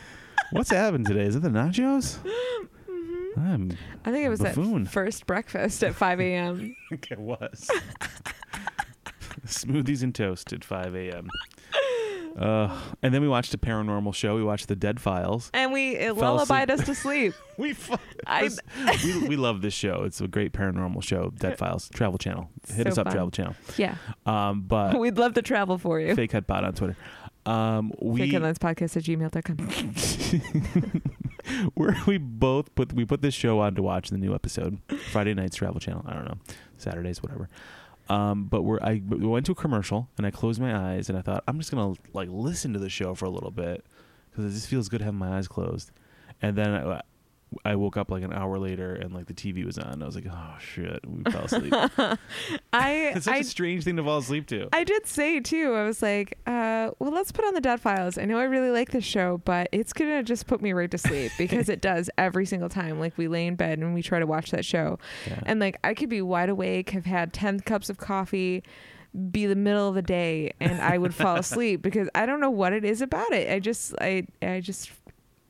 [SPEAKER 2] *laughs* What's happened today? Is it the nachos? I'm
[SPEAKER 1] I think it was
[SPEAKER 2] Buffoon.
[SPEAKER 1] that first breakfast at 5
[SPEAKER 2] *laughs*
[SPEAKER 1] a.m.
[SPEAKER 2] I think *laughs* it was. Smoothies and toast at 5 a.m. Uh, and then we watched a paranormal show. We watched The Dead Files.
[SPEAKER 1] and we it
[SPEAKER 2] Fell asleep.
[SPEAKER 1] lullabied us to sleep.
[SPEAKER 2] *laughs* We fu-
[SPEAKER 1] I- *laughs*
[SPEAKER 2] this- we we love this show. It's a great paranormal show. Dead Files, Travel Channel. Hit
[SPEAKER 1] So
[SPEAKER 2] us up,
[SPEAKER 1] fun.
[SPEAKER 2] Travel Channel.
[SPEAKER 1] yeah, *laughs*
[SPEAKER 2] Um, but
[SPEAKER 1] we'd love to travel for you.
[SPEAKER 2] fake headbot on Twitter. Um, we
[SPEAKER 1] podcast at
[SPEAKER 2] *laughs*
[SPEAKER 1] gmail.com.
[SPEAKER 2] we're, we both put we put this show on to watch the new episode Friday nights Travel Channel. I don't know Saturdays whatever. Um, but we're I we went to a commercial and I closed my eyes and I thought I'm just gonna like listen to the show for a little bit because it just feels good having my eyes closed. And then I, I woke up like an hour later and like the TV was on. And I was like, oh shit, we fell asleep.
[SPEAKER 1] I
[SPEAKER 2] *laughs* it's such a
[SPEAKER 1] I
[SPEAKER 2] strange thing to fall asleep to.
[SPEAKER 1] I did say too. I was like, uh, well, let's put on the Dead Files. I know I really like this show, but it's gonna just put me right to sleep because it does every single time. Like we lay in bed and we try to watch that show,
[SPEAKER 2] Yeah.
[SPEAKER 1] and like I could be wide awake, have had ten cups of coffee, be the middle of the day, and I would fall asleep because I don't know what it is about it. I just I I just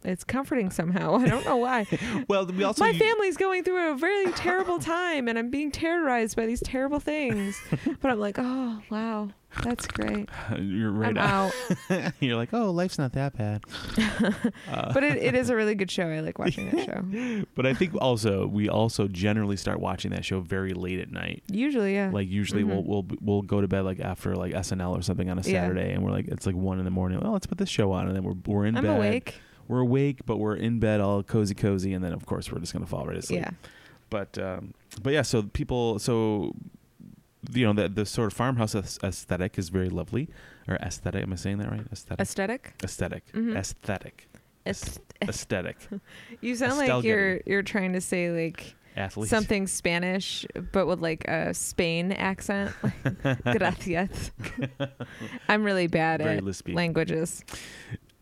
[SPEAKER 1] it's comforting somehow. *laughs* I don't know why.
[SPEAKER 2] *laughs* well, we also
[SPEAKER 1] my
[SPEAKER 2] u-
[SPEAKER 1] family's going through a very terrible time and I'm being terrorized by these terrible
[SPEAKER 2] *laughs*
[SPEAKER 1] things. but I'm like, oh, wow, that's great.
[SPEAKER 2] you're *laughs* right
[SPEAKER 1] I'm out.
[SPEAKER 2] *laughs* You're like, oh, life's not that bad. Uh,
[SPEAKER 1] But it, it is
[SPEAKER 2] *laughs*
[SPEAKER 1] a really good show. I like watching that show.
[SPEAKER 2] But I think also we also generally start watching that show very late at night.
[SPEAKER 1] Usually, yeah.
[SPEAKER 2] Like usually
[SPEAKER 1] Mhm.
[SPEAKER 2] we'll we'll we'll go to bed like after like SNL or something on a
[SPEAKER 1] Yeah.
[SPEAKER 2] Saturday, and we're like it's like one in the morning. Oh, let's put this show on, and then we're we're in
[SPEAKER 1] I'm
[SPEAKER 2] bed.
[SPEAKER 1] awake.
[SPEAKER 2] We're awake, but we're in bed all cozy cozy, and then of course we're just gonna fall right asleep.
[SPEAKER 1] Yeah.
[SPEAKER 2] But um, but yeah, so people so you know that the sort of farmhouse aes- aesthetic is very lovely or aesthetic. Am I saying that right? Aesthetic.
[SPEAKER 1] Aesthetic.
[SPEAKER 2] aesthetic.
[SPEAKER 1] Mhm.
[SPEAKER 2] Aesthetic.
[SPEAKER 1] Aes-
[SPEAKER 2] aesthetic.
[SPEAKER 1] You sound
[SPEAKER 2] Estelle
[SPEAKER 1] like you're you're trying to say like
[SPEAKER 2] Athlete.
[SPEAKER 1] something Spanish, but with like a Spain accent.
[SPEAKER 2] *laughs*
[SPEAKER 1] *laughs* Gracias. I'm really bad
[SPEAKER 2] Very
[SPEAKER 1] at
[SPEAKER 2] lispy.
[SPEAKER 1] languages.
[SPEAKER 2] *laughs*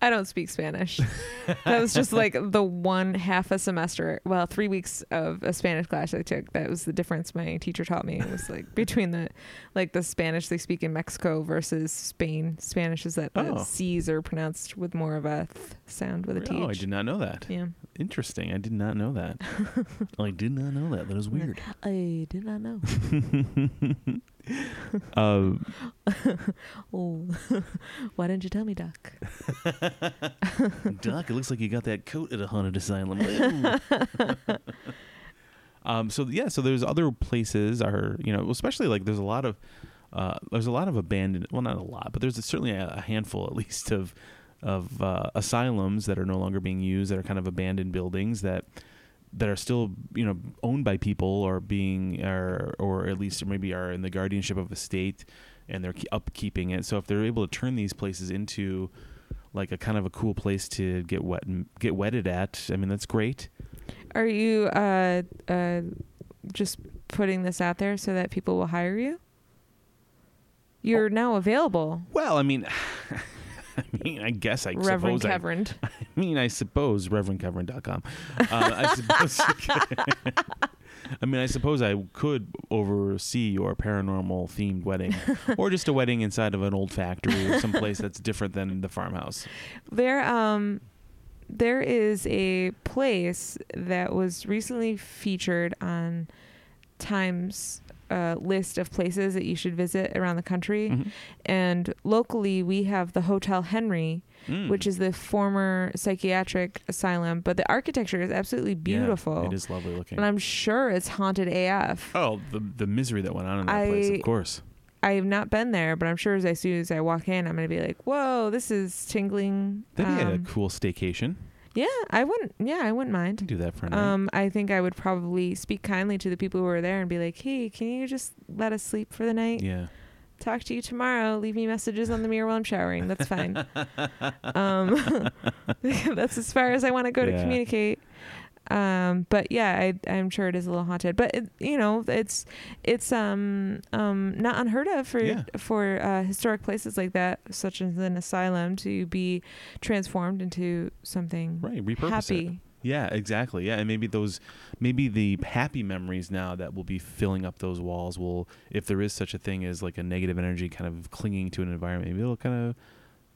[SPEAKER 1] I don't speak Spanish. that was just like the one half a semester, well, three weeks of a Spanish class I took. That was the difference my teacher taught me. It was
[SPEAKER 2] *laughs*
[SPEAKER 1] like between the like the Spanish they speak in Mexico versus Spain. Spanish is that the
[SPEAKER 2] Oh.
[SPEAKER 1] C's are pronounced with more of a th sound with a T.
[SPEAKER 2] Oh, I did not know that.
[SPEAKER 1] Yeah.
[SPEAKER 2] Interesting. I did not know that. I did not know that. That is weird.
[SPEAKER 1] I did not know.
[SPEAKER 2] Uh,
[SPEAKER 1] *laughs* Oh, *laughs* why didn't you tell me, Doc?
[SPEAKER 2] *laughs* Doc, it looks like you got that coat at a haunted asylum. um, so yeah, so there's other places are you know especially like there's a lot of uh, there's a lot of abandoned well not a lot but there's certainly a, a handful at least of of uh, asylums that are no longer being used that are kind of abandoned buildings that that are still you know owned by people or being or or at least maybe are in the guardianship of a state and they're ke- upkeeping it. So if they're able to turn these places into like a kind of a cool place to get wet and get wetted at. I mean, that's great.
[SPEAKER 1] Are you uh, uh, just putting this out there so that people will hire you?
[SPEAKER 2] Oh.
[SPEAKER 1] You're now available,
[SPEAKER 2] Well, I mean, *laughs* I mean, I guess I
[SPEAKER 1] Reverend
[SPEAKER 2] suppose. I-
[SPEAKER 1] Keverend.
[SPEAKER 2] I, mean, I suppose ReverendCoverin.com. Uh,
[SPEAKER 1] *laughs*
[SPEAKER 2] I suppose. *laughs* I mean, I suppose I could oversee your paranormal
[SPEAKER 1] *laughs*
[SPEAKER 2] themed wedding, or just a wedding inside of an old factory or someplace that's different than
[SPEAKER 1] *laughs*
[SPEAKER 2] the farmhouse.
[SPEAKER 1] There, um, there is a place that was recently featured on Time's uh, list of places that you should visit around the country.
[SPEAKER 2] Mhm.
[SPEAKER 1] And locally, we have the Hotel Henry,
[SPEAKER 2] Mm.
[SPEAKER 1] which is the former psychiatric asylum. But the architecture is absolutely
[SPEAKER 2] Yeah,
[SPEAKER 1] beautiful.
[SPEAKER 2] it is lovely looking.
[SPEAKER 1] And I'm sure it's haunted AF.
[SPEAKER 2] Oh, the the misery that went on in that place,
[SPEAKER 1] I-
[SPEAKER 2] of course.
[SPEAKER 1] I have not been there, but I'm sure as, as soon as I walk in, I'm going to be like, whoa, this is tingling.
[SPEAKER 2] That'd be a
[SPEAKER 1] Um,
[SPEAKER 2] cool staycation.
[SPEAKER 1] yeah, I wouldn't. Yeah, I wouldn't
[SPEAKER 2] You can
[SPEAKER 1] mind.
[SPEAKER 2] do that for a night.
[SPEAKER 1] Um, I think I would probably speak kindly to the people who are there and be like, hey, can you just let us sleep for the night?
[SPEAKER 2] yeah.
[SPEAKER 1] Talk to you tomorrow. Leave me messages on the mirror while I'm showering. That's fine.
[SPEAKER 2] *laughs*
[SPEAKER 1] um, *laughs* that's as far as I want to go to
[SPEAKER 2] Yeah.
[SPEAKER 1] communicate. Um, but yeah, I, I'm sure it is a little haunted, but it, you know, it's, it's, um, um, not unheard of for,
[SPEAKER 2] Yeah.
[SPEAKER 1] for, uh, historic places like that, such as an asylum to be transformed into something
[SPEAKER 2] Right. Repurpose
[SPEAKER 1] happy.
[SPEAKER 2] it. Yeah, exactly. Yeah. And maybe those maybe the happy memories now that will be filling up those walls will if there is such a thing as like a negative energy kind of clinging to an environment, maybe it'll kind of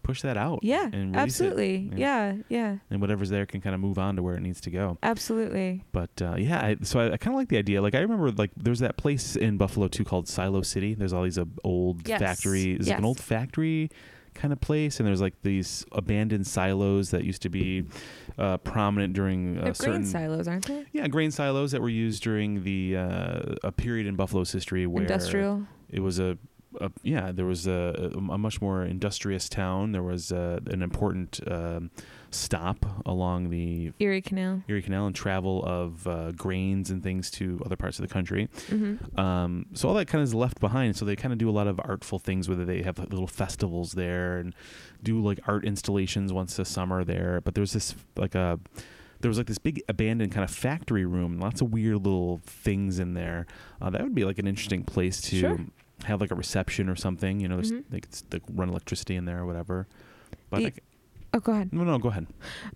[SPEAKER 2] push that out.
[SPEAKER 1] Yeah,
[SPEAKER 2] And release It.
[SPEAKER 1] absolutely. Yeah. yeah,
[SPEAKER 2] And whatever's there can kind of move on to where it needs to go.
[SPEAKER 1] absolutely.
[SPEAKER 2] But uh, yeah, I, so I, I kind of like the idea. Like I remember, like there's that place in Buffalo too called Silo City. There's all these uh, old
[SPEAKER 1] Yes.
[SPEAKER 2] factories, it's like an
[SPEAKER 1] Yes.
[SPEAKER 2] old factory kind of place, and there's like these abandoned silos that used to be uh, prominent during
[SPEAKER 1] They're
[SPEAKER 2] uh, certain.
[SPEAKER 1] grain silos, aren't they?
[SPEAKER 2] yeah, grain silos that were used during the uh, a period in Buffalo's history where
[SPEAKER 1] Industrial.
[SPEAKER 2] it was a, a yeah there was a, a much more industrious town. There was uh an important um, stop along the
[SPEAKER 1] Erie Canal.
[SPEAKER 2] Erie Canal and travel of uh, grains and things to other parts of the country.
[SPEAKER 1] hmm
[SPEAKER 2] Um, so all that kind of is left behind. So they kind of do a lot of artful things, whether they have little festivals there and do like art installations once a summer there. But there's this like a there was like this big abandoned kind of factory room, lots of weird little things in there. Uh, that would be like an interesting place to
[SPEAKER 1] Sure.
[SPEAKER 2] have like a reception or something. You know, there's
[SPEAKER 1] Mhm.
[SPEAKER 2] like, it's, like run electricity in there or whatever. But
[SPEAKER 1] The-
[SPEAKER 2] like,
[SPEAKER 1] Oh, go ahead.
[SPEAKER 2] no, no, go ahead.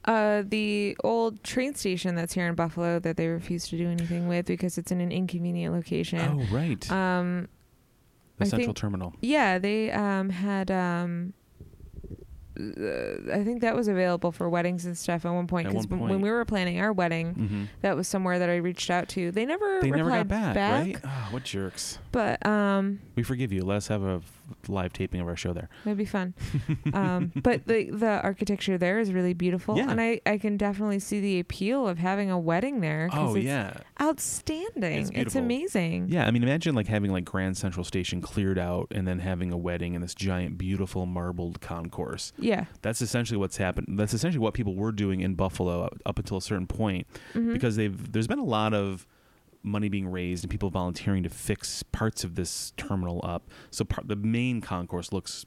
[SPEAKER 1] Uh, the old train station that's here in Buffalo that they refuse to do anything with because it's in an inconvenient location.
[SPEAKER 2] Oh, right,
[SPEAKER 1] Um,
[SPEAKER 2] the
[SPEAKER 1] I
[SPEAKER 2] central
[SPEAKER 1] think-
[SPEAKER 2] terminal.
[SPEAKER 1] yeah, they um had um. uh, I think that was available for weddings and stuff at one point
[SPEAKER 2] At
[SPEAKER 1] because
[SPEAKER 2] one
[SPEAKER 1] when
[SPEAKER 2] point.
[SPEAKER 1] we were planning our wedding,
[SPEAKER 2] Mm-hmm.
[SPEAKER 1] that was somewhere that I reached out to. They never
[SPEAKER 2] They
[SPEAKER 1] replied
[SPEAKER 2] never got back, right? Oh, what jerks.
[SPEAKER 1] But um,
[SPEAKER 2] We forgive you. Let us have a f- live taping of our show there.
[SPEAKER 1] That'd be
[SPEAKER 2] *laughs*
[SPEAKER 1] fun. um, but the the architecture there is really beautiful,
[SPEAKER 2] Yeah.
[SPEAKER 1] and I, I can definitely see the appeal of having a wedding there. 'cause
[SPEAKER 2] Oh
[SPEAKER 1] it's *laughs*
[SPEAKER 2] yeah,
[SPEAKER 1] outstanding.
[SPEAKER 2] It's
[SPEAKER 1] It's,
[SPEAKER 2] beautiful.
[SPEAKER 1] amazing.
[SPEAKER 2] yeah. I mean, imagine like having like Grand Central Station cleared out, and then having a wedding in this giant, beautiful marbled concourse.
[SPEAKER 1] yeah,
[SPEAKER 2] That's essentially what's happened. That's essentially what people were doing in Buffalo up, up until a certain point,
[SPEAKER 1] Mhm.
[SPEAKER 2] because they've there's been a lot of money being raised and people volunteering to fix parts of this terminal up. So part, the main concourse looks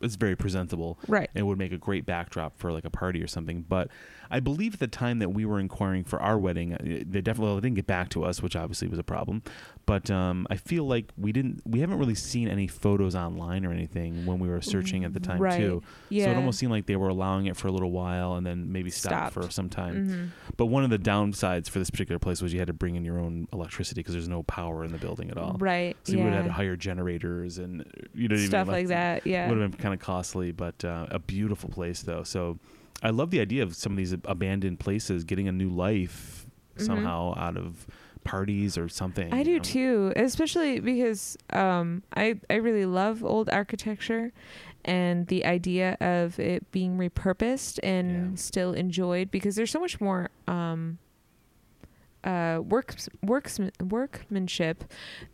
[SPEAKER 2] it's very presentable.
[SPEAKER 1] right.
[SPEAKER 2] it would make a great backdrop for like a party or something. But I believe at the time that we were inquiring for our wedding, uh, they definitely well, they didn't get back to us, which obviously was a problem. But um, I feel like we didn't, we haven't really seen any photos online or anything when we were searching at the time
[SPEAKER 1] Right.
[SPEAKER 2] too.
[SPEAKER 1] Yeah.
[SPEAKER 2] So it almost seemed like they were allowing it for a little while and then maybe stopped,
[SPEAKER 1] Stopped.
[SPEAKER 2] for some time.
[SPEAKER 1] Mhm.
[SPEAKER 2] But one of the downsides for this particular place was you had to bring in your own electricity because there's no power in the building at all.
[SPEAKER 1] Right.
[SPEAKER 2] So
[SPEAKER 1] yeah.
[SPEAKER 2] you would have had to hire generators and uh, you know what I mean?
[SPEAKER 1] Stuff like that. Yeah.
[SPEAKER 2] would have been kind of costly, but uh, a beautiful place though. So I love the idea of some of these abandoned places getting a new life
[SPEAKER 1] Mhm.
[SPEAKER 2] somehow out of parties or something. um,
[SPEAKER 1] I
[SPEAKER 2] you
[SPEAKER 1] do
[SPEAKER 2] know?
[SPEAKER 1] too, especially because um, I I really love old architecture, and the idea of it being repurposed and
[SPEAKER 2] Yeah.
[SPEAKER 1] still enjoyed because there's so much more um, uh, works works workmanship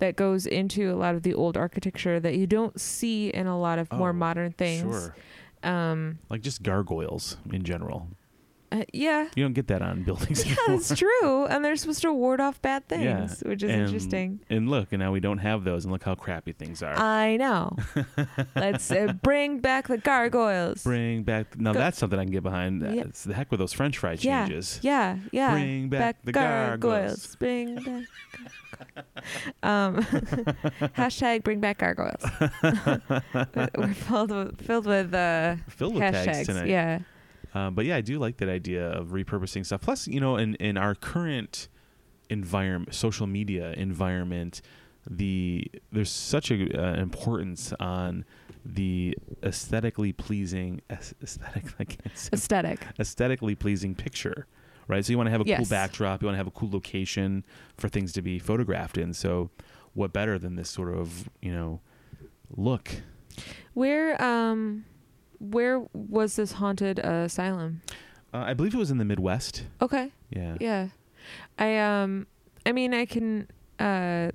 [SPEAKER 1] that goes into a lot of the old architecture that you don't see in a lot of more
[SPEAKER 2] Oh,
[SPEAKER 1] modern things.
[SPEAKER 2] Sure.
[SPEAKER 1] Um,
[SPEAKER 2] Like just gargoyles in general.
[SPEAKER 1] uh, yeah,
[SPEAKER 2] *laughs* You don't get that on buildings.
[SPEAKER 1] yeah,
[SPEAKER 2] anymore.
[SPEAKER 1] that's true, and they're supposed to ward off bad
[SPEAKER 2] Yeah,
[SPEAKER 1] things, which is
[SPEAKER 2] And-
[SPEAKER 1] interesting. Uh,
[SPEAKER 2] And look, and now we don't have those, and look how crappy things are.
[SPEAKER 1] I know. Let's
[SPEAKER 2] *laughs*
[SPEAKER 1] uh, bring back the gargoyles.
[SPEAKER 2] Bring back now.
[SPEAKER 1] Go-
[SPEAKER 2] That's something I can get behind.
[SPEAKER 1] Yeah.
[SPEAKER 2] That's the heck with those French fry
[SPEAKER 1] Yeah.
[SPEAKER 2] changes.
[SPEAKER 1] yeah, yeah.
[SPEAKER 2] Bring back the gargoyles.
[SPEAKER 1] Bring back.
[SPEAKER 2] *laughs*
[SPEAKER 1] gargoyles. um, *laughs* hashtag bring back
[SPEAKER 2] *laughs*
[SPEAKER 1] gargoyles. We're filled with, filled with uh,
[SPEAKER 2] Filled with tags
[SPEAKER 1] hashtags.
[SPEAKER 2] tonight.
[SPEAKER 1] yeah.
[SPEAKER 2] Um, but yeah, I do like that idea of repurposing stuff. Plus, you know, in in our current environment, social media environment, the there's such a uh, importance on the aesthetically pleasing aes- aesthetic. *laughs* I can't say
[SPEAKER 1] Aesthetic.
[SPEAKER 2] aesthetically pleasing picture, right? So you want to have a cool
[SPEAKER 1] Yes.
[SPEAKER 2] backdrop, you want to have a cool location for things to be photographed in. So what better than this sort of, you know, look?
[SPEAKER 1] Where um, where was this haunted asylum?
[SPEAKER 2] Uh, I believe it was in the Midwest.
[SPEAKER 1] Okay.
[SPEAKER 2] Yeah.
[SPEAKER 1] yeah i um i mean i can uh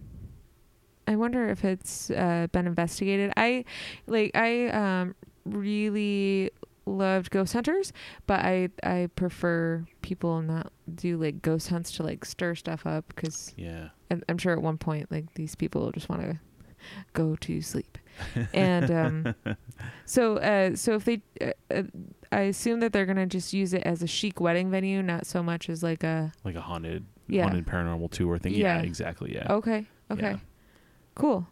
[SPEAKER 1] i wonder if it's uh been investigated i like i um really loved ghost hunters but i i prefer people not do like ghost hunts to like stir stuff up because
[SPEAKER 2] Yeah.
[SPEAKER 1] I'm, I'm sure at one point like these people just want to go to sleep and um so uh so if they uh, uh, i assume that they're gonna just use it as a chic wedding venue not so much as like a
[SPEAKER 2] Like a haunted
[SPEAKER 1] Yeah.
[SPEAKER 2] haunted paranormal tour thing. Yeah,
[SPEAKER 1] Yeah.
[SPEAKER 2] exactly. Yeah.
[SPEAKER 1] Okay. Okay.
[SPEAKER 2] Yeah.
[SPEAKER 1] Cool.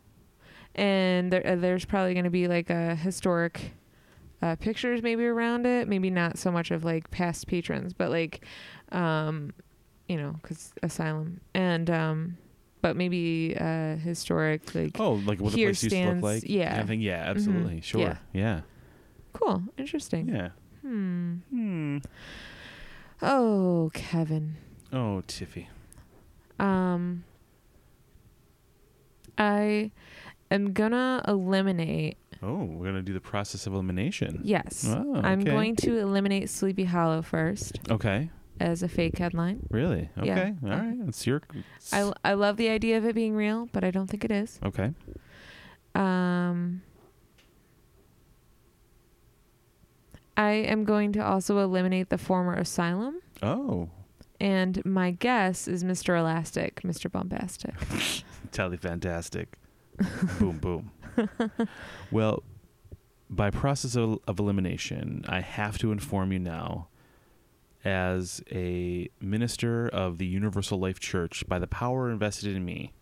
[SPEAKER 1] And there, uh, there's probably going to be like a historic uh, pictures maybe around it. Maybe not so much of like past patrons, but like, um, you know, because asylum and um, but maybe uh, historic like.
[SPEAKER 2] Oh, like what the
[SPEAKER 1] Here
[SPEAKER 2] place used to look
[SPEAKER 1] stands-
[SPEAKER 2] like.
[SPEAKER 1] yeah. Mm-hmm.
[SPEAKER 2] I think yeah, absolutely. Sure.
[SPEAKER 1] Yeah.
[SPEAKER 2] Yeah.
[SPEAKER 1] Cool. Interesting.
[SPEAKER 2] Yeah.
[SPEAKER 1] Hmm.
[SPEAKER 2] Hmm.
[SPEAKER 1] Oh, Kevin.
[SPEAKER 2] Oh, Tiffy.
[SPEAKER 1] Um. I am gonna eliminate.
[SPEAKER 2] Oh, we're gonna do the process of elimination.
[SPEAKER 1] Yes.
[SPEAKER 2] Oh,
[SPEAKER 1] I'm
[SPEAKER 2] okay.
[SPEAKER 1] going to eliminate Sleepy Hollow first
[SPEAKER 2] Okay.
[SPEAKER 1] as a fake headline.
[SPEAKER 2] Really? Okay.
[SPEAKER 1] Yeah.
[SPEAKER 2] All right. That's your.
[SPEAKER 1] I, I love the idea of it being real, but I don't think it is.
[SPEAKER 2] okay.
[SPEAKER 1] Um, I am going to also eliminate the former asylum,
[SPEAKER 2] Oh,
[SPEAKER 1] and my guess is Mr. Elastic, Mr.
[SPEAKER 2] *laughs*
[SPEAKER 1] Bombastic.
[SPEAKER 2] totally fantastic. boom,
[SPEAKER 1] *laughs*
[SPEAKER 2] boom. Well, by process of, of elimination, I have to inform you now, as a minister of the Universal Life Church, by the power invested in me,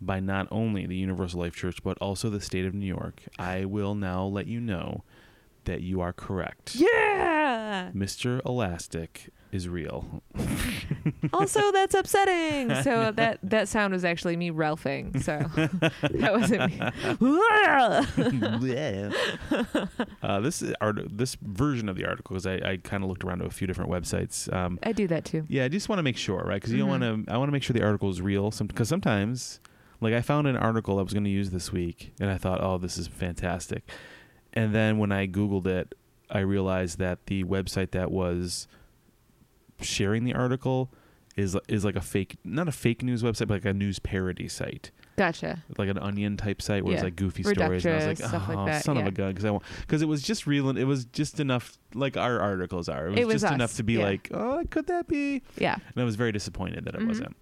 [SPEAKER 2] by not only the Universal Life Church, but also the state of New York, I will now let you know that you are correct.
[SPEAKER 1] Yeah.
[SPEAKER 2] Mr. Elastic is real.
[SPEAKER 1] Also, that's upsetting. So
[SPEAKER 2] *laughs*
[SPEAKER 1] that that sound was actually me ralphing. So that wasn't
[SPEAKER 2] *laughs*
[SPEAKER 1] me.
[SPEAKER 2] uh, this is art- this version of the article because I, I kind of looked around to a few different websites. Um,
[SPEAKER 1] I do that too.
[SPEAKER 2] yeah, I just want to make sure, right? Because you
[SPEAKER 1] Mhm.
[SPEAKER 2] don't want to. I want to make sure the article is real. Some because sometimes, like I found an article I was going to use this week, and I thought, oh, this is fantastic. And then when I googled it, I realized that the website that was sharing the article is is like a fake, not a fake news website, but like a news parody site
[SPEAKER 1] Gotcha.
[SPEAKER 2] like an onion type site where it's
[SPEAKER 1] Yeah.
[SPEAKER 2] like goofy stories. And I was
[SPEAKER 1] Reductris,
[SPEAKER 2] like,
[SPEAKER 1] stuff
[SPEAKER 2] oh,
[SPEAKER 1] like that,
[SPEAKER 2] son of
[SPEAKER 1] yeah.
[SPEAKER 2] a gun, because I want because it was just real and it was just enough like our articles are. It was,
[SPEAKER 1] It was
[SPEAKER 2] just enough
[SPEAKER 1] us,
[SPEAKER 2] to be
[SPEAKER 1] yeah.
[SPEAKER 2] like, oh, could that be?
[SPEAKER 1] Yeah.
[SPEAKER 2] And I was very disappointed that it
[SPEAKER 1] Mhm.
[SPEAKER 2] wasn't.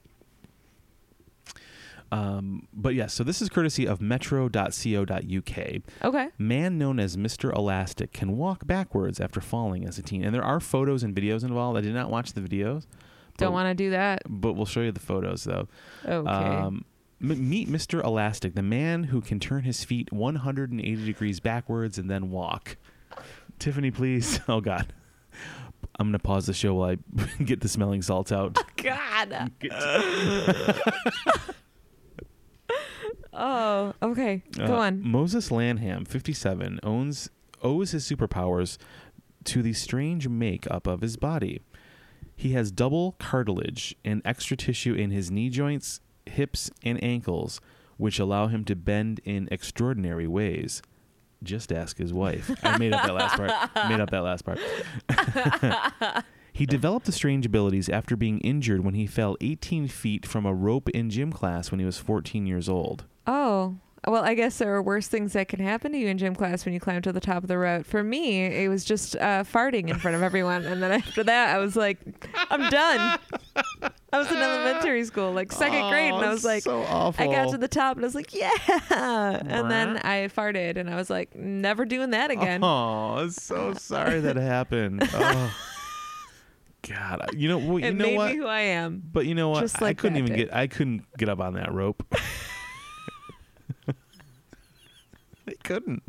[SPEAKER 2] Um, but yeah, so this is courtesy of metro.co.uk.
[SPEAKER 1] Okay.
[SPEAKER 2] Man known as Mr. Elastic can walk backwards after falling as a teen. And there are photos and videos involved. I did not watch the videos,
[SPEAKER 1] Don't
[SPEAKER 2] But-
[SPEAKER 1] want to do that.
[SPEAKER 2] but we'll show you the photos though.
[SPEAKER 1] Okay.
[SPEAKER 2] Um, m- meet Mr. Elastic, the man who can turn his feet 180 degrees backwards and then walk. Tiffany, please. *laughs* Oh, God. I'm going to pause the show while I *laughs* get the smelling salts out.
[SPEAKER 1] God. oh, okay. Go
[SPEAKER 2] Uh,
[SPEAKER 1] on.
[SPEAKER 2] Moses Lanham, 57, owns owes his superpowers to the strange makeup of his body. He has double cartilage and extra tissue in his knee joints, hips, and ankles, which allow him to bend in extraordinary ways. Just ask his wife. I made up that
[SPEAKER 1] *laughs*
[SPEAKER 2] last part. Made up that last part. *laughs* he developed the strange abilities after being injured when he fell 18 feet from a rope in gym class when he was 14 years old.
[SPEAKER 1] Oh, well, I guess there are worse things that can happen to you in gym class when you climb to the top of the rope. For me, it was just uh, farting in front of everyone. And then after that, I was like, I'm done. I was in elementary school, like second grade. And I was like,
[SPEAKER 2] so awful.
[SPEAKER 1] I got to the top and I was like, yeah. And then I farted and I was like, never doing that
[SPEAKER 2] *laughs*
[SPEAKER 1] again.
[SPEAKER 2] Oh,
[SPEAKER 1] *laughs*
[SPEAKER 2] I'm so sorry that happened. Oh. God, I- you know, well, you
[SPEAKER 1] it
[SPEAKER 2] know
[SPEAKER 1] made
[SPEAKER 2] what?
[SPEAKER 1] me who I am.
[SPEAKER 2] But you know what?
[SPEAKER 1] Just
[SPEAKER 2] I
[SPEAKER 1] like
[SPEAKER 2] couldn't
[SPEAKER 1] that
[SPEAKER 2] even
[SPEAKER 1] day.
[SPEAKER 2] get I couldn't get up on
[SPEAKER 1] *laughs*
[SPEAKER 2] that rope. *laughs* I couldn't.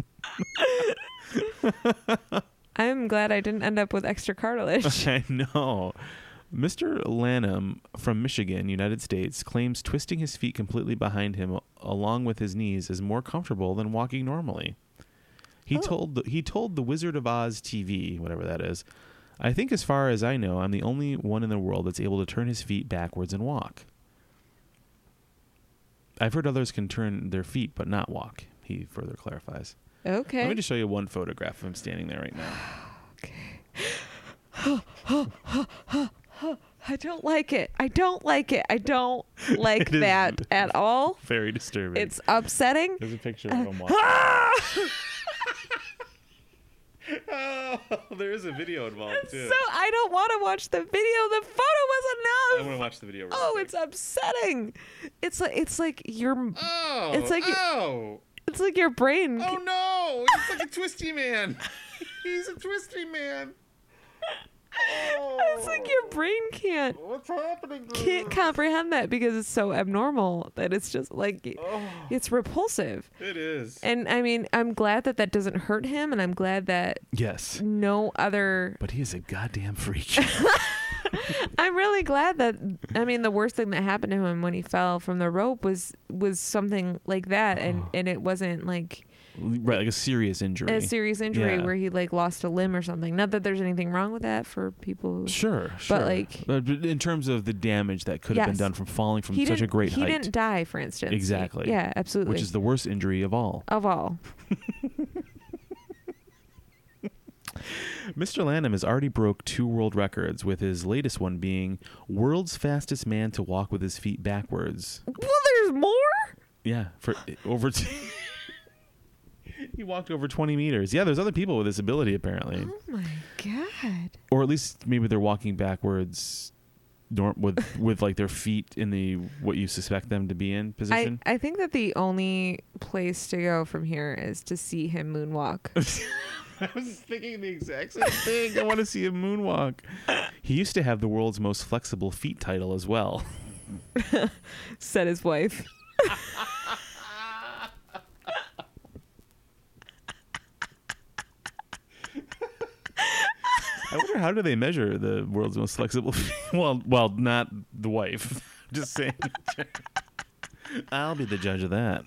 [SPEAKER 1] I'm glad I didn't end up with extra cartilage.
[SPEAKER 2] *laughs* I know. Mr. Lanham from Michigan, United States, claims twisting his feet completely behind him along with his knees is more comfortable than walking normally. He
[SPEAKER 1] Oh.
[SPEAKER 2] told the, he told the Wizard of Oz TV, whatever that is, I think as far as I know, I'm the only one in the world that's able to turn his feet backwards and walk. I've heard others can turn their feet but not walk, he further clarifies. Let me
[SPEAKER 1] okay.
[SPEAKER 2] just show you one photograph of him standing there right
[SPEAKER 1] *sighs*
[SPEAKER 2] now.
[SPEAKER 1] I don't like it. I don't like it. I don't like
[SPEAKER 2] *laughs* It is-
[SPEAKER 1] that at all.
[SPEAKER 2] Very disturbing.
[SPEAKER 1] It's upsetting.
[SPEAKER 2] There's a picture
[SPEAKER 1] Uh, *laughs*
[SPEAKER 2] of him walking. oh, there is a video involved
[SPEAKER 1] So I don't want to watch the video. The photo was enough.
[SPEAKER 2] to watch the video.
[SPEAKER 1] Oh, it's upsetting. It's like it's like your
[SPEAKER 4] Oh,
[SPEAKER 1] It's like-
[SPEAKER 4] oh,
[SPEAKER 1] it's like your brain.
[SPEAKER 4] oh no! He's like a twisty
[SPEAKER 1] *laughs*
[SPEAKER 4] man. He's a twisty man.
[SPEAKER 1] It's like your brain can't
[SPEAKER 4] Oh, What's happening?
[SPEAKER 1] can't
[SPEAKER 2] oh.
[SPEAKER 1] comprehend that because it's so abnormal that it's just like
[SPEAKER 2] Oh.
[SPEAKER 1] it's repulsive.
[SPEAKER 4] Oh. It is.
[SPEAKER 1] And I mean, I'm glad that that doesn't hurt him, and I'm glad that
[SPEAKER 2] yes,
[SPEAKER 1] no other.
[SPEAKER 2] but he is a goddamn freak. *laughs*
[SPEAKER 1] I'm really glad that I mean, the worst thing that happened to him when he fell from the rope was was something like that, and and it wasn't like
[SPEAKER 2] right, like a serious Oh. injury.
[SPEAKER 1] a serious injury
[SPEAKER 2] Yeah.
[SPEAKER 1] where he like lost a limb or something. Not that there's anything wrong with that for people. Who,
[SPEAKER 2] sure, sure.
[SPEAKER 1] like-
[SPEAKER 2] but but in terms of the damage that could have
[SPEAKER 1] Yes.
[SPEAKER 2] been done from falling from
[SPEAKER 1] he
[SPEAKER 2] such a
[SPEAKER 1] didn't-
[SPEAKER 2] great
[SPEAKER 1] he
[SPEAKER 2] height,
[SPEAKER 1] didn't die, for instance.
[SPEAKER 2] Exactly.
[SPEAKER 1] Yeah, absolutely.
[SPEAKER 2] which is the worst injury of all.
[SPEAKER 1] of all.
[SPEAKER 2] Mr. Lanham has already broke two world records, with his latest one being world's fastest man to walk with his feet backwards.
[SPEAKER 1] Well, there's more. Oh
[SPEAKER 2] Yeah, for over. T- *laughs* he walked over 20 meters. Yeah, there's other people with this ability apparently,
[SPEAKER 1] Oh my god.
[SPEAKER 2] or at least maybe they're walking backwards, norm with with like their feet in the what you suspect them to be in
[SPEAKER 1] I,
[SPEAKER 2] position.
[SPEAKER 1] I think that the only place to go from here is to see him moonwalk. *laughs*
[SPEAKER 2] *laughs* I was thinking the exact same thing. I want to see a moonwalk. He used to have the world's most flexible feet title as well.
[SPEAKER 1] said his wife. *laughs*
[SPEAKER 2] I wonder how do they measure the world's most flexible *laughs* feet? Well, well, not the wife. *laughs* Just saying. I'll be the judge of *laughs* that.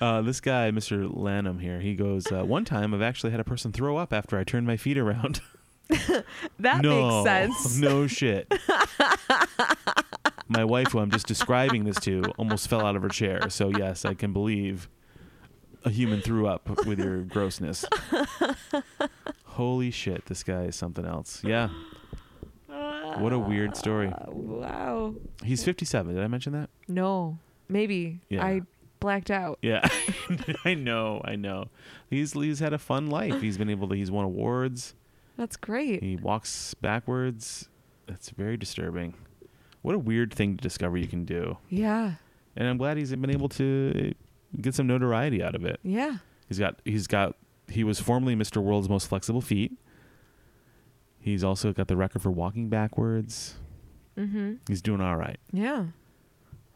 [SPEAKER 2] uh, this guy, Mr. Lanham here, he goes, uh, one time I've actually had a person throw up after I turned my feet around.
[SPEAKER 1] That
[SPEAKER 2] no,
[SPEAKER 1] makes sense.
[SPEAKER 2] *laughs* No shit. my wife, who I'm just describing this to, almost fell out of her chair. So yes, I can believe a human threw up with your grossness. Holy shit, this guy is something else. Yeah. What a weird story.
[SPEAKER 1] Uh, *laughs* wow.
[SPEAKER 2] He's 57. Did I mention that?
[SPEAKER 1] No. Maybe
[SPEAKER 2] Yeah.
[SPEAKER 1] I blacked out.
[SPEAKER 2] Yeah. *laughs* I know. I know. He's he's had a fun life. He's been able to he's won awards.
[SPEAKER 1] That's great.
[SPEAKER 2] He walks backwards. That's very disturbing. What a weird thing to discover you can do.
[SPEAKER 1] Yeah.
[SPEAKER 2] and I'm glad he's been able to get some notoriety out of it.
[SPEAKER 1] Yeah.
[SPEAKER 2] He's got he's got he was formerly Mr. World's most flexible feet. He's also got the record for walking backwards.
[SPEAKER 1] Mm-hmm.
[SPEAKER 2] He's doing all right.
[SPEAKER 1] Yeah.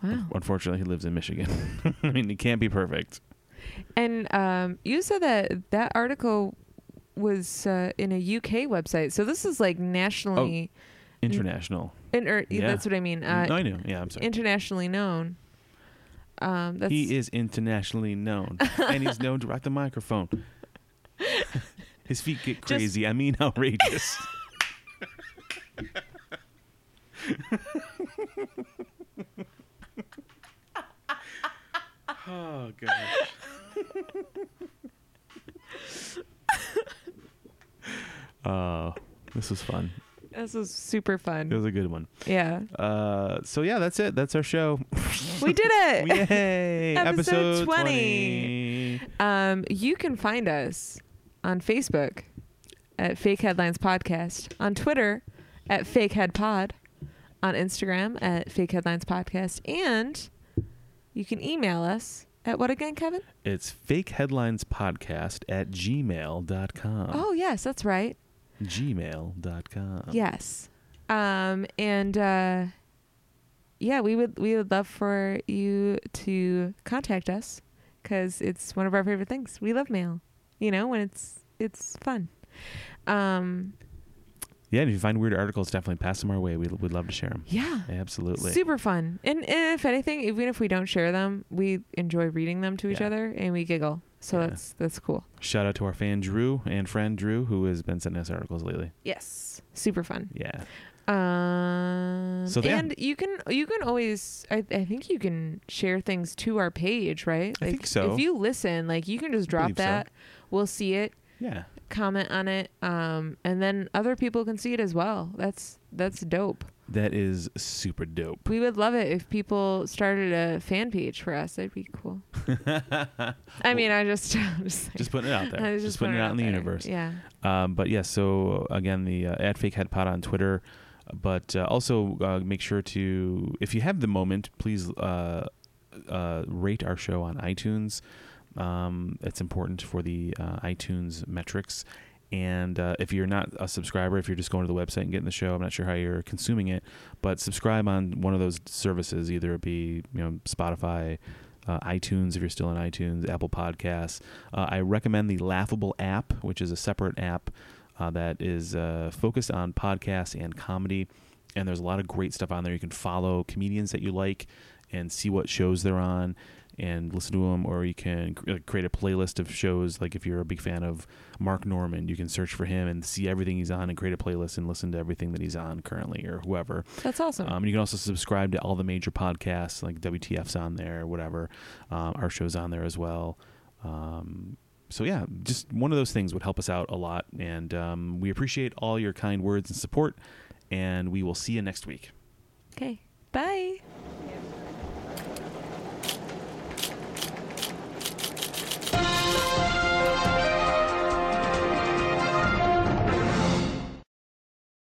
[SPEAKER 1] Wow.
[SPEAKER 2] Unfortunately, he lives in Michigan. *laughs* I mean, he can't be perfect.
[SPEAKER 1] And um, you said that that article was uh, in a UK website, so this is like nationally.
[SPEAKER 2] International.
[SPEAKER 1] In, or,
[SPEAKER 2] Oh. Yeah.
[SPEAKER 1] That's what I mean. Uh,
[SPEAKER 2] no, I knew. Yeah, I'm sorry.
[SPEAKER 1] internationally known. Um, that's *laughs*
[SPEAKER 2] He is internationally known, and he's known to rock the microphone. His feet get crazy. I mean,
[SPEAKER 1] *laughs*
[SPEAKER 2] outrageous. oh gosh. Oh, this was fun.
[SPEAKER 1] This was super
[SPEAKER 2] It
[SPEAKER 1] fun.
[SPEAKER 2] was a good one. *laughs*
[SPEAKER 1] Yeah.
[SPEAKER 2] Uh, so yeah, that's it. That's
[SPEAKER 1] *laughs*
[SPEAKER 2] our show.
[SPEAKER 1] We did it.
[SPEAKER 2] Yay!
[SPEAKER 1] Episode
[SPEAKER 2] 20.
[SPEAKER 1] Um, you can find us on Facebook at Fake Headlines Podcast, on Twitter at Fake Head Pod, on Instagram at Fake Headlines Podcast, and you can email us at what again, Kevin?
[SPEAKER 2] It's fake headlines podcast at gmail.com.
[SPEAKER 1] oh, yes, that's right.
[SPEAKER 2] Gmail.com.
[SPEAKER 1] yes. Um, and uh, yeah, we would we would love for you to contact us because it's one of our favorite things. We love mail, you know, when it's it's fun. Um,
[SPEAKER 2] Yeah, and if you find weird articles, definitely pass them our way. We would love to share them.
[SPEAKER 1] Yeah.
[SPEAKER 2] Absolutely.
[SPEAKER 1] Super fun. And, and if anything, even if we don't share them, we enjoy reading them to each
[SPEAKER 2] Yeah.
[SPEAKER 1] other and we giggle. So
[SPEAKER 2] Yeah.
[SPEAKER 1] that's that's cool.
[SPEAKER 2] Shout out to our fan Drew and friend Drew, who has been sending us articles lately.
[SPEAKER 1] Yes. Super fun.
[SPEAKER 2] Yeah.
[SPEAKER 1] Um
[SPEAKER 2] So, yeah.
[SPEAKER 1] and you can you can always I, I think you can share things to our page, right?
[SPEAKER 2] I
[SPEAKER 1] Like
[SPEAKER 2] think so.
[SPEAKER 1] if you listen, like you can just drop
[SPEAKER 2] believe so.
[SPEAKER 1] that. We'll see it,
[SPEAKER 2] Yeah.
[SPEAKER 1] comment on it, um, and then other people can see it as well. That's that's dope.
[SPEAKER 2] That is super dope. *laughs*
[SPEAKER 1] We would love it if people started a fan page for us. That'd be cool. I mean, I just, *laughs* I'm just,
[SPEAKER 2] Just putting it out there.
[SPEAKER 1] I was
[SPEAKER 2] Just, putting it out in the
[SPEAKER 1] there.
[SPEAKER 2] universe.
[SPEAKER 1] Yeah.
[SPEAKER 2] Um, but yeah, so again, the uh, at fake head pod on Twitter. But uh, also uh, make sure to, if you have the moment, please uh, uh, rate our show on iTunes. Um, it's important for the uh, iTunes metrics. And uh, if you're not a subscriber, if you're just going to the website and getting the show, I'm not sure how you're consuming it, but subscribe on one of those services, either it be you know Spotify, uh, iTunes if you're still on iTunes, Apple Podcasts. Uh, I recommend the Laughable app, which is a separate app uh, that is uh, focused on podcasts and comedy. And there's a lot of great stuff on there. You can follow comedians that you like and see what shows they're on and listen to them, or you can cr- like, create a playlist of shows. Like if you're a big fan of Mark Norman, you can search for him and see everything he's on and create a playlist and listen to everything that he's on currently or whoever.
[SPEAKER 1] That's awesome.
[SPEAKER 2] Um, you can also subscribe to all the major podcasts, like WTF's on there, whatever. Um, our show's on there as well. Um, so yeah, just one of those things would help us out a lot, and um, we appreciate all your kind words and support. And we will see you next week.
[SPEAKER 1] okay. Bye.